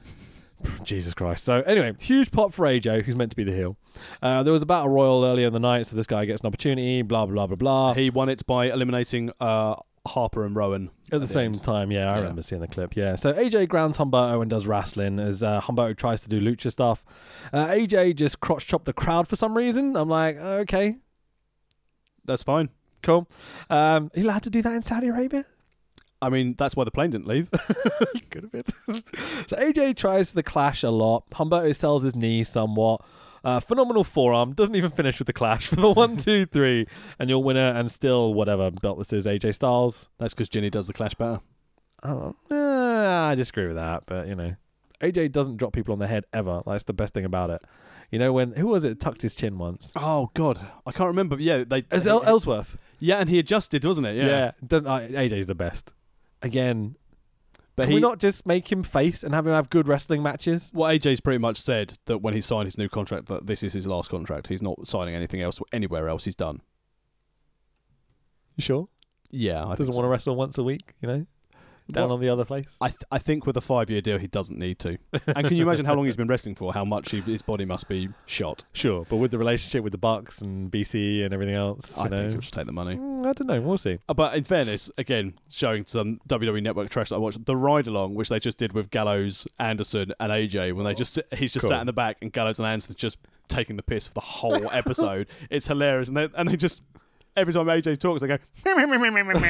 Speaker 2: Jesus Christ. So anyway, huge pop for AJ, who's meant to be the heel. Uh, there was a battle royal earlier in the night, so this guy gets an opportunity. Blah blah blah blah.
Speaker 3: He won it by eliminating uh, Harper and Rowan
Speaker 2: At the same
Speaker 3: end.
Speaker 2: time, yeah, I
Speaker 3: Yeah.
Speaker 2: remember seeing the clip. Yeah, so AJ grounds Humberto and does wrestling as uh, Humberto tries to do lucha stuff. Uh, AJ just crotch chopped the crowd for some reason. I'm like, okay,
Speaker 3: That's fine.
Speaker 2: cool. Um, are you allowed to do that in Saudi Arabia?
Speaker 3: I mean, that's why the plane didn't leave.
Speaker 2: Could have been. so AJ tries the clash a lot. Humberto sells his knee somewhat. Uh, phenomenal forearm doesn't even finish with the clash for the one, two, three, and your winner and still whatever belt this is AJ Styles.
Speaker 3: that's because Ginny does the clash better.
Speaker 2: Oh, nah, I disagree with that, but you know, AJ doesn't drop people on the head ever. That's the best thing about it. You know when who was it tucked his chin once?
Speaker 3: Oh God, I can't remember. but Yeah, they.
Speaker 2: As
Speaker 3: he-
Speaker 2: El- Ellsworth.
Speaker 3: yeah, and he adjusted, wasn't it? Yeah,
Speaker 2: doesn't- uh, AJ's the best. Again,
Speaker 3: but
Speaker 2: can
Speaker 3: he.
Speaker 2: we not just make him face and have him have good wrestling matches?
Speaker 3: well, AJ's pretty much said that when he signed his new contract, that this is his last contract. He's not signing anything else anywhere else. He's done.
Speaker 2: You sure?
Speaker 3: Yeah, I think
Speaker 2: Doesn't
Speaker 3: so.
Speaker 2: want to wrestle once a week, you know? down
Speaker 3: What-
Speaker 2: on the other place.
Speaker 3: I, th- I think with a five year deal, he doesn't need to. And can you imagine how long he's been wrestling for? How much he, his body must be shot?
Speaker 2: Sure, but with the relationship with the Bucks and BC and everything else, you
Speaker 3: I
Speaker 2: know,
Speaker 3: think he'll just take the money.
Speaker 2: Mm, I don't know. We'll see.
Speaker 3: Uh, But in fairness, again, showing some WWE Network trash that I watched, the ride along, which they just did with Gallows, Anderson, and AJ, when they just sit, he's just
Speaker 2: Cool.
Speaker 3: sat in the back, and Gallows and Anderson just taking the piss for the whole episode. it's hilarious, and they and they just every time AJ talks, they go.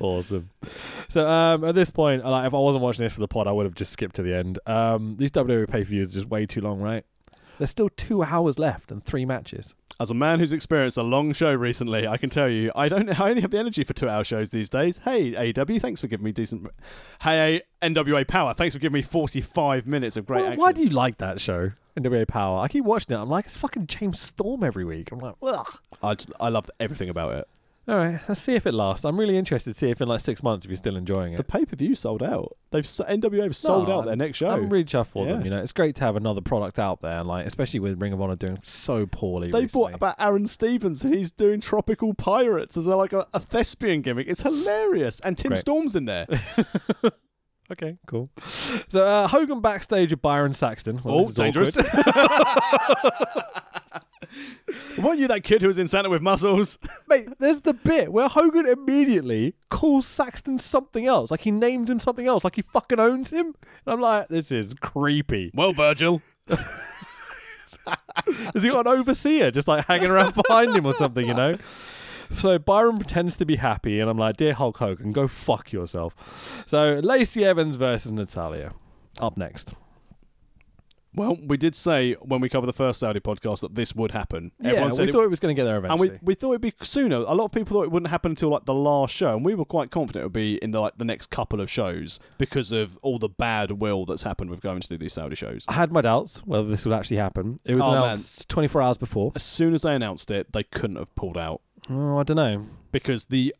Speaker 2: awesome. So um, at this point, like, if I wasn't watching this for the pod, I would have just skipped to the end. Um, these WWE pay per views are just way too long, right? There's still two hours left and three matches.
Speaker 3: As a man who's experienced a long show recently, I can tell you, I don't. I only have the energy for two-hour shows these days. Hey, AW, thanks for giving me decent. Hey, NWA Power, thanks for giving me forty-five minutes of great
Speaker 2: Why-
Speaker 3: action.
Speaker 2: why do you like that show, NWA Power? I keep watching it. I'm like, it's fucking James Storm every week. I'm like, ugh.
Speaker 3: I just, I love everything about it.
Speaker 2: All right, let's see if it lasts. I'm really interested to see if in like six months if you're still enjoying it.
Speaker 3: The pay-per-view sold out. They've s- NWA have sold
Speaker 2: No,
Speaker 3: out their next show.
Speaker 2: I'm really chuffed for them.
Speaker 3: Yeah.
Speaker 2: You know, it's great to have another product out there, like especially with Ring of Honor doing so poorly.
Speaker 3: they
Speaker 2: recently.
Speaker 3: bought about Aaron Stevens and he's doing tropical pirates as a, like a, a thespian gimmick. It's hilarious. And Tim
Speaker 2: Great.
Speaker 3: Storm's in there.
Speaker 2: Okay, cool. So uh, Hogan backstage with Byron Saxton. Well, this
Speaker 3: oh,
Speaker 2: is
Speaker 3: dangerous.
Speaker 2: awkward.
Speaker 3: Weren't you that kid who was in Santa with muscles?
Speaker 2: Mate, there's the bit where Hogan immediately calls Saxton something else. Like he names him something else. Like he fucking owns him. And I'm like, this is creepy.
Speaker 3: Well, Virgil.
Speaker 2: Has he got an overseer just like hanging around behind him or something, you know? So Byron pretends to be happy, and I'm like, dear Hulk Hogan, go fuck yourself. So Lacey Evans versus Natalia. Up next.
Speaker 3: Well, we did say when we covered the first Saudi podcast that this would happen.
Speaker 2: yeah, we
Speaker 3: it-
Speaker 2: thought it was going to get there
Speaker 3: and
Speaker 2: eventually.
Speaker 3: we, we thought it'd be sooner. A lot of people thought it wouldn't happen until like the last show, and we were quite confident it would be in the like the next couple of shows because of all the bad will that's happened with going to do these Saudi shows.
Speaker 2: I had my doubts whether this would actually happen. It was
Speaker 3: Oh, man.
Speaker 2: announced 24 hours before.
Speaker 3: As soon as they announced it, they couldn't have pulled out
Speaker 2: Oh, I don't know.
Speaker 3: because the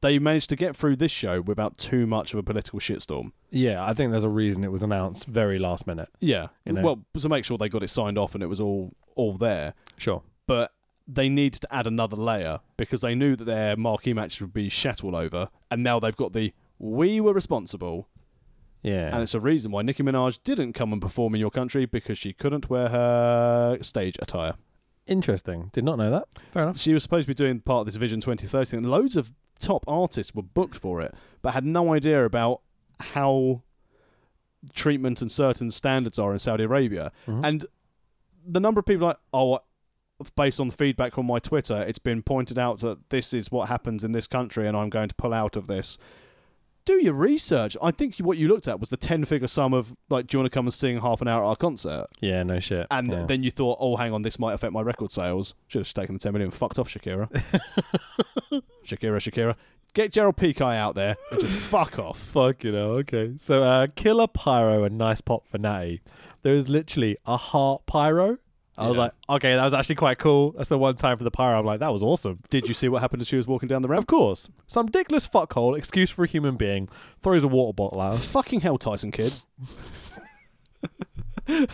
Speaker 3: they managed to get through this show without too much of a political shitstorm.
Speaker 2: Yeah, I think there's a reason it was announced very last minute.
Speaker 3: Yeah,
Speaker 2: You know.
Speaker 3: well, to make sure they got it signed off and it was all all there.
Speaker 2: Sure.
Speaker 3: but they needed to add another layer because they knew that their marquee matches would be shat all over, and now they've got the we were responsible, and
Speaker 2: Yeah.
Speaker 3: it's a reason why Nicki Minaj didn't come and perform in your country because she couldn't wear her stage attire.
Speaker 2: Interesting. Did not know that. Fair enough.
Speaker 3: She was supposed to be doing part of this Vision 2030 thing, and loads of top artists were booked for it, but had no idea about how treatment and certain standards are in Saudi Arabia.
Speaker 2: Mhm.
Speaker 3: And the number of people like, oh, based on feedback on my Twitter, it's been pointed out that this is what happens in this country, and I'm going to pull out of this. Do your research. I think what you looked at was the ten-figure sum of like, do you want to come and sing half an hour at our concert?
Speaker 2: Yeah, no shit.
Speaker 3: And
Speaker 2: Yeah.
Speaker 3: then you thought, oh, hang on, this might affect my record sales. Should have just taken the 10 million and fucked off Shakira. Shakira, Shakira. Get Gerald Piquet out there and just fuck off.
Speaker 2: Fuck you know, okay. So uh Killer Pyro and Nice Pop for Natty. There was literally a heart pyro. I was
Speaker 3: Yeah.
Speaker 2: like, okay, that was actually quite cool. That's the one time for the pyro. I'm like, that was awesome.
Speaker 3: Did you see what happened as she was walking down the ramp?
Speaker 2: Of course. Some dickless fuckhole, excuse for a human being, throws a water bottle out.
Speaker 3: Fucking hell, Tyson Kid.
Speaker 2: I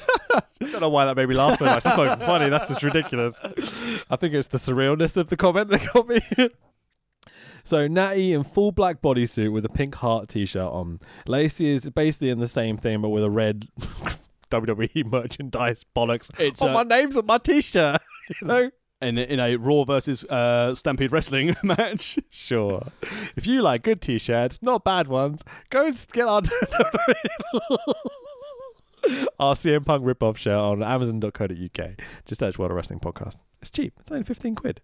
Speaker 2: don't know why that made me laugh so much. That's not even funny. That's just ridiculous. I think it's the surrealness of the comment that got me. So Natty in full black bodysuit with a pink heart t-shirt on. Lacey is basically in the same thing but with a red WWE merchandise bollocks.
Speaker 3: It's,
Speaker 2: oh, my
Speaker 3: uh,
Speaker 2: name's on my t-shirt. you know?
Speaker 3: In, in a Raw versus uh, Stampede Wrestling match.
Speaker 2: Sure. If you like good t-shirts, not bad ones, go and get our our CM Punk rip-off shirt on Amazon.co.uk. Just search World of Wrestling Podcast. It's cheap. It's only 15 quid.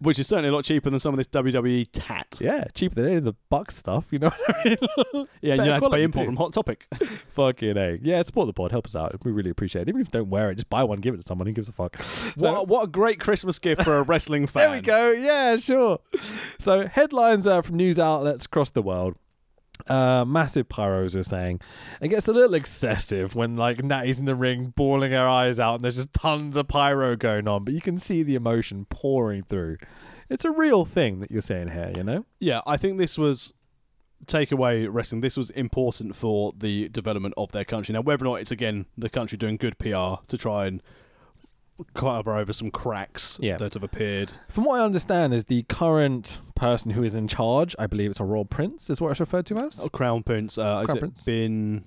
Speaker 3: Which is certainly a lot cheaper than some of this WWE tat.
Speaker 2: Yeah, cheaper than any of the buck stuff. You know what I mean?
Speaker 3: Yeah, and
Speaker 2: Better
Speaker 3: you had to
Speaker 2: quality
Speaker 3: pay import
Speaker 2: too.
Speaker 3: from Hot Topic.
Speaker 2: Fucking A. Yeah, support the pod. Help us out. We really appreciate it. Even if you don't wear it, just buy one, give it to someone. Who gives a fuck? So-
Speaker 3: what, what a great Christmas gift for a wrestling fan.
Speaker 2: There we go. Yeah, sure. So headlines are from news outlets across the world. Uh, massive pyros are saying it gets a little excessive when like Natty's in the ring bawling her eyes out and there's just tons of pyro going on, but you can see the emotion pouring through. It's a real thing that you're saying here, you know?
Speaker 3: Yeah, I think this was takeaway wrestling. This was important for the development of their country. Now, whether or not it's again the country doing good PR to try and cover over some cracks
Speaker 2: Yeah.
Speaker 3: that have appeared.
Speaker 2: From what I understand, is the current person who is in charge. I believe it's a royal prince, is what it's referred to as.
Speaker 3: Oh, Crown Prince. Uh,
Speaker 2: Crown
Speaker 3: has
Speaker 2: Prince.
Speaker 3: it been?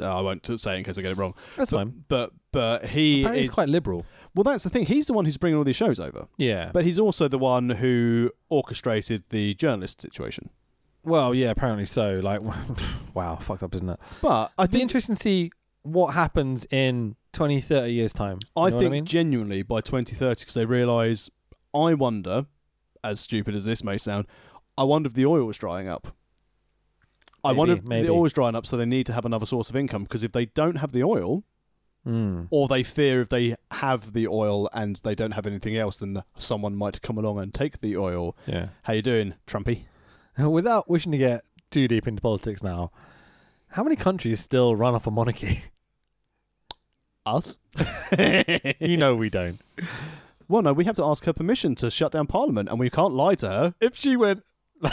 Speaker 3: uh, I won't say it in case I get it wrong.
Speaker 2: That's
Speaker 3: but,
Speaker 2: fine.
Speaker 3: But but he
Speaker 2: Apparently
Speaker 3: is
Speaker 2: he's quite liberal.
Speaker 3: well. That's the thing. He's the one who's bringing all these shows over.
Speaker 2: Yeah.
Speaker 3: But he's also the one who orchestrated the journalist situation.
Speaker 2: well, yeah, apparently so. Like, wow, fucked up, isn't it?
Speaker 3: But I
Speaker 2: It'd be
Speaker 3: think
Speaker 2: interesting to see what happens in 20, 30 years' time. You
Speaker 3: I
Speaker 2: know what
Speaker 3: think
Speaker 2: I mean?
Speaker 3: genuinely by 2030, because they realise, I wonder, as stupid as this may sound, I wonder if the oil is drying up. I
Speaker 2: Maybe,
Speaker 3: wonder if
Speaker 2: maybe.
Speaker 3: the oil is drying up, so they need to have another source of income. Because if they don't have the oil,
Speaker 2: Mm.
Speaker 3: or they fear if they have the oil and they don't have anything else, then someone might come along and take the oil.
Speaker 2: Yeah.
Speaker 3: How you doing, Trumpy?
Speaker 2: Without wishing to get too deep into politics now, how many countries still run off a monarchy?
Speaker 3: Us?
Speaker 2: you know we don't.
Speaker 3: Well, no, we have to ask her permission to shut down Parliament, and we can't lie to her.
Speaker 2: If she went,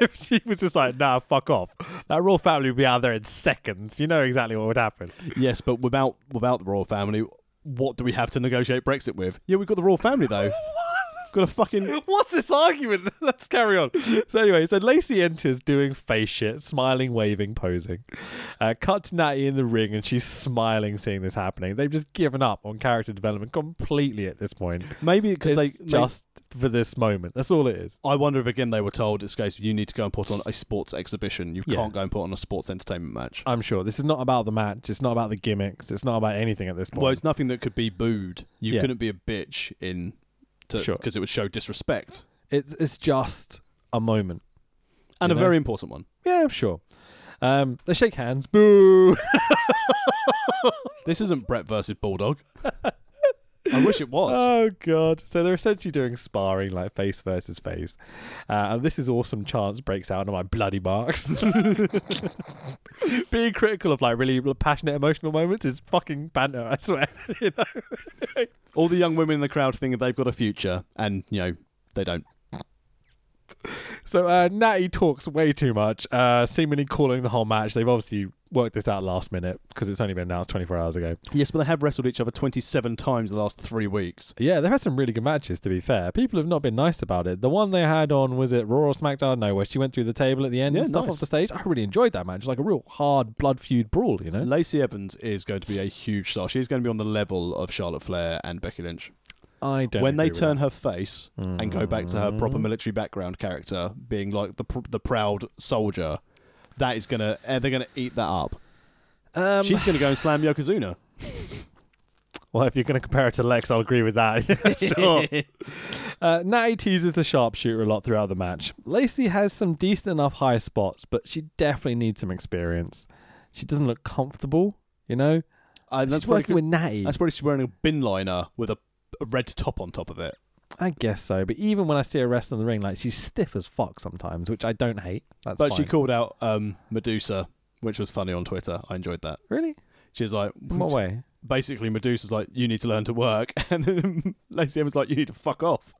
Speaker 2: if she was just like, nah, fuck off, that royal family would be out there in seconds. You know exactly what would happen.
Speaker 3: Yes, but without without the royal family, what do we have to negotiate Brexit with? Yeah, we've got the royal family though. got a fucking
Speaker 2: What's this argument? Let's carry on. So anyway, so Lacey enters doing face shit, smiling, waving, posing. Uh, cut to Natty in the ring, and she's smiling, seeing this happening. They've just given up on character development completely at this point.
Speaker 3: maybe because
Speaker 2: It's
Speaker 3: they just.
Speaker 2: just for this moment. That's all it is.
Speaker 3: I wonder if again they were told it's a case of you need to go and put on a sports exhibition. You
Speaker 2: Yeah.
Speaker 3: can't go and put on a sports entertainment match.
Speaker 2: I'm sure this is not about the match. It's not about the gimmicks. It's not about anything at this point.
Speaker 3: Well, it's nothing that could be booed. You
Speaker 2: Yeah.
Speaker 3: couldn't be a bitch in because
Speaker 2: Sure.
Speaker 3: it would show disrespect
Speaker 2: it's it's just a moment.
Speaker 3: and
Speaker 2: You
Speaker 3: a
Speaker 2: know?
Speaker 3: very important one.
Speaker 2: Yeah, I'm sure. Um, they shake hands. Boo.
Speaker 3: This isn't Brett versus Bulldog. I wish it was.
Speaker 2: Oh god! So they're essentially doing sparring, like face versus face, uh, and this is awesome. Chance breaks out on my bloody marks. Being critical of like really passionate emotional moments is fucking banter. I swear. you know?
Speaker 3: All the young women in the crowd think that they've got a future, and you know they don't.
Speaker 2: So uh, Natty talks way too much, uh, seemingly calling the whole match. They've obviously worked this out last minute because it's only been announced 24 hours ago.
Speaker 3: Yes, but they have wrestled each other 27 times the last three weeks.
Speaker 2: Yeah, they've had some really good matches, to be fair. People have not been nice about it. The one they had on, was it Raw or SmackDown? No, where she went through the table at the end
Speaker 3: Yeah,
Speaker 2: and stuff
Speaker 3: nice.
Speaker 2: off the stage. I really enjoyed that match. It was like a real hard blood feud brawl, you know?
Speaker 3: Lacey Evans is going to be a huge star. She's going to be on the level of Charlotte Flair and Becky Lynch.
Speaker 2: I don't
Speaker 3: when they
Speaker 2: agree with
Speaker 3: turn
Speaker 2: that.
Speaker 3: her face and go back to her
Speaker 2: Mm.
Speaker 3: proper military background character, being like the pr- the proud soldier, that is going to they're going to eat that up.
Speaker 2: Um,
Speaker 3: She's going to go and slam Yokozuna.
Speaker 2: well, if you're going to compare it to Lex, I'll agree with that. sure. Uh, Natty teases the sharpshooter a lot throughout the match. Lacey has some decent enough high spots, but she definitely needs some experience. She doesn't look comfortable, you know?
Speaker 3: And that's
Speaker 2: She's
Speaker 3: probably
Speaker 2: working
Speaker 3: co-
Speaker 2: with Natty.
Speaker 3: that's probably she's wearing a bin liner with a, a red top on top of it.
Speaker 2: I guess so. But even when I see her wrestle in the ring, like she's stiff as fuck sometimes, which I don't hate. That's
Speaker 3: but she
Speaker 2: fine.
Speaker 3: called out um, Medusa, which was funny on Twitter. I enjoyed that.
Speaker 2: really
Speaker 3: She was like,
Speaker 2: in what way?
Speaker 3: basically Medusa's like, you need to learn to work, and then Lacey Evans like, you need to fuck off.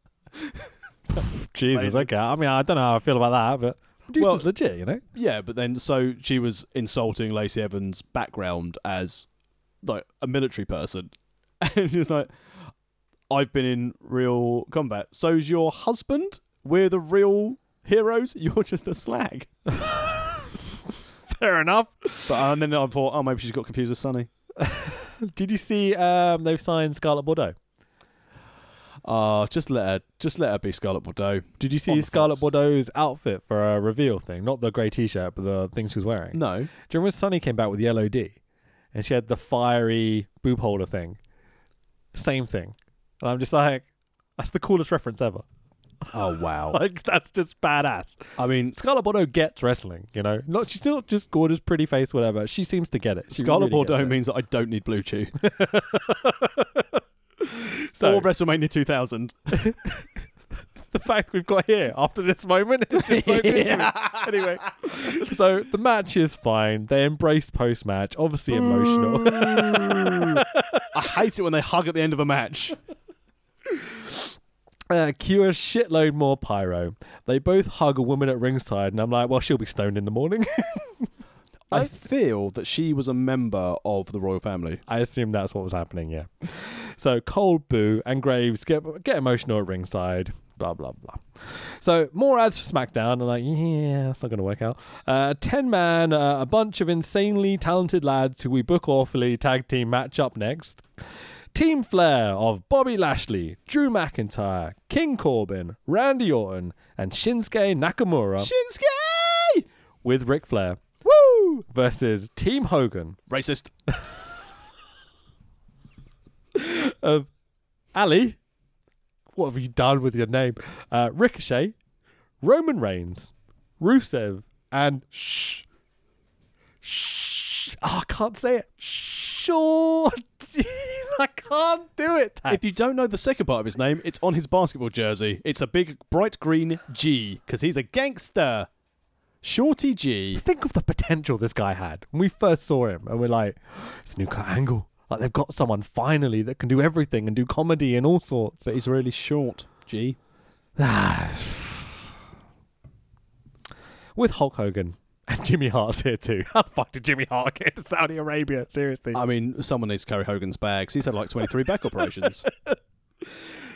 Speaker 2: Jesus,
Speaker 3: Amazing.
Speaker 2: okay. I mean, I don't know how I feel about that, but Medusa's
Speaker 3: Well-
Speaker 2: legit, you know.
Speaker 3: Yeah, but then so she was insulting Lacey Evans' background as like a military person, and she was like, I've been in real combat. So's your husband. We're the real heroes. You're just a slag.
Speaker 2: Fair enough.
Speaker 3: But and then I thought, oh, maybe she's got confused with Sunny.
Speaker 2: Did you see? Um, they've signed Scarlet Bordeaux.
Speaker 3: Ah, just let her, just let her be Scarlet Bordeaux.
Speaker 2: Did you see
Speaker 3: On the
Speaker 2: Scarlet
Speaker 3: Fox.
Speaker 2: Bordeaux's outfit for a reveal thing? Not the grey T-shirt, but the thing she was wearing. Do
Speaker 3: No,
Speaker 2: you remember when Sunny came back with the LOD, and she had the fiery boob holder thing? Same thing. And I'm just like, that's the coolest reference ever.
Speaker 3: oh wow.
Speaker 2: Like that's just badass.
Speaker 3: I mean,
Speaker 2: Scarlett Bordeaux gets wrestling, you know. Not she's not just gorgeous, pretty face, whatever. She seems to get it. She
Speaker 3: Scarlet
Speaker 2: really gets
Speaker 3: Bordeaux
Speaker 2: it.
Speaker 3: means that I don't need Blue Chew.
Speaker 2: So-
Speaker 3: or WrestleMania 2000.
Speaker 2: the fact we've got here after this moment is just so good to me. Anyway, so the match is fine. They embrace post match, obviously emotional.
Speaker 3: I hate it when they hug at the end of a match.
Speaker 2: Uh, cue a shitload more pyro. They both hug a woman at ringside, and I'm like, well, she'll be stoned in the morning.
Speaker 3: I feel that she was a member of the royal family.
Speaker 2: I assume that's what was happening, yeah. So Cole, Boo, and Graves get get emotional at ringside.
Speaker 4: blah blah blah. So more ads for SmackDown. I'm like, yeah, that's not going to work out. Uh, Ten man, uh, a bunch of insanely talented lads who we book awfully tag team match up next. Team Flair of Bobby Lashley, Drew McIntyre, King Corbin, Randy Orton, and Shinsuke Nakamura
Speaker 3: Shinsuke!
Speaker 4: with Ric Flair. Woo! Versus Team Hogan
Speaker 3: Racist.
Speaker 4: of Ali. What have you done with your name? Uh, Ricochet, Roman Reigns, Rusev, and shh, shh. Oh, I can't say it. Sure, I can't do it. Tax.
Speaker 3: If you don't know the second part of his name, it's on his basketball jersey. It's a big bright green G because he's a gangster. Shorty G.
Speaker 4: think of the potential this guy had when we first saw him, and we're like, it's a new cut angle. Like they've got someone finally that can do everything and do comedy and all sorts.
Speaker 3: But he's really short, G.
Speaker 4: With Hulk Hogan and Jimmy Hart's here too. How the fuck did Jimmy Hart get to Saudi Arabia? Seriously.
Speaker 3: I mean, someone needs to carry Hogan's bags. He's had like 23 back operations.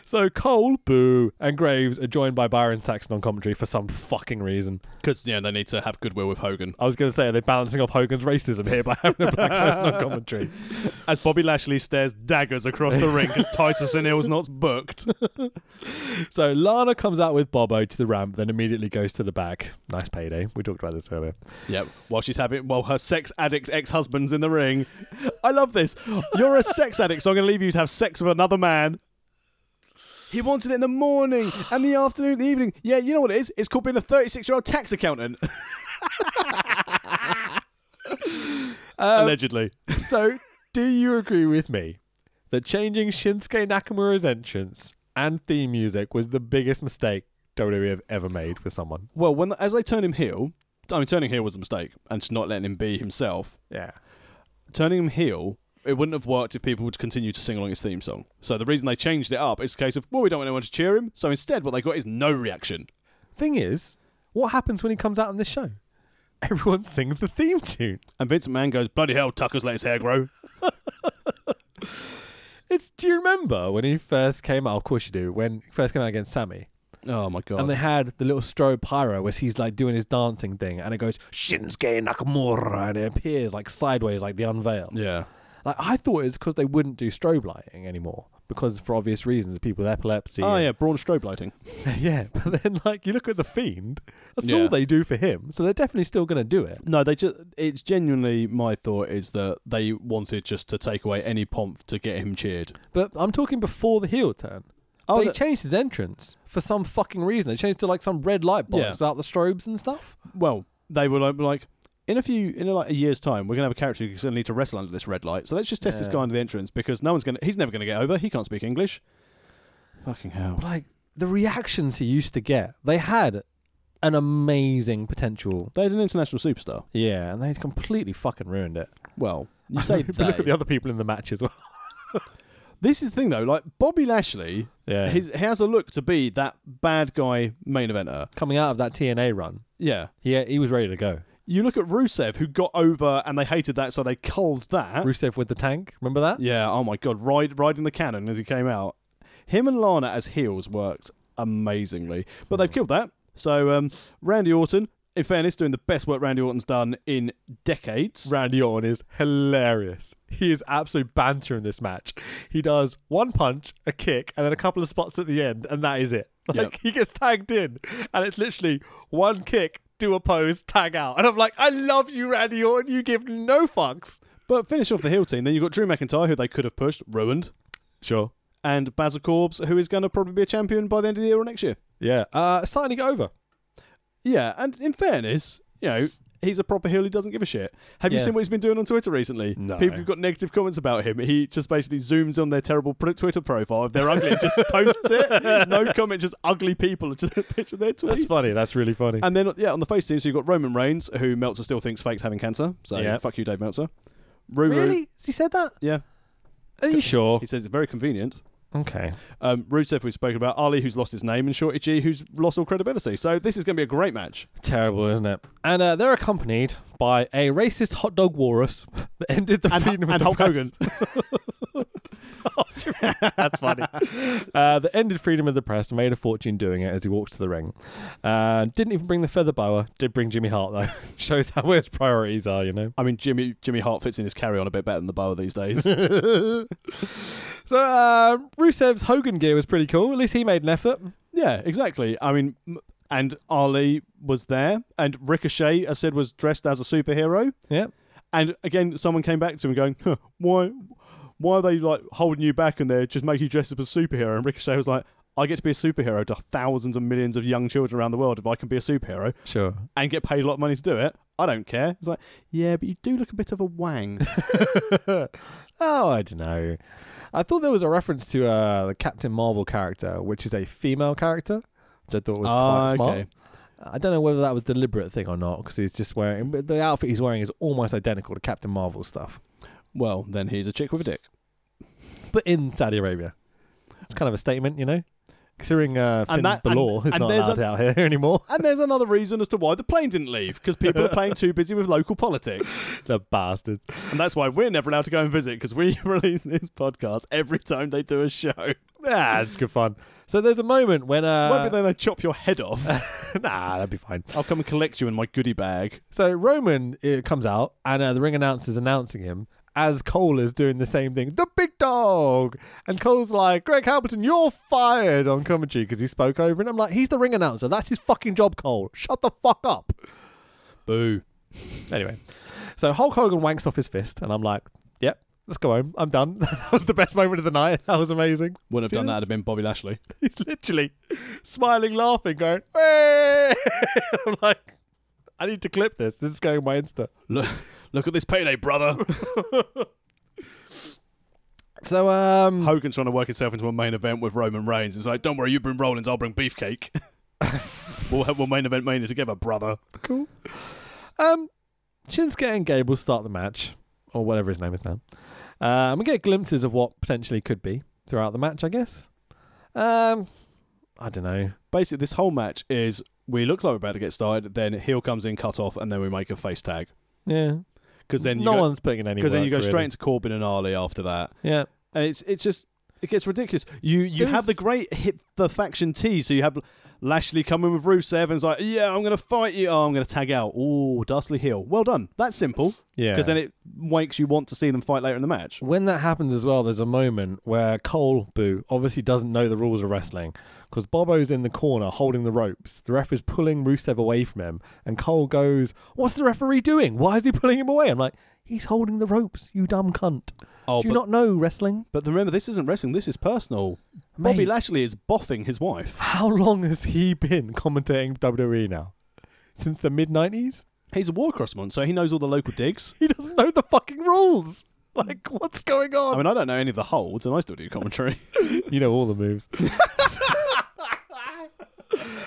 Speaker 4: So Cole, Boo, and Graves are joined by Byron Saxon on commentary for some fucking reason.
Speaker 3: Because, yeah, they need to have goodwill with Hogan.
Speaker 4: I was going to say, are they balancing off Hogan's racism here by having a black person on commentary?
Speaker 3: As Bobby Lashley stares daggers across the ring because Titus O'Neil's not booked.
Speaker 4: So Lana comes out with Bobo to the ramp, then immediately goes to the back. Nice payday. We talked about this earlier.
Speaker 3: Yep. While she's having, while her sex addict ex husband's in the ring. I love this. You're a sex addict, so I'm going to leave you to have sex with another man. He wanted it in the morning and the afternoon, the evening. Yeah, you know what it is? It's called being a 36 year old tax accountant. Uh, Allegedly.
Speaker 4: So, do you agree with me that changing Shinsuke Nakamura's entrance and theme music was the biggest mistake WWE have ever made with someone?
Speaker 3: Well, when as they turn him heel, I mean, turning heel was a mistake and just not letting him be himself.
Speaker 4: Yeah.
Speaker 3: turning him heel, it wouldn't have worked if people would continue to sing along his theme song. So the reason they changed it up is a case of, well, we don't want anyone to cheer him. So instead, what they got is no reaction.
Speaker 4: Thing is, what happens when he comes out on this show? Everyone sings the theme tune.
Speaker 3: And Vincent Mann goes, bloody hell, Tucker's let his hair grow.
Speaker 4: It's do you remember when he first came out? Of course you do. When he first came out against Sammy,
Speaker 3: oh my god.
Speaker 4: and they had the little strobe pyro where he's like doing his dancing thing, and it goes Shinsuke Nakamura, and it appears like sideways, like the unveil.
Speaker 3: yeah.
Speaker 4: Like I thought it was because they wouldn't do strobe lighting anymore because for obvious reasons, people with epilepsy.
Speaker 3: Oh yeah, Braun Strobe lighting.
Speaker 4: yeah. But then like you look at the fiend, that's
Speaker 3: Yeah.
Speaker 4: all they do for him, so they're definitely still gonna do it.
Speaker 3: No, they just it's genuinely my thought is that they wanted just to take away any pomp to get him cheered.
Speaker 4: But I'm talking before the heel turn.
Speaker 3: Oh,
Speaker 4: they
Speaker 3: the-
Speaker 4: changed his entrance for some fucking reason. They changed to like some red light box
Speaker 3: Yeah.
Speaker 4: without the strobes and stuff.
Speaker 3: Well, they were like, like in a few in like a year's time, we're gonna have a character who's gonna need to wrestle under this red light. So let's just test this
Speaker 4: Yeah.
Speaker 3: guy under the entrance because no one's gonna he's never gonna get over. He can't speak English. Fucking hell.
Speaker 4: But like the reactions he used to get, they had an amazing potential.
Speaker 3: They're an international superstar.
Speaker 4: Yeah, and they completely fucking ruined it.
Speaker 3: Well, you say
Speaker 4: But look at
Speaker 3: they.
Speaker 4: the other people in the match as well.
Speaker 3: this is the thing though. Like Bobby Lashley,
Speaker 4: Yeah,
Speaker 3: his, he has a look to be that bad guy main eventer.
Speaker 4: coming out of that TNA run.
Speaker 3: Yeah.
Speaker 4: Yeah, he was ready to go.
Speaker 3: You look at Rusev, who got over and they hated that, so they culled that.
Speaker 4: Rusev with the tank. Remember that?
Speaker 3: yeah. Oh my god, ride riding the cannon as he came out. Him and Lana as heels worked amazingly, but they've killed that. So um, Randy Orton, in fairness, doing the best work Randy Orton's done in decades.
Speaker 4: Randy Orton is hilarious. He is absolute banter in this match. He does one punch, a kick, and then a couple of spots at the end, and that is it. Like
Speaker 3: Yep.
Speaker 4: he gets tagged in, and it's literally one kick, do a pose, tag out. And I'm like, I love you, Randy Orton. You give no fucks.
Speaker 3: But finish off the heel team. Then you've got Drew McIntyre, who they could have pushed, ruined.
Speaker 4: Sure.
Speaker 3: and Basil Corbs, who is going to probably be a champion by the end of the year or next year.
Speaker 4: Yeah. Uh, starting to get over.
Speaker 3: Yeah, and in fairness, you know, he's a proper heel who doesn't give a shit. Have you
Speaker 4: Yeah.
Speaker 3: seen what he's been doing on Twitter recently?
Speaker 4: No.
Speaker 3: People have got negative comments about him. He just basically zooms on their terrible pr- Twitter profile. If they're ugly, and just posts it. No comment, just ugly people to the picture of their tweets.
Speaker 4: That's funny. That's really funny.
Speaker 3: And then, yeah, on the face team, so you've got Roman Reigns, who Meltzer still thinks fakes having cancer. So
Speaker 4: Yeah.
Speaker 3: fuck you, Dave Meltzer. Ruru.
Speaker 4: He said that?
Speaker 3: Yeah.
Speaker 4: Are you sure?
Speaker 3: He says it's very convenient.
Speaker 4: Okay.
Speaker 3: Um, Rusev, we've spoken about. Ali, who's lost his name, and Shorty G, who's lost all credibility. So this is going to be a great match.
Speaker 4: Terrible, isn't it? And uh, they're accompanied by a racist hot dog walrus that ended the
Speaker 3: And,
Speaker 4: freedom of
Speaker 3: and
Speaker 4: the
Speaker 3: Hulk
Speaker 4: press.
Speaker 3: Hogan.
Speaker 2: That's funny. Uh, that ended freedom of the press and made a fortune doing it as he walked to the ring. Uh, didn't even bring the feather boa. Did bring Jimmy Hart though. Shows how where his priorities are, you know.
Speaker 3: I mean, Jimmy Jimmy Hart fits in his carry on a bit better than the boa these days.
Speaker 2: So uh, Rusev's Hogan gear was pretty cool. At least he made an effort.
Speaker 3: yeah, exactly. I mean, m- and Ali was there, and Ricochet, as said, was dressed as a superhero.
Speaker 2: Yeah.
Speaker 3: And again, someone came back to him going, huh, "Why, why are they like holding you back and they just make you dress up as a superhero?" And Ricochet was like, "I get to be a superhero to thousands and millions of young children around the world. If I can be a superhero
Speaker 2: Sure.
Speaker 3: and get paid a lot of money to do it, I don't care." It's like, "Yeah, but you do look a bit of a wang."
Speaker 2: Oh, I don't know. I thought there was a reference to uh, the Captain Marvel character, which is a female character, which I thought was
Speaker 3: Ah,
Speaker 2: quite smart.
Speaker 3: okay.
Speaker 2: I don't know whether that was a deliberate thing or not, because he's just wearing but the outfit he's wearing is almost identical to Captain Marvel stuff,
Speaker 3: well, then he's a chick with a dick.
Speaker 2: but in Saudi Arabia. It's kind of a statement, you know, considering uh,
Speaker 3: And
Speaker 2: Finn
Speaker 3: that- and-
Speaker 2: Balor is
Speaker 3: and
Speaker 2: not
Speaker 3: there's
Speaker 2: allowed
Speaker 3: a-
Speaker 2: out here anymore.
Speaker 3: And there's another reason as to why the plane didn't leave because people are playing too busy with local politics,
Speaker 2: the bastards.
Speaker 3: and that's why we're never allowed to go and visit because we release this podcast every time they do a show.
Speaker 2: Ah, it's good fun. So there's a moment when uh,
Speaker 3: Maybe then they chop your head off.
Speaker 2: nah, that'd be fine.
Speaker 3: I'll come and collect you in my goodie bag.
Speaker 2: So Roman it comes out, and uh, the ring announcer's announcing him as Cole is doing the same thing. The big dog, and Cole's like, "Greg Hamilton, you're fired" on commentary because he spoke over, and I'm like, "He's the ring announcer. That's his fucking job, Cole. Shut the fuck up."
Speaker 3: Boo.
Speaker 2: Anyway, so Hulk Hogan wanks off his fist, and I'm like, "Yep, let's go home. I'm done. that was the best moment of the night. That was amazing."
Speaker 3: Wouldn't have
Speaker 2: See
Speaker 3: done that
Speaker 2: this?
Speaker 3: had it been Bobby Lashley.
Speaker 2: He's literally smiling, laughing, going, "Hey!" I'm like, "I need to clip this. This is going on my Insta."
Speaker 3: Look, look at this payday, brother.
Speaker 2: So um.
Speaker 3: Hogan's trying to work himself into a main event with Roman Reigns. It's like, don't worry, you bring Rollins, I'll bring Beefcake. we'll have we'll main event mania together, brother.
Speaker 2: cool. Um, Shinsuke and Gable start the match, or whatever his name is now. Um, we get glimpses of what potentially could be throughout the match, I guess. Um, I don't know.
Speaker 3: Basically, this whole match is we look like we're about to get started, then heel comes in, cut off, and then we make a face tag.
Speaker 2: Yeah,
Speaker 3: Because then you
Speaker 2: no
Speaker 3: go,
Speaker 2: one's putting in any.
Speaker 3: because then
Speaker 2: work,
Speaker 3: you go
Speaker 2: really.
Speaker 3: straight into Corbin and Ali after that,
Speaker 2: Yeah,
Speaker 3: and it's it's just it gets ridiculous. You you
Speaker 2: There's-
Speaker 3: have the great hit the faction tease, so you have Lashley coming with Rusev and it's like, yeah, I'm gonna fight you. Oh, I'm gonna tag out. Oh, Dustley heel. Well done. That's simple.
Speaker 2: yeah.
Speaker 3: Because then it makes you want to see them fight later in the match.
Speaker 2: when that happens as well, there's a moment where Cole Boo obviously doesn't know the rules of wrestling because Bobo's in the corner holding the ropes. The ref is pulling Rusev away from him, and Cole goes, "What's the referee doing? Why is he pulling him away?" I'm like, "He's holding the ropes, you dumb cunt."
Speaker 3: Oh,
Speaker 2: Do
Speaker 3: but,
Speaker 2: you not know wrestling?
Speaker 3: but remember, this isn't wrestling. This is personal. Bobby
Speaker 2: Mate.
Speaker 3: Lashley is boffing his wife.
Speaker 2: How long has he been commentating WWE now? Since the mid 90s?
Speaker 3: He's a Warcross mon, so he knows all the local digs.
Speaker 2: He doesn't know the fucking rules. Like, what's going
Speaker 3: I
Speaker 2: on?
Speaker 3: mean, I don't know any of the holds, and I still do commentary.
Speaker 2: you know all the moves.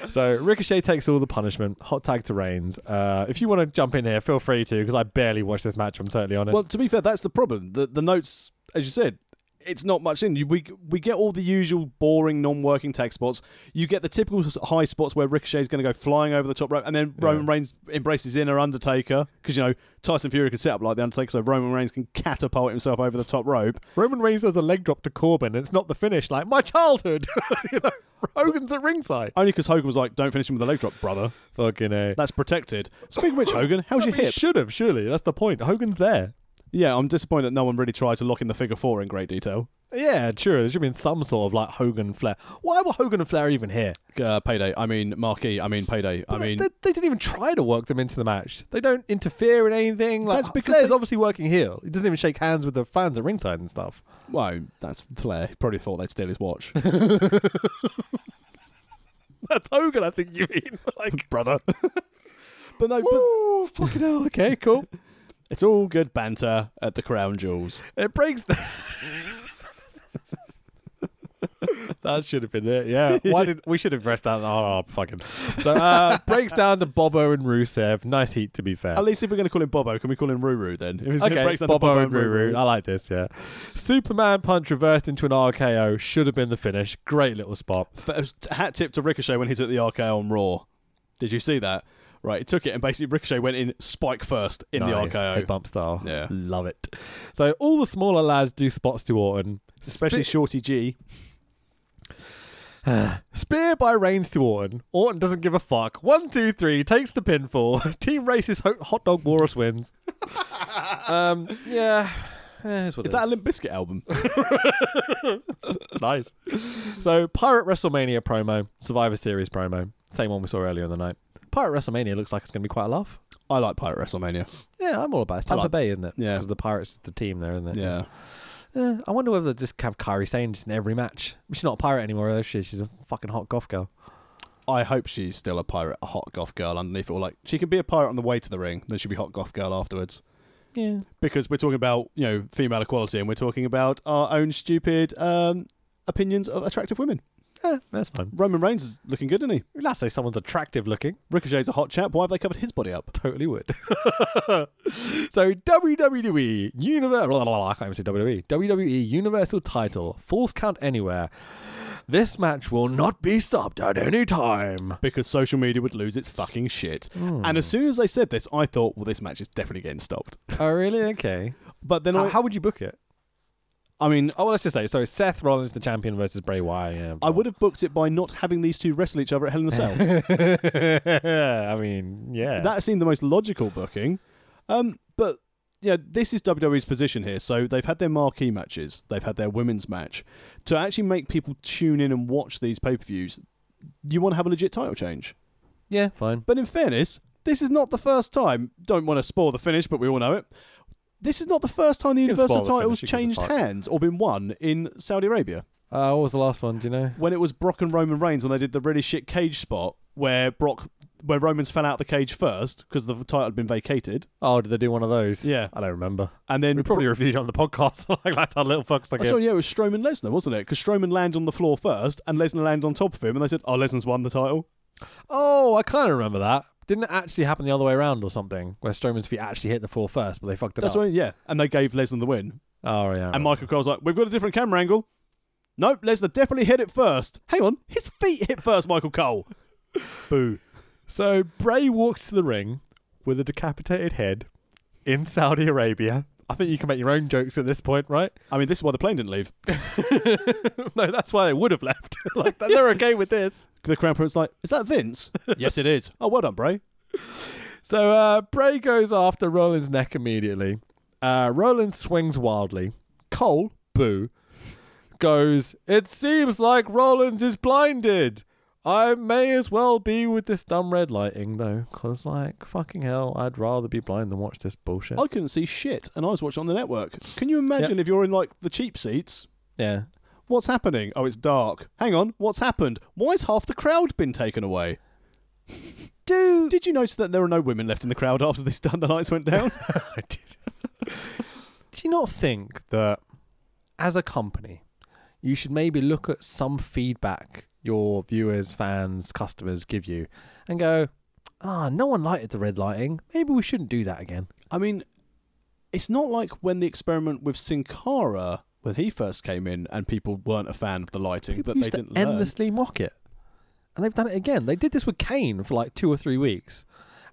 Speaker 2: so Ricochet takes all the punishment. Hot tag to Reigns. Uh, if you want to jump in here, feel free to, because I barely watched this match. I'm totally honest.
Speaker 3: Well, to be fair, that's the problem. The the notes, as you said, it's not much in. You, we we get all the usual boring, non-working tag spots. You get the typical s- high spots where Ricochet's going to go flying over the top rope, and then Roman Reigns embraces inner Undertaker because you know Tyson Fury can set up like the Undertaker, so Roman Reigns can catapult himself over the top rope.
Speaker 2: Roman Reigns does a leg drop to Corbin, and it's not the finish. Like my childhood. you know, Hogan's at ringside.
Speaker 3: Only because Hogan was like, "Don't finish him with a leg drop, brother.
Speaker 2: Fucking a.
Speaker 3: That's protected." Speaking of which, Hogan, how's your hip?
Speaker 2: Should have surely. That's the point. Hogan's there.
Speaker 3: Yeah, I'm disappointed that no one really tried to lock in the figure four in great detail.
Speaker 2: Yeah, sure. There should have been some sort of like Hogan Flair. Why were Hogan and Flair even here?
Speaker 3: Uh, payday. I mean, Marquee. I mean, payday. I mean,
Speaker 2: they, they didn't even try to work them into the match. They don't interfere in anything. Like,
Speaker 3: That's because
Speaker 2: Flair's
Speaker 3: they-
Speaker 2: obviously working heel. He doesn't even shake hands with the fans at ringside and stuff.
Speaker 3: Well, that's Flair. He Probably thought they'd steal his watch.
Speaker 2: That's Hogan, I think you mean. like,
Speaker 3: Brother. but no, but
Speaker 2: oh, fucking hell. Okay, cool.
Speaker 3: it's all good banter at the Crown Jewels.
Speaker 2: It breaks. The- that should have been it. Yeah. Why did we should have pressed that? Oh, fucking. So uh, breaks down to Bobo and Rusev. Nice heat, to be fair.
Speaker 3: At least if we're going to call him Bobo, can we call him Ruru then? If he's gonna
Speaker 2: Okay,
Speaker 3: break down to
Speaker 2: Bobo and
Speaker 3: Ruru. Uh,
Speaker 2: Ruru. I like this, yeah. Superman punch reversed into an RKO. Should have been the finish. Great little spot.
Speaker 3: First, uh, hat tip to Ricochet when he took the RKO on Raw. Did you see that? Right, he took it and basically Ricochet went in spike first in
Speaker 2: nice.
Speaker 3: the RKO.
Speaker 2: Head bump style.
Speaker 3: Yeah.
Speaker 2: Love it. So all the smaller lads do spots to Orton.
Speaker 3: especially Shorty G.
Speaker 2: Spear by Reigns to Orton. Orton doesn't give a fuck. One, two, three, takes the pinfall. Team Races ho- Hot Dog Walrus wins. um, yeah. Eh, it's what
Speaker 3: Is
Speaker 2: it
Speaker 3: that a Limp Bizkit album?
Speaker 2: is. nice? So, Pirate WrestleMania promo, Survivor Series promo, same one we saw earlier in the night. Pirate WrestleMania looks like it's going to be quite a laugh.
Speaker 3: I like Pirate WrestleMania.
Speaker 2: Yeah, I'm all about it. It's
Speaker 3: I
Speaker 2: Tampa
Speaker 3: like-
Speaker 2: Bay, isn't it?
Speaker 3: yeah.
Speaker 2: Because the Pirates is the team there, isn't it?
Speaker 3: Yeah.
Speaker 2: Eh, I wonder whether they just have Kyrie Sane just in every match. She's not a pirate anymore, though. She, she's a fucking hot golf girl.
Speaker 3: I hope she's still a pirate, a hot goth girl underneath it. Or like she can be a pirate on the way to the ring, then she'll be hot goth girl afterwards.
Speaker 2: Yeah.
Speaker 3: Because we're talking about you know female equality, and we're talking about our own stupid um, opinions of attractive women.
Speaker 2: Eh, that's fine.
Speaker 3: Roman Reigns is looking good, isn't he?
Speaker 2: You'd have to say someone's attractive looking.
Speaker 3: Ricochet's a hot chap. Why have they covered his body up?
Speaker 2: Totally would. so WWE Universal, I can't even say WWE. WWE E Universal title, False Count Anywhere. This match will not be stopped at any time.
Speaker 3: Because social media would lose its fucking shit.
Speaker 2: Hmm.
Speaker 3: And as soon as they said this, I thought, well, this match is definitely getting stopped.
Speaker 2: oh, really? Okay.
Speaker 3: But then
Speaker 2: How,
Speaker 3: I,
Speaker 2: how would you book it?
Speaker 3: I mean,
Speaker 2: Oh, well, let's just say so. Seth Rollins, the champion, versus Bray Wyatt. Yeah,
Speaker 3: I would have booked it by not having these two wrestle each other at Hell in a Cell.
Speaker 2: I mean, yeah.
Speaker 3: That seemed the most logical booking. Um, but yeah, this is WWE's position here. So they've had their marquee matches, they've had their women's match. To actually make people tune in and watch these pay per views, you want to have a legit title change.
Speaker 2: yeah, fine.
Speaker 3: But in fairness, this is not the first time. Don't want to spoil the finish, but we all know it. This is not the first time the
Speaker 2: You can spoil
Speaker 3: Universal
Speaker 2: the
Speaker 3: titles
Speaker 2: finish, you can
Speaker 3: changed
Speaker 2: fuck.
Speaker 3: hands or been won in Saudi Arabia.
Speaker 2: Uh, what was the last one? Do you know?
Speaker 3: When it was Brock and Roman Reigns when they did the really shit cage spot where Brock, where Romans fell out of the cage first because the title had been vacated.
Speaker 2: Oh, did they do one of those?
Speaker 3: Yeah.
Speaker 2: I don't remember.
Speaker 3: And then
Speaker 2: We probably reviewed it on the podcast. like that's how little fucks I
Speaker 3: I
Speaker 2: give.
Speaker 3: saw, yeah, it was Strowman Lesnar, wasn't it? Because Strowman landed on the floor first, and Lesnar landed on top of him, and they said, "Oh, Lesnar's won the title."
Speaker 2: Oh, I kind of remember that. Didn't it actually happen the other way around or something? Where Strowman's feet actually hit the floor first, but they fucked it
Speaker 3: That's
Speaker 2: up.
Speaker 3: why, yeah. And they gave Lesnar the win.
Speaker 2: Oh yeah.
Speaker 3: And
Speaker 2: right.
Speaker 3: Michael Cole's like, "We've got a different camera angle." Nope, Lesnar definitely hit it first. Hang on, his feet hit first, Michael Cole. Boo.
Speaker 2: so Bray walks to the ring with a decapitated head in Saudi Arabia. I think you can make your own jokes at this point, right?
Speaker 3: I mean, this is why the plane didn't leave.
Speaker 2: no, that's why they would have left. like they're okay with this.
Speaker 3: The crown prince's like, "Is that Vince?" yes, it is. Oh, well done, Bray.
Speaker 2: So uh, Bray goes after Roland's neck immediately. Uh, Roland swings wildly. Cole, boo, goes, It seems like Rollins is blinded. I may as well be with this dumb red lighting, though, because, like, fucking hell, I'd rather be blind than watch this bullshit.
Speaker 3: I couldn't see shit, and I was watching on the network. Can you imagine if you're in like the cheap seats?
Speaker 2: Yeah.
Speaker 3: What's happening? Oh, it's dark. Hang on, what's happened? Why's half the crowd been taken away?
Speaker 2: Dude.
Speaker 3: Did you notice that there were no women left in the crowd after this done? The lights went down.
Speaker 2: I did. Do you not think that as a company, you should maybe look at some feedback your viewers, fans, customers give you and go, ah, no one lighted the red lighting. Maybe we shouldn't do that again.
Speaker 3: I mean, it's not like when the experiment with Sin Cara when he first came in and people weren't a fan of the lighting
Speaker 2: People
Speaker 3: that they
Speaker 2: used to
Speaker 3: didn't learn.
Speaker 2: endlessly mock it. And they've done it again. They did this with Kane for like two or three weeks.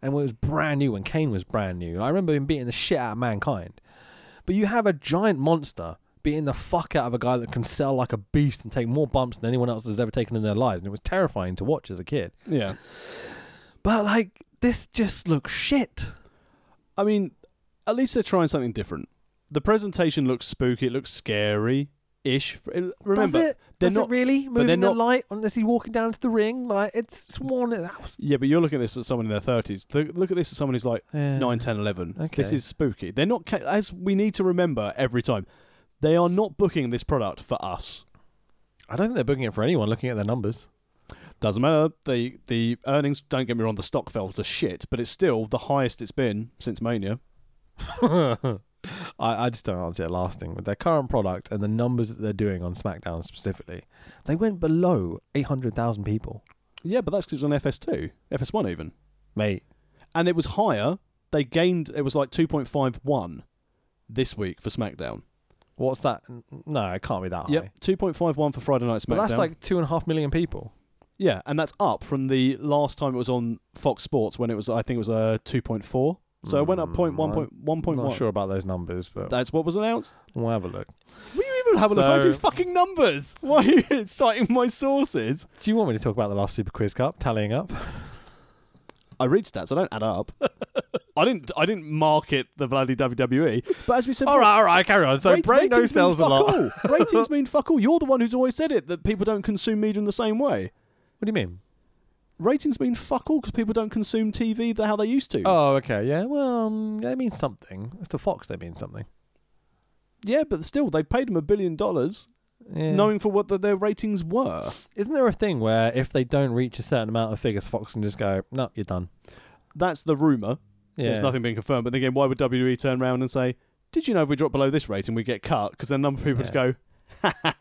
Speaker 2: And when it was brand new, when Kane was brand new, I remember him beating the shit out of mankind. But you have a giant monster beating the fuck out of a guy that can sell like a beast and take more bumps than anyone else has ever taken in their lives. And it was terrifying to watch as a kid.
Speaker 3: Yeah,
Speaker 2: But like, this just looks shit.
Speaker 3: I mean, at least they're trying something different. The presentation looks spooky. It looks scary. Ish. Remember,
Speaker 2: Does it?
Speaker 3: they're
Speaker 2: Does
Speaker 3: not
Speaker 2: it really?
Speaker 3: they're
Speaker 2: Moving the
Speaker 3: not-
Speaker 2: light unless he's walking down to the ring? Like, it's sworn. That was,
Speaker 3: Yeah, but you're looking at this as someone in their 30s. Look, look at this as someone who's like
Speaker 2: Yeah.
Speaker 3: 9, 10, 11. This
Speaker 2: Okay.
Speaker 3: is spooky. They're not, ca- as we need to remember every time, they are not booking this product for us.
Speaker 2: I don't think they're booking it for anyone looking at their numbers.
Speaker 3: Doesn't matter. The, the earnings, don't get me wrong, the stock fell to shit, but it's still the highest it's been since Mania.
Speaker 2: I, I just don't see it lasting with their current product and the numbers that they're doing on SmackDown specifically. They went below 800,000 people.
Speaker 3: Yeah, but that's 'cause it was on FS2, FS1 even.
Speaker 2: Mate,
Speaker 3: And it was higher. They gained, it was like 2.51 this week for SmackDown.
Speaker 2: what's that? No, it can't be that high.
Speaker 3: Yep, 2.51 for Friday Night SmackDown.
Speaker 2: But that's like two and a half million people.
Speaker 3: Yeah, and that's up from the last time it was on Fox Sports when it was, I think it was uh, 2.4. So it went up
Speaker 2: Mm,
Speaker 3: point one
Speaker 2: I'm
Speaker 3: point one point
Speaker 2: not
Speaker 3: one.
Speaker 2: sure about those numbers, but
Speaker 3: That's what was announced.
Speaker 2: we'll have a look.
Speaker 3: Were you even will have a look. I do
Speaker 2: So-
Speaker 3: fucking numbers. Why are you citing my sources?
Speaker 2: Do you want me to talk about the last Super Quiz Cup tallying up?
Speaker 3: I read stats. I don't add up. I didn't. I didn't market the bloody WWE. But as we said,
Speaker 2: all right, all right, carry on. So
Speaker 3: Rate-
Speaker 2: Brain knows
Speaker 3: ratings mean
Speaker 2: sells a
Speaker 3: fuck
Speaker 2: lot.
Speaker 3: all. ratings mean fuck all. You're the one who's always said it that people don't consume media in the same way.
Speaker 2: What do you mean?
Speaker 3: Ratings mean fuck all because people don't consume TV the how they used to.
Speaker 2: Oh, okay, yeah. Well, um, they mean something. It's to Fox, they mean something.
Speaker 3: yeah, but still, they paid them a billion dollars,
Speaker 2: Yeah.
Speaker 3: knowing for what the, their ratings were.
Speaker 2: Isn't there a thing where if they don't reach a certain amount of figures, Fox can just go, no, you're done.
Speaker 3: That's the rumor.
Speaker 2: Yeah.
Speaker 3: There's nothing being confirmed. But then again, why would WWE turn around and say, "Did you know if we drop below this rating, we get cut"? Because then a number of people just go.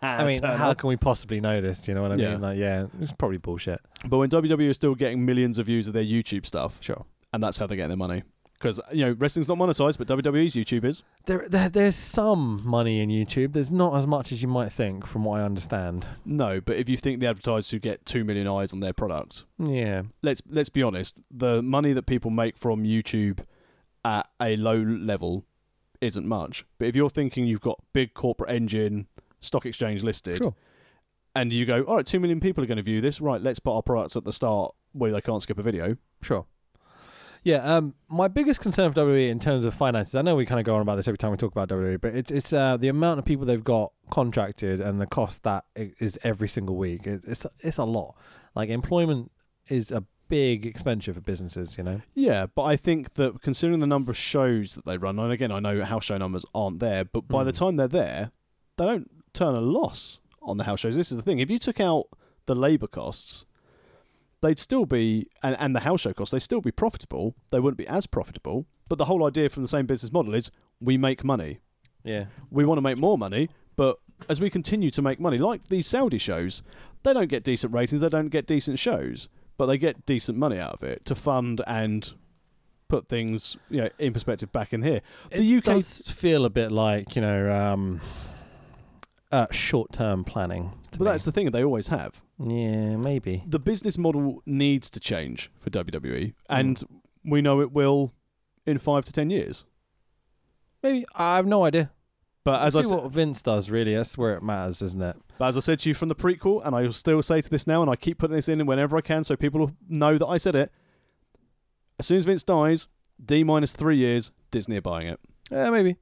Speaker 2: I mean,
Speaker 3: turn
Speaker 2: how
Speaker 3: up.
Speaker 2: can we possibly know this? You know what I
Speaker 3: Yeah.
Speaker 2: mean? Like, yeah, it's probably bullshit.
Speaker 3: But when WWE is still getting millions of views of their YouTube stuff,
Speaker 2: Sure.
Speaker 3: and that's how they're getting their money. Because you know wrestling's not monetized, but WWE's YouTube is.
Speaker 2: There, there, there's some money in YouTube. There's not as much as you might think, from what I understand.
Speaker 3: No, but if you think the advertisers who get two million eyes on their product,
Speaker 2: Yeah.
Speaker 3: let's let's be honest, the money that people make from YouTube at a low level isn't much. But if you're thinking you've got big corporate engine, stock exchange listed,
Speaker 2: Sure.
Speaker 3: and you go, all right, two million people are going to view this, right? Let's put our products at the start where they can't skip a video.
Speaker 2: Sure. Yeah, um, my biggest concern for WWE in terms of finances, I know we kind of go on about this every time we talk about WWE, but it's it's uh, the amount of people they've got contracted and the cost that i- is every single week. It, it's it's a lot. Like employment is a big expenditure for businesses, you know.
Speaker 3: Yeah, but I think that considering the number of shows that they run, and again, I know house show numbers aren't there, but by the
Speaker 2: Mm.
Speaker 3: time they're there, they don't turn a loss on the house shows. This is the thing. If you took out the labour costs, they'd still be, and, and the house show costs, they'd still be profitable. They wouldn't be as profitable. But the whole idea from the same business model is we make money.
Speaker 2: Yeah.
Speaker 3: We want to make more money, but as we continue to make money, like these Saudi shows, they don't get decent ratings, they don't get decent shows, but they get decent money out of it to fund and put things you know in perspective back in here. The UK
Speaker 2: does feel a bit like you know um, uh, short-term planning. to
Speaker 3: but
Speaker 2: me.
Speaker 3: that's the thing they always have.
Speaker 2: yeah, maybe.
Speaker 3: The business model needs to change for WWE,
Speaker 2: Mm.
Speaker 3: and we know it will in five to ten years.
Speaker 2: Maybe I have no idea.
Speaker 3: But as
Speaker 2: See
Speaker 3: I said,
Speaker 2: what Vince does really. That's where it matters, isn't it?
Speaker 3: but as I said to you from the prequel, and I will still say to this now, and I keep putting this in whenever I can, so people will know that I said it. As soon as Vince dies, D minus three years, Disney are buying it.
Speaker 2: Yeah, maybe.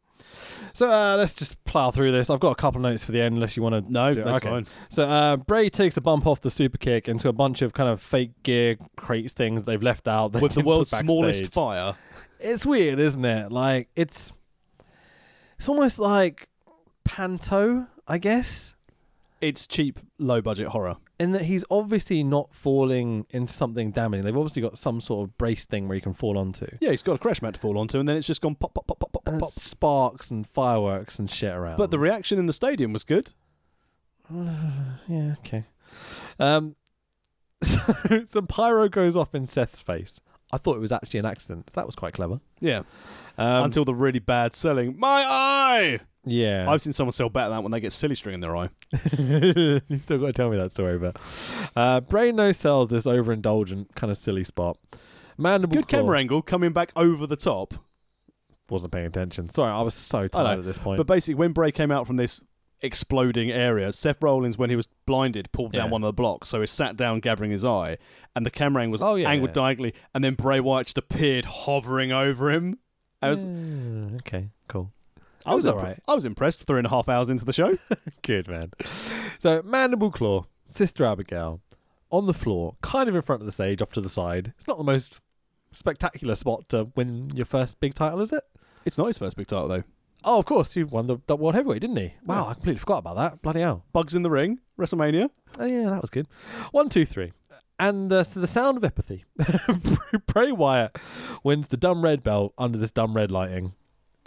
Speaker 2: So uh, let's just plow through this. I've got a couple notes for the end, unless you want to.
Speaker 3: No,
Speaker 2: Yeah,
Speaker 3: that's
Speaker 2: okay.
Speaker 3: fine.
Speaker 2: So uh, Bray takes a bump off the super kick into a bunch of kind of fake gear crate things they've left out. that
Speaker 3: With the
Speaker 2: didn't put
Speaker 3: world's smallest
Speaker 2: backstage.
Speaker 3: fire,
Speaker 2: it's weird, isn't it? Like it's, it's almost like panto, I guess,
Speaker 3: it's cheap, low budget horror.
Speaker 2: in that he's obviously not falling into something damaging. They've obviously got some sort of brace thing where he can fall onto.
Speaker 3: Yeah, he's got a crash mat to fall onto, and then it's just gone pop, pop, pop, pop, pop,
Speaker 2: And
Speaker 3: pop.
Speaker 2: it's sparks and fireworks and shit around.
Speaker 3: But the reaction in the stadium was good.
Speaker 2: Yeah, okay. Um, so, so pyro goes off in Seth's face. I thought it was actually an accident. So that was quite clever.
Speaker 3: Yeah,
Speaker 2: Um,
Speaker 3: until the really bad selling. My eye!
Speaker 2: yeah,
Speaker 3: I've seen someone sell better than that when they get silly string in their eye.
Speaker 2: You've still got to tell me that story, but uh, brain no sells this overindulgent kind of silly spot. Mandible
Speaker 3: Good
Speaker 2: Claw-
Speaker 3: camera angle coming back over the top.
Speaker 2: Wasn't paying attention. Sorry, I was so
Speaker 3: I know,
Speaker 2: tired at this point.
Speaker 3: But basically, when Bray came out from this exploding area, Seth Rollins, when he was blinded, pulled down
Speaker 2: Yeah.
Speaker 3: one of the blocks, so he sat down gathering his eye, and the camera angle was
Speaker 2: Oh, yeah,
Speaker 3: angled
Speaker 2: yeah.
Speaker 3: diagonally, and then Bray Wyatt just appeared hovering over him. I was,
Speaker 2: Yeah, okay, cool.
Speaker 3: I was,
Speaker 2: was
Speaker 3: impre-
Speaker 2: alright.
Speaker 3: I was impressed. Three and a half hours into the show,
Speaker 2: Good man. So Mandible Claw, Sister Abigail, on the floor, kind of in front of the stage, off to the side. It's not the most spectacular spot to win your first big title, is it?
Speaker 3: it's not his first big title though.
Speaker 2: Oh, of course, he won the, the world heavyweight, didn't he? Wow, I completely forgot about that. Bloody hell.
Speaker 3: Bugs in the ring, WrestleMania.
Speaker 2: Oh yeah, that was good. One, two, three. And uh, so the sound of empathy. Bray Wyatt wins the dumb red belt under this dumb red lighting.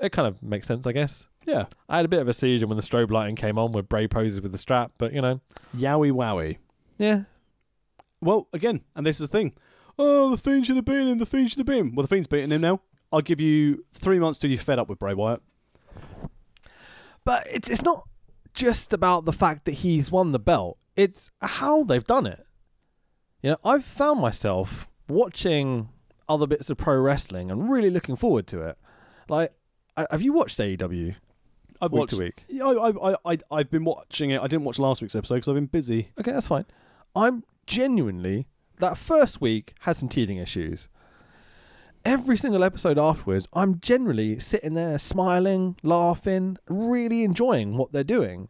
Speaker 2: It kind of makes sense, I guess.
Speaker 3: Yeah,
Speaker 2: I had a bit of a seizure when the strobe lighting came on, where Bray poses with the strap, but you know,
Speaker 3: yowie wowie.
Speaker 2: yeah,
Speaker 3: Well, again, and this is the thing. Oh, the fiend should have beaten him. The fiend should have beaten him. Well, the fiend's beating him now. I'll give you three months till you're fed up with Bray Wyatt.
Speaker 2: But it's it's not just about the fact that he's won the belt. It's how they've done it. You know, I've found myself watching other bits E of pro wrestling and really looking forward to it. Like, I- have you watched AEW?
Speaker 3: I
Speaker 2: week
Speaker 3: watched
Speaker 2: to week.
Speaker 3: Yeah, I, I, I, I, I've been watching it. I didn't watch last week's episode because I've been busy.
Speaker 2: Okay, that's fine. I'm genuinely that first week had some teething issues. Every single episode afterwards, I'm generally sitting there smiling, laughing, really enjoying what they're doing,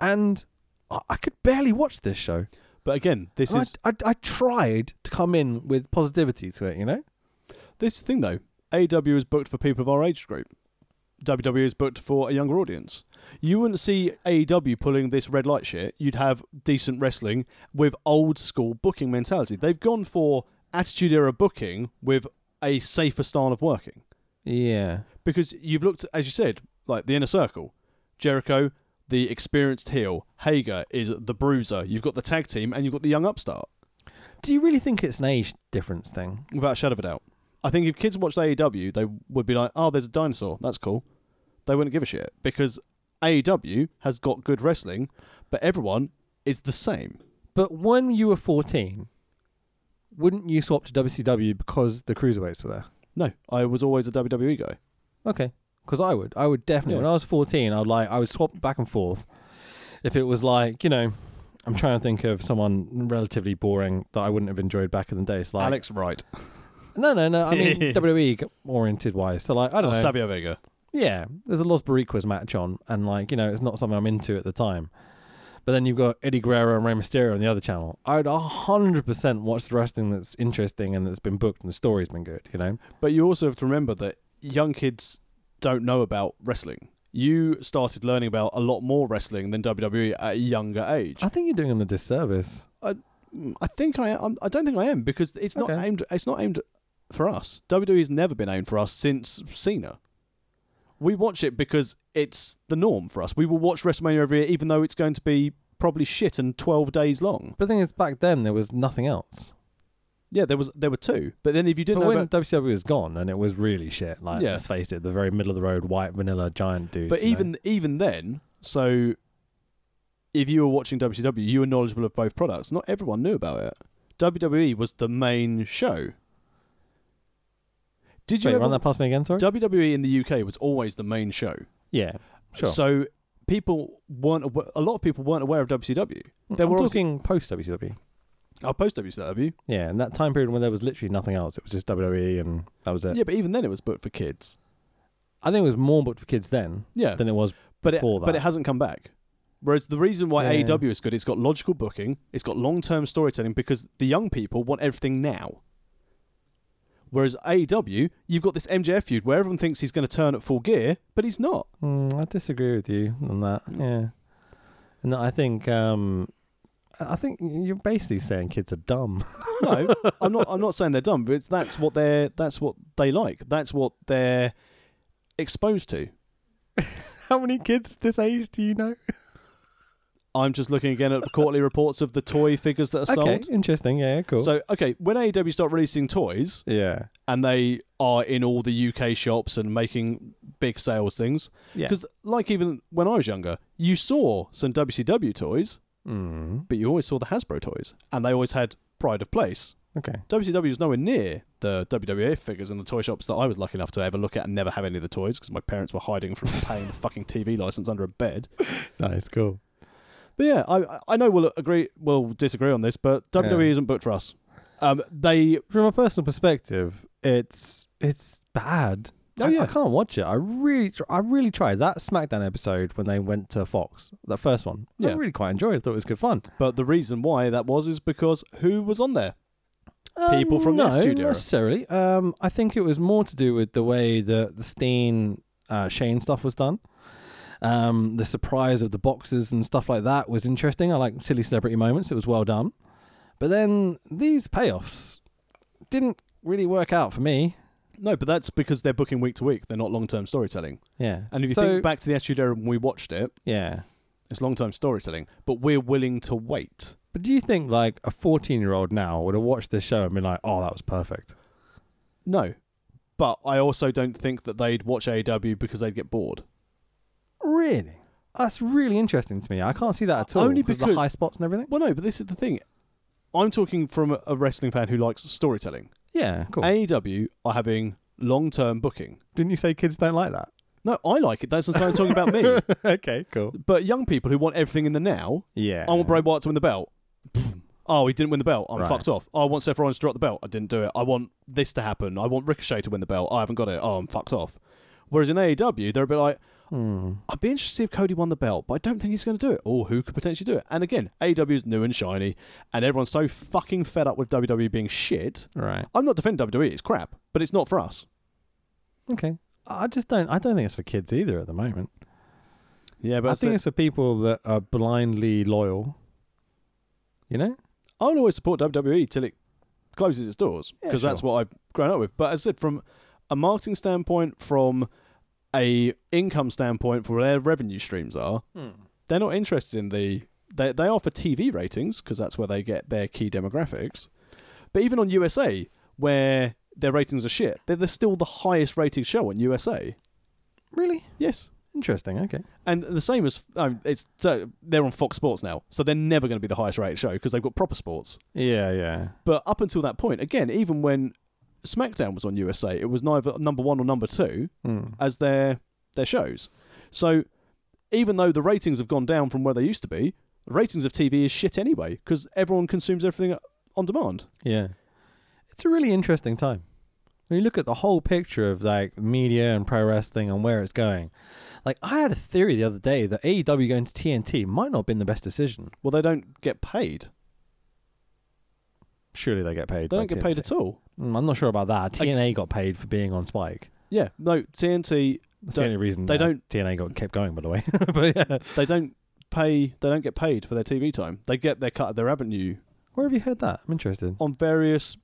Speaker 2: and I, I could barely watch this show.
Speaker 3: But again, this
Speaker 2: And
Speaker 3: is
Speaker 2: I, I, I tried to come in with positivity to it, you know.
Speaker 3: this thing though. AW is booked for people of our age group. WWE is booked for a younger audience. You wouldn't see AEW pulling this red light shit. You'd have decent wrestling with old school booking mentality. They've gone for attitude era booking with a safer style of working.
Speaker 2: Yeah.
Speaker 3: because you've looked as you said like the inner circle jericho the experienced heel hager is the bruiser you've got the tag team and you've got the young upstart
Speaker 2: Do you really think it's an age difference thing?
Speaker 3: without a shadow of a doubt i think if kids watched aew they would be like oh there's a dinosaur that's cool they wouldn't give a shit because aew has got good wrestling but everyone is the same
Speaker 2: But when you were 14, wouldn't you swap to WCW because the cruiserweights were there?
Speaker 3: no i was always a wwe guy
Speaker 2: Okay. Because I would. I would definitely.
Speaker 3: Yeah.
Speaker 2: When I was 14, I would like, I would swap back and forth. If it was like, you know, I'm trying to think of someone relatively boring that I wouldn't have enjoyed back in the day. It's like,
Speaker 3: alex wright
Speaker 2: no, no, no. I mean, WWE oriented wise. So, like, I don't
Speaker 3: or
Speaker 2: know.
Speaker 3: savio vega
Speaker 2: Yeah, there's a Los Barriquas match on, and like you know, it's not something I'm into at the time. But then you've got Eddie Guerrero and Rey Mysterio on the other channel. I'd hundred percent watch the wrestling that's interesting and that's been booked and the story's been good. You know,
Speaker 3: But you also have to remember that young kids don't know about wrestling. You started learning about a lot more wrestling than WWE at a younger age.
Speaker 2: I think you're doing them a disservice.
Speaker 3: Mm, I think I am. I don't think I am because it's not
Speaker 2: Okay.
Speaker 3: aimed. It's not aimed for us. WWE's never been aimed for us since Cena. We watch it because it's the norm for us. We will watch WrestleMania every year, even though it's going to be probably shit and twelve days long.
Speaker 2: But the thing is, back then there was nothing else.
Speaker 3: Yeah, there was there were two, but then if you didn't
Speaker 2: But
Speaker 3: know
Speaker 2: when
Speaker 3: about,
Speaker 2: WCW was gone and it was really shit, like
Speaker 3: Yeah.
Speaker 2: let's face it, the very middle of the road white vanilla giant dudes.
Speaker 3: But
Speaker 2: you know?
Speaker 3: even even then, so if you were watching WCW, you were knowledgeable of both products. Not everyone knew about it. WWE was the main show. Did you
Speaker 2: wait,
Speaker 3: ever,
Speaker 2: run that past me again, sorry.
Speaker 3: WWE in the UK was always the main show.
Speaker 2: yeah, sure.
Speaker 3: So people weren't awa- a lot of people weren't aware of WCW. There
Speaker 2: Mm, I'm
Speaker 3: were obviously-
Speaker 2: talking post WCW.
Speaker 3: I'll post WCW.
Speaker 2: Yeah, and that time period when there was literally nothing else, it was just WWE and that was it.
Speaker 3: Yeah, but even then it was booked for kids.
Speaker 2: I think it was more booked for kids then
Speaker 3: Yeah.
Speaker 2: than it was.
Speaker 3: but it,
Speaker 2: before
Speaker 3: but
Speaker 2: that.
Speaker 3: it hasn't come back. Whereas the reason why
Speaker 2: Yeah.
Speaker 3: AEW is good, it's got logical booking, it's got long-term storytelling because the young people want everything now. Whereas AEW, you've got this MJF feud where everyone thinks he's going to turn at full gear, but he's not.
Speaker 2: Mm, I disagree with you on that.
Speaker 3: Mm.
Speaker 2: Yeah, and I think um, I I think you're basically saying kids are dumb.
Speaker 3: No, I'm not. I'm not saying they're dumb, but it's, that's what they're. That's what they like. That's what they're exposed to.
Speaker 2: How many kids this age do you know?
Speaker 3: I'm just looking again at the quarterly reports of the toy figures that are sold.
Speaker 2: Okay, interesting. Yeah, cool.
Speaker 3: So okay, when AEW start releasing toys,
Speaker 2: yeah,
Speaker 3: and they are in all the UK shops and making big sales things.
Speaker 2: Yeah.
Speaker 3: Because, like, even when I was younger, you saw some WCW toys,
Speaker 2: mm,
Speaker 3: but you always saw the Hasbro toys, and they always had pride of place.
Speaker 2: okay.
Speaker 3: WCW was nowhere near the WWF figures in the toy shops that I was lucky enough to ever look at and never have any of the toys because my parents were hiding from paying the fucking TV license under a bed.
Speaker 2: Nice, cool.
Speaker 3: But yeah, I I know we'll agree, we'll disagree on this, but WWE
Speaker 2: Yeah.
Speaker 3: isn't booked for us. Um, they
Speaker 2: From a personal perspective, it's it's bad.
Speaker 3: Oh,
Speaker 2: I,
Speaker 3: yeah.
Speaker 2: I can't watch it. I really, tr- I really tried that SmackDown episode when they went to Fox, that first one. I
Speaker 3: Yeah.
Speaker 2: really quite enjoyed. it. I thought it was good fun.
Speaker 3: but the reason why that was is because who was on there? people from the
Speaker 2: Um, no,
Speaker 3: Attitude
Speaker 2: not
Speaker 3: Era.
Speaker 2: necessarily. Um, I think it was more to do with the way the the Steen uh, Shane stuff was done. Um, the surprise of the boxes and stuff like that was interesting. I like silly celebrity moments. It was well done, but then these payoffs didn't really work out for me.
Speaker 3: No, but that's because they're booking week to week. They're not long term storytelling.
Speaker 2: Yeah,
Speaker 3: And if you
Speaker 2: so,
Speaker 3: think back to the Attitude Era when we watched it,
Speaker 2: yeah.
Speaker 3: it's long term storytelling. But we're willing to wait.
Speaker 2: But do you think like a fourteen year old now would have watched this show and been like, "Oh, that was perfect"?
Speaker 3: No. But I also don't think that they'd watch AEW because they'd get bored.
Speaker 2: Really? That's really interesting to me. I can't see that at all.
Speaker 3: Only
Speaker 2: 'cause of
Speaker 3: because-
Speaker 2: the high spots and everything.
Speaker 3: Well, no, but this is the thing. I'm talking from a- a wrestling fan who likes storytelling.
Speaker 2: Yeah, cool.
Speaker 3: AEW are having long term booking.
Speaker 2: Didn't you say kids don't like that?
Speaker 3: No, I like it. That's the same talking about me.
Speaker 2: okay, cool.
Speaker 3: But young people who want everything in the now,
Speaker 2: Yeah.
Speaker 3: I want Bray Wyatt to win the belt. Pfft. Oh, he didn't win the belt. I'm
Speaker 2: Right.
Speaker 3: fucked off. I want Seth Rollins to drop the belt. I didn't do it. I want this to happen. I want Ricochet to win the belt. I haven't got it. Oh, I'm fucked off. Whereas in AEW, they're a bit like, I'd be interested to see if Cody won the belt, but I don't think he's going to do it. Or who could potentially do it? And again, AEW is new and shiny, and everyone's so fucking fed up with WWE being shit.
Speaker 2: Right.
Speaker 3: I'm not defending WWE. It's crap, but it's not for us.
Speaker 2: Okay. I just don't. I don't think it's for kids either at the moment.
Speaker 3: Yeah,
Speaker 2: I think it's for people that are blindly loyal. You know.
Speaker 3: I'll always support WWE till it closes its doors
Speaker 2: Yeah,
Speaker 3: because that's what I've grown up with. But as I said, from a marketing standpoint, from a income standpoint, for where their revenue streams are, they're not interested in the. They they are for TV ratings because that's where they get their key demographics. But even on USA, where their ratings are shit, they're, they're still the highest rated show on USA.
Speaker 2: Really
Speaker 3: Yes.
Speaker 2: interesting. Okay.
Speaker 3: And the same as um, it's so they're on Fox Sports now, so they're never going to be the highest rated show because they've got proper sports.
Speaker 2: Yeah. Yeah.
Speaker 3: But up until that point, again, even when SmackDown was on USA, it was neither number one or number two
Speaker 2: Hmm.
Speaker 3: as their their shows. So even though the ratings have gone down from where they used to be, the ratings of TV is shit anyway because everyone consumes everything on demand.
Speaker 2: Yeah. It's a really interesting time. When you look at the whole picture of like media and pro wrestling and where it's going, like I had a theory the other day that AEW going to TNT might not have been the best decision.
Speaker 3: Well, they don't get paid.
Speaker 2: Surely they get paid.
Speaker 3: They
Speaker 2: by
Speaker 3: don't get paid
Speaker 2: TNT.
Speaker 3: at all.
Speaker 2: Mm, I'm not sure about that.
Speaker 3: Like-
Speaker 2: TNA got paid for being on Spike.
Speaker 3: Yeah, no TNT.
Speaker 2: That's
Speaker 3: Don't-
Speaker 2: the only reason
Speaker 3: they
Speaker 2: that
Speaker 3: don't-
Speaker 2: TNA got kept going, by the way. but yeah,
Speaker 3: They don't pay. They don't get paid for their TV time. They get their cut of their revenue
Speaker 2: where have you heard that? I'm interested.
Speaker 3: on various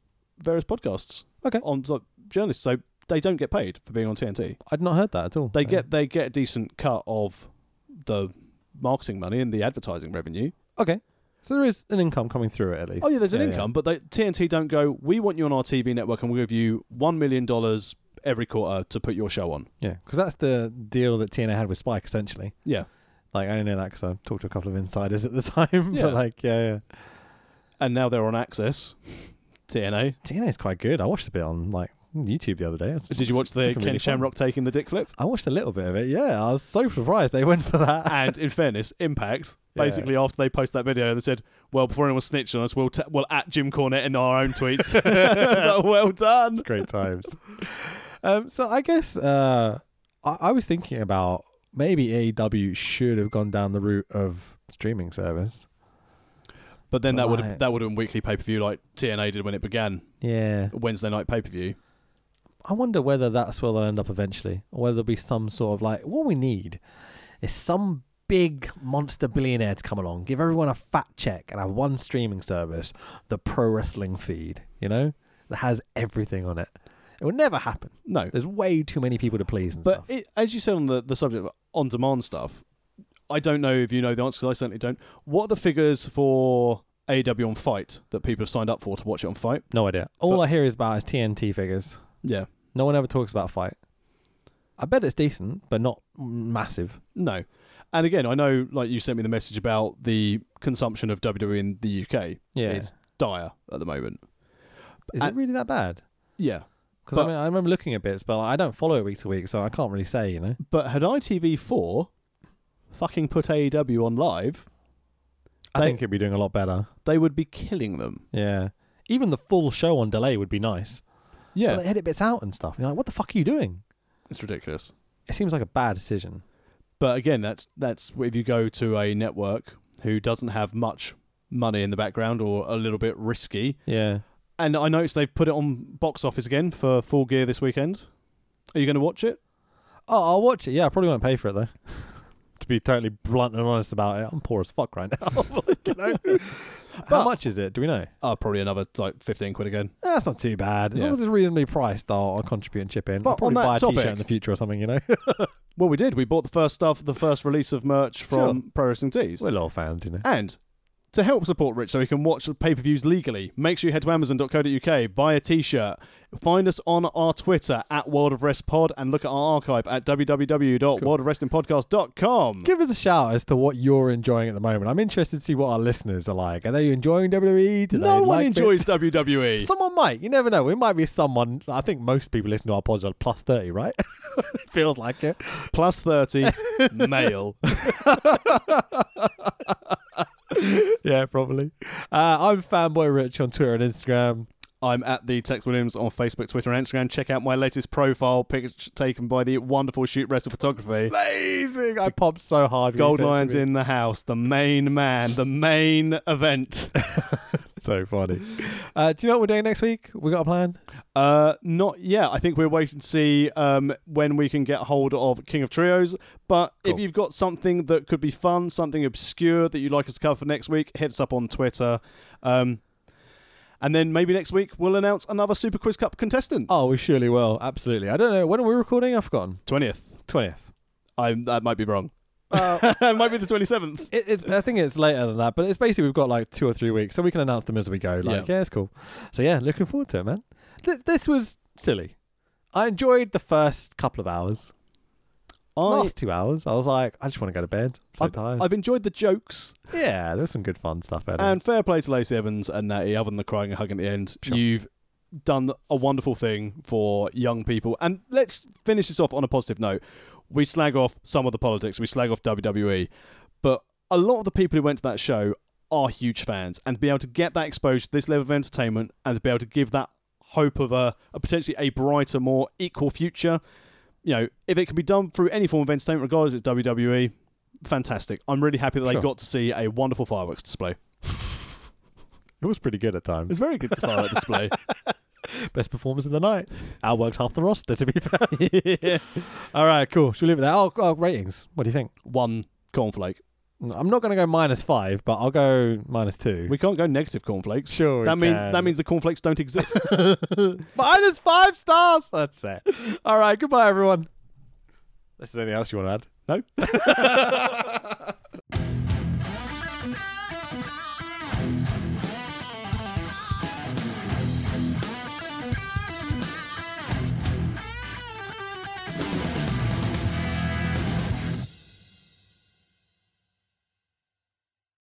Speaker 3: various podcasts.
Speaker 2: Okay.
Speaker 3: On like, journalists, so they don't get paid for being on TNT.
Speaker 2: I'd not heard that at all.
Speaker 3: they
Speaker 2: So-
Speaker 3: get they get a decent cut of the marketing money and the advertising revenue.
Speaker 2: okay. So there is an income coming through it at least.
Speaker 3: Oh yeah, there's an income, but they, TNT don't go. We want you on our TV network, and we'll give you one million dollars every quarter to put your show on.
Speaker 2: Yeah, because that's the deal that TNA had with Spike essentially.
Speaker 3: Yeah,
Speaker 2: Like I only know that because I talked to a couple of insiders at the time.
Speaker 3: Yeah.
Speaker 2: But like, yeah, yeah.
Speaker 3: and now they're on Access. TNA.
Speaker 2: TNA is quite good. I watched a bit on like YouTube the other day. It's-
Speaker 3: Did you watch the
Speaker 2: looking
Speaker 3: Kenny
Speaker 2: really fun.
Speaker 3: Shamrock taking the dick flip?
Speaker 2: I watched a little bit of it. Yeah, I was so surprised they went for that.
Speaker 3: And in fairness, Impact
Speaker 2: Yeah.
Speaker 3: basically after they post that video, they said, "Well, before anyone snitched on us, we'll t- we'll at Jim Cornette in our own tweets." I was like, well done.
Speaker 2: Great times. um, so I guess uh, I-, I was thinking about maybe AEW should have gone down the route of streaming service.
Speaker 3: But then
Speaker 2: But
Speaker 3: that would have
Speaker 2: like-
Speaker 3: that would have been weekly pay per view like TNA did when it began,
Speaker 2: Yeah,
Speaker 3: Wednesday night pay per view.
Speaker 2: I wonder whether that's where they'll end up eventually, or whether there'll be some sort of like what we need is some big monster billionaire to come along, give everyone a fat check, and have one streaming service, the pro wrestling feed, you know, that has everything on it. It will never happen.
Speaker 3: No,
Speaker 2: There's way too many people to please and
Speaker 3: but
Speaker 2: stuff.
Speaker 3: it, as you said on the, the subject of on demand stuff, I don't know if you know the answer because I certainly don't. What are the figures for AW on Fight that people have signed up for to watch it on Fight?
Speaker 2: No idea. All
Speaker 3: but-
Speaker 2: I hear is about is TNT figures.
Speaker 3: Yeah,
Speaker 2: No one ever talks about fight. I bet it's decent, but not massive.
Speaker 3: no. And again, I know like you sent me the message about the consumption of WWE in the UK.
Speaker 2: Yeah,
Speaker 3: it's dire at the moment.
Speaker 2: is
Speaker 3: I-
Speaker 2: it really that bad?
Speaker 3: Yeah,
Speaker 2: Because
Speaker 3: But-
Speaker 2: I mean, I remember looking at bits, but I don't follow it week to week, so I can't really say. You know.
Speaker 3: but had ITV4 fucking put AEW on live,
Speaker 2: I
Speaker 3: They-
Speaker 2: think it'd be doing a lot better.
Speaker 3: they would be killing them.
Speaker 2: Yeah. Even the full show on delay would be nice.
Speaker 3: Yeah,
Speaker 2: But they edit bits out and stuff. You're like, what the fuck are you doing?
Speaker 3: it's ridiculous.
Speaker 2: It seems like a bad decision.
Speaker 3: But again, that's that's if you go to a network who doesn't have much money in the background or a little bit risky.
Speaker 2: Yeah.
Speaker 3: And I noticed they've put it on box office again for Full Gear this weekend. Are you going to watch it?
Speaker 2: Oh, I'll watch it. Yeah, I probably won't pay for it though. to be totally blunt and honest about it, I'm poor as fuck right now. Like, you know?
Speaker 3: But-
Speaker 2: How much is it? Do we know?
Speaker 3: Oh, probably another like fifteen quid again.
Speaker 2: Ah, That's not too bad. As
Speaker 3: Yeah.
Speaker 2: long as it's reasonably priced, I'll, I'll contribute and chip in.
Speaker 3: But
Speaker 2: I'll probably
Speaker 3: on that
Speaker 2: buy a
Speaker 3: topic-
Speaker 2: shirt in the future or something, you know?
Speaker 3: Well, we did. We bought the first stuff, the first release of merch from Pro Wrestling Tees,
Speaker 2: We're little fans, you know?
Speaker 3: and To help support Rich so he can watch pay per views legally, make sure you head to amazon.co.uk, buy a t shirt, find us on our Twitter at World of Rest Pod, and look at our archive at www.worldofrestingpodcast.com.
Speaker 2: Give us a shout as to what you're enjoying at the moment. I'm interested to see what our listeners are like. Are they enjoying WWE? Do
Speaker 3: No
Speaker 2: they
Speaker 3: one
Speaker 2: like
Speaker 3: enjoys E.
Speaker 2: bits?
Speaker 3: WWE.
Speaker 2: Someone might. You never know. It might be someone. I think most people listen to our pods are plus 30, right? Feels like it.
Speaker 3: Plus 30, male.
Speaker 2: Yeah, probably. Uh, I'm Fanboy Rich on Twitter and Instagram.
Speaker 3: I'm at the Tex Williams on Facebook, Twitter, and Instagram. Check out my latest profile picture taken by the wonderful shoot wrestle photography.
Speaker 2: Amazing. I popped so hard. when you
Speaker 3: Gold
Speaker 2: said it to
Speaker 3: Lions
Speaker 2: me.
Speaker 3: in the house, the main man, the main event.
Speaker 2: So funny. Uh, do you know what we're doing next week? We got a plan?
Speaker 3: Uh, not yeah. I think we're waiting to see um, when we can get hold of King of Trios. But if
Speaker 2: Cool.
Speaker 3: you've got something that could be fun, something obscure that you'd like us to cover for next week, hit us up on Twitter. Um, and then maybe next week we'll announce another Super Quiz Cup contestant.
Speaker 2: Oh, we surely will. Absolutely. I don't know. When are we recording? I've forgotten.
Speaker 3: Twentieth.
Speaker 2: 20th.
Speaker 3: I that might be wrong. it might be the twenty seventh.
Speaker 2: It, it's, I think it's later than that, but it's basically we've got like two or three weeks, so we can announce them as we go. Like, yeah, it's cool. So yeah, looking forward to it, man. Th- this was silly. I enjoyed the first couple of hours. Last two hours, I was like, I just want to go to bed. I'm so tired.
Speaker 3: I've enjoyed the jokes
Speaker 2: yeah, there's some good fun stuff. Adam.
Speaker 3: and fair play to Lacey Evans and Natty. Other than the crying and hugging at the end,
Speaker 2: Sure.
Speaker 3: you've done a wonderful thing for young people. And let's finish this off on a positive note. We slag off some of the politics. We slag off WWE, but a lot of the people who went to that show are huge fans, and to be able to get that exposure, to this level of entertainment, and to be able to give that hope of a, a potentially a brighter, more equal future. You know, if it can be done through any form of entertainment, regardless of WWE, E, fantastic. I'm really happy that
Speaker 2: Sure.
Speaker 3: they got to see a wonderful fireworks display.
Speaker 2: it was pretty good at times.
Speaker 3: It's very good firework display.
Speaker 2: Best performance of the night. Outworked half the roster, to be fair. All right, cool. Should we leave it there? Oh, oh, ratings. What do you think?
Speaker 3: One cornflake.
Speaker 2: I'm not going to go minus five, but I'll go minus two.
Speaker 3: We can't go negative cornflakes.
Speaker 2: sure. we
Speaker 3: That means
Speaker 2: can.
Speaker 3: that means the cornflakes don't exist.
Speaker 2: Minus five stars. That's it. All right. Goodbye, everyone. Is there anything else you want to add?
Speaker 3: no.